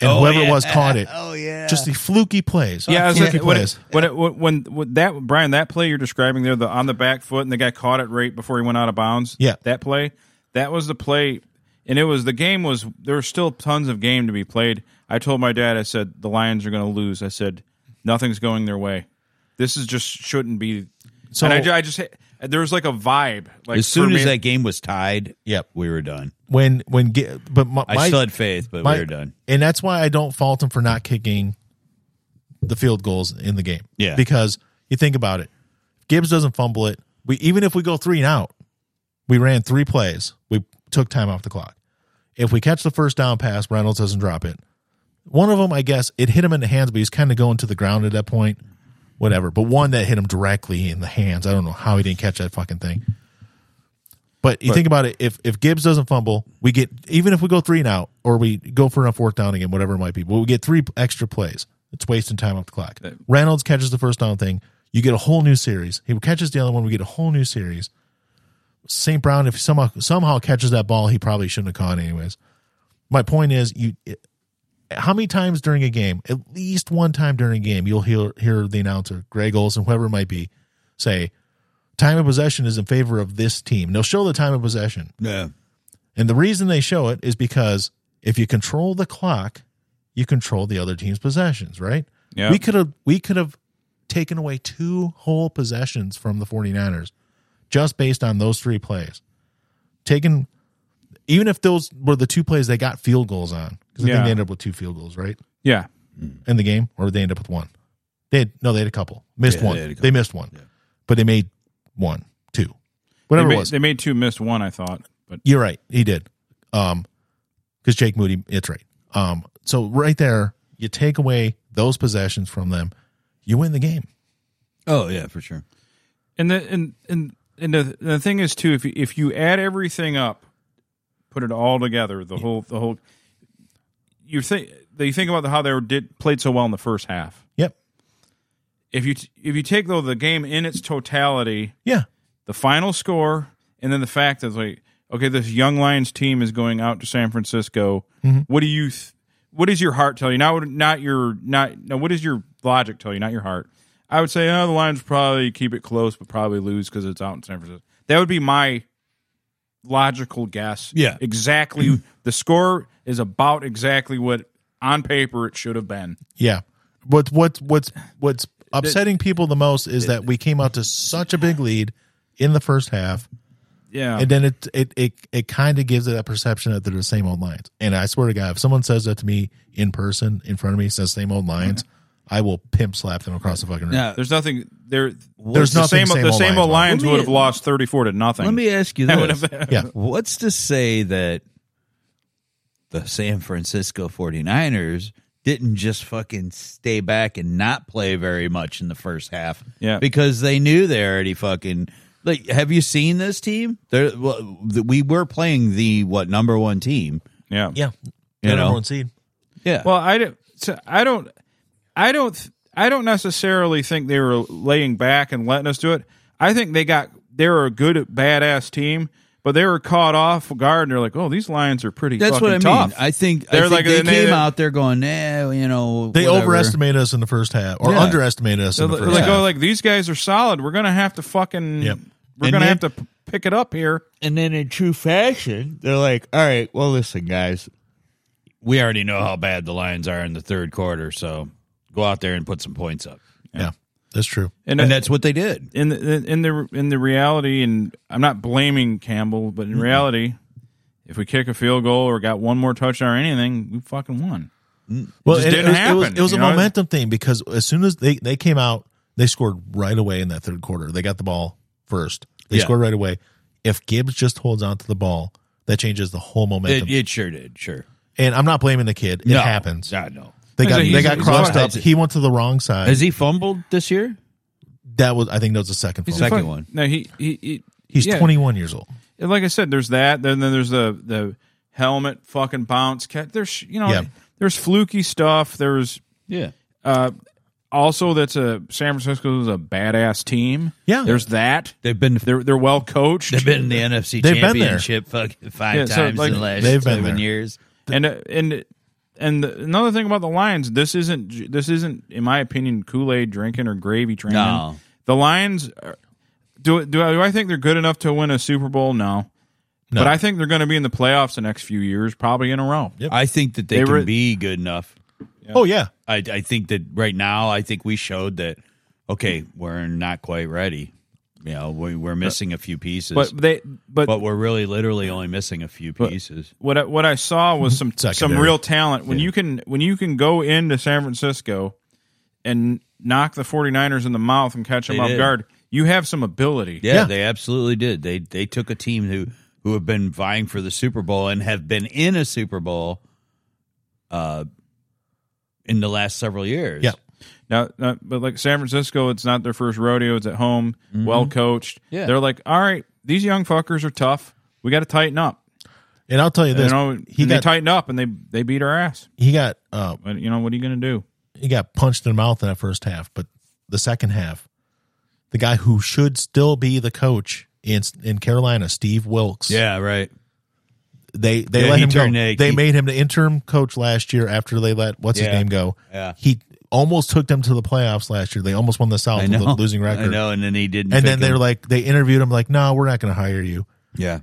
and Oh, whoever yeah. it was caught it. Oh yeah. Just the fluky plays. Yeah, I was fluky like, when, plays. it, when, it, when, when that Brian, that play you're describing there, the on the back foot, and the guy caught it right before he went out of bounds. Yeah. that play, that was the play, and it was the game was there was still tons of game to be played. I told my dad, I said the Lions are going to lose. I said nothing's going their way. This is just shouldn't be. So So- and I, ju- I just there was like a vibe. Like as soon for as me- that game was tied, Yep. we were done. when when get but my, I my- still had faith, but my- we were done. and that's why I don't fault him for not kicking the field goals in the game. Yeah. because you think about it, Gibbs doesn't fumble it. We even if we go three and out, we ran three plays. We took time off the clock. If we catch the first down pass, Reynolds doesn't drop it. One of them, I guess, it hit him in the hands, but he's kind of going to the ground at that point. Whatever. But one that hit him directly in the hands. I don't know how he didn't catch that fucking thing. But you think about it, if if Gibbs doesn't fumble, we get even if we go three and out, or we go for enough fourth down again, whatever it might be, but we get three extra plays. It's wasting time off the clock. Reynolds catches the first down thing. You get a whole new series. He catches the other one. We get a whole new series. St. Brown, if he somehow somehow catches that ball, he probably shouldn't have caught it anyways. My point is, you how many times during a game, at least one time during a game, you'll hear hear the announcer, Greg Olson, whoever it might be, say, "Time of possession is in favor of this team." And they'll show the time of possession, Yeah. and the reason they show it is because if you control the clock, you control the other team's possessions, right? Yeah. We could have we could have taken away two whole possessions from the 49ers just based on those three plays. Taken even if those were the two plays they got field goals on, because I Yeah. think they ended up with two field goals, right? yeah, in the game, or they end up with one? They had, no, they had a couple. Missed Yeah, one. they had They, a couple. missed one, but they made one, two, they whatever made, it was. they made two, missed one. I thought, but You're right. He did. Um, because Jake Moody, it's right. Um, so right there, you take away those possessions from them, you win the game. Oh yeah, for sure. and the and and and the, the thing is too if you, if you add everything up put it all together the whole the whole you think they think about how they were did played so well in the first half Yep. if you t- if you take though the game in its totality Yeah. the final score and then the fact that like okay this young lions team is going out to san francisco Mm-hmm. what do you th- what does your heart tell you not not your not no what does your logic tell you not your heart i would say oh the lions probably keep it close but probably lose because it's out in san francisco that would be my logical guess Yeah. (clears throat) exactly the score is about exactly what on paper it should have been Yeah. What what's what's what's upsetting people the most is that we came out to such a big lead in the first half. yeah and then it it it, it kind of gives it that perception that they're the same old Lions. And I swear to God, if someone says that to me in person in front of me, says same old Lions, I will pimp slap them across the fucking room. Now, there's nothing there There's the same, nothing same the old same old lions Lions. Let would me- have lost 34 to nothing let me ask (laughs) you That would this: have- Yeah, What's to say that the San Francisco 49ers didn't just fucking stay back and not play very much in the first half? Yeah. because they knew they already fucking. Like, have you seen this team? They're, well, th- we were playing the what number one team? yeah yeah. You They're know. number one seed. Yeah. Well, I don't. So I don't. I don't. I don't necessarily think they were laying back and letting us do it. I think they got. They were a good, badass team, but they were caught off guard. and They're like, "Oh, these Lions are pretty. that's fucking what I mean. tough." I think, I They're think like- they and they- came out there going, eh, you know, They whatever." overestimated us in the first half or Yeah. underestimated us They're in the like, first like, half. "Oh, like these guys are solid. We're gonna have to fucking. Yep. We're And gonna then- have to p- pick it up here." And then in true fashion, they're like, all right, well, listen, guys, we already know how bad the Lions are in the third quarter, so go out there and put some points up. oh. yeah, that's true. And, And uh, that's what they did. in the in the in the reality, and I'm not blaming Campbell, but in reality, if we kick a field goal or got one more touchdown or anything, we fucking won. Well, just and didn't was- was, happen, it was a you know? momentum thing because as soon as they, they came out, they scored right away in that third quarter. They got the ball first. They Yeah. scored right away. If Gibbs just holds on to the ball, that changes the whole momentum. It, it sure did. Sure. and I'm not blaming the kid. It No. happens. I know. They got So he's- they got he's crossed what- up. He went to the wrong side. Has he fumbled this year? that was I think that was the second He's fumble. a Second fuck- one. No, he he, he He's yeah. 21 years old. And like I said, there's that. Then, then there's the the helmet fucking bounce catch. There's you know Yeah. there's fluky stuff. There's Yeah. uh, also that's a San Francisco's a badass team. Yeah. there's that. They've been They're they're well coached. they've been in the NFC They've been there. Championship fucking five Yeah, so, times like, in the last they've been seven there. years. and uh, and and the, another thing about the Lions, this isn't this isn't in my opinion Kool Aid drinking or gravy drinking. No. The Lions are, do do I, do I think they're good enough to win a Super Bowl? No, No. but I think they're going to be in the playoffs the next few years, probably in a row. Yep. I think that they, They can were- be good enough. Oh yeah, I, I think that right now, I think we showed that okay, we're not quite ready. You know, we, we're missing a few pieces, But they but, but we're really literally only missing a few pieces. what I, what I saw was some some (laughs) Secondary. real talent. When you can when you can go into San Francisco and knock the 49ers in the mouth and catch them They off did. guard, you have some ability. Yeah, Yeah. they absolutely did. They they took a team who who have been vying for the Super Bowl and have been in a Super Bowl uh in the last several years. Yeah. Now, uh, but like San Francisco, it's not their first rodeo. It's at home, well coached. Mm-hmm. Yeah. They're like, all right, these young fuckers are tough. We got to tighten up. and I'll tell you You this: know, he and they got tightened up and they they beat our ass. he got uh, But you know, what are you going to do? he got punched in the mouth in that first half, but the second half, the guy who should still be the coach in in Carolina, Steve Wilkes. Yeah, right. they they Yeah, let he him go. turned a- they he- made him the interim coach last year after they let what's Yeah. his name go. Yeah. He almost took them to the playoffs last year. They almost won the South I with know. a losing record. I know, and then he didn't And pick then they him. were like, they interviewed him like, no, we're not going to hire you. Yeah.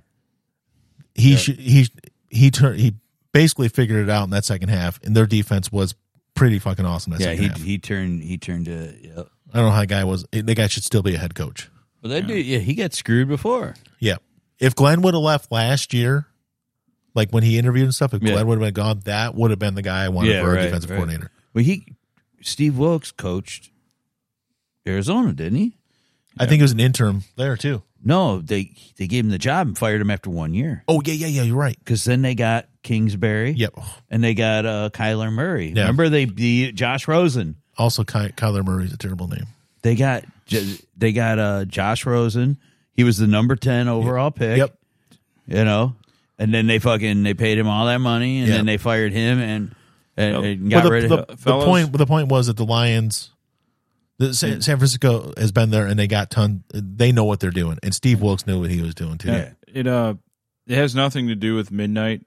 He should he he turned he basically figured it out in that second half, and their defense was pretty fucking awesome. That Yeah, second he half. he turned he turned to yeah. I don't know how that guy was. The guy should still be a head coach. Well that dude yeah, he got screwed before. Yeah. If Glenn would have left last year, like when he interviewed and stuff, if Yeah. Glenn would have been gone, that would have been the guy I wanted Yeah, for a right, defensive right. coordinator. Well he Steve Wilkes coached Arizona, didn't he? I think it was an interim there too. No, they they gave him the job and fired him after one year. Oh yeah, yeah, yeah. You're right. Because then they got Kingsbury. Yep. and they got uh, Kyler Murray. Yeah. Remember they the Josh Rosen. Also, Ky- Kyler Murray's a terrible name. They got J- they got uh, Josh Rosen. He was the number ten overall pick. Yep. You know, and then they fucking they paid him all that money, and Yeah. then they fired him and and, and But got the, rid the, of. the fellas. point. The point was that the Lions, the San, San Francisco has been there and they got ton. They know what they're doing, and Steve Wilkes knew what he was doing too. Yeah. It uh, it has nothing to do with midnight.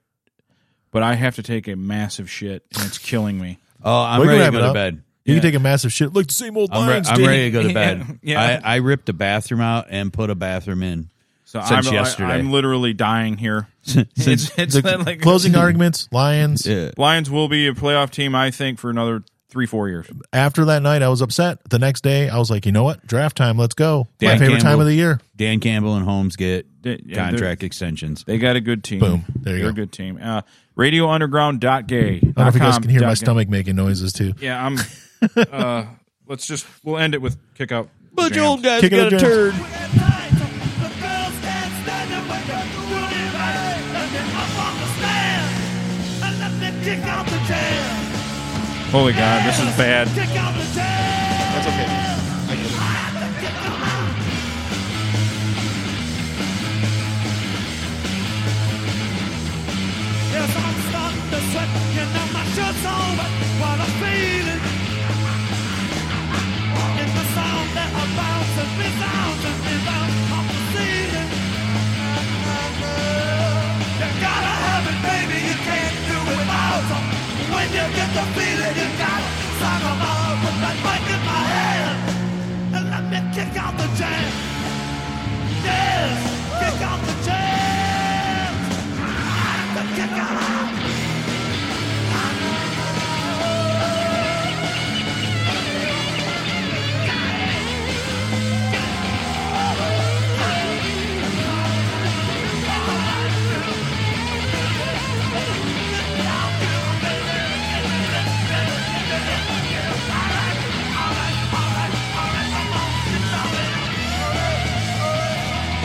But I have to take a massive shit, and it's killing me. oh, I'm We can ready to wrap go it to up. bed. You Yeah. can take a massive shit like the same old I'm, re- Lions. I'm did. ready to go to bed. (laughs) Yeah. I, I ripped a bathroom out and put a bathroom in. (laughs) So Since I'm, yesterday. I, am literally dying here. it's it's The (laughs) like (laughs) closing arguments, Lions. Yeah. Lions will be a playoff team, I think, for another three, four years. After that night, I was upset. The next day, I was like, you know what? Draft time. Let's go. Dan My favorite time Campbell. of the year. Dan Campbell and Holmes get Yeah, they're- contract extensions. They got a good team. Boom. There you They're go. a good team. Uh, RadioUnderground.gay. I don't know if you guys can hear my stomach making noises too. Yeah, (laughs) I'm. uh, let's just we'll end it with kick out. But you jams. old guys Kick it got a up, James. turd. Kick out the jam. Holy God, this is bad. Kick out the That's jam. okay. Yes, I'm starting to sweat, and now my shirt's all wet. What I'm feeling is the sound that I bounce and resounds and rebounds off the ceiling. You gotta have it, baby. You can't do it without 'em. When you get the feeling, you gotta suck 'em out.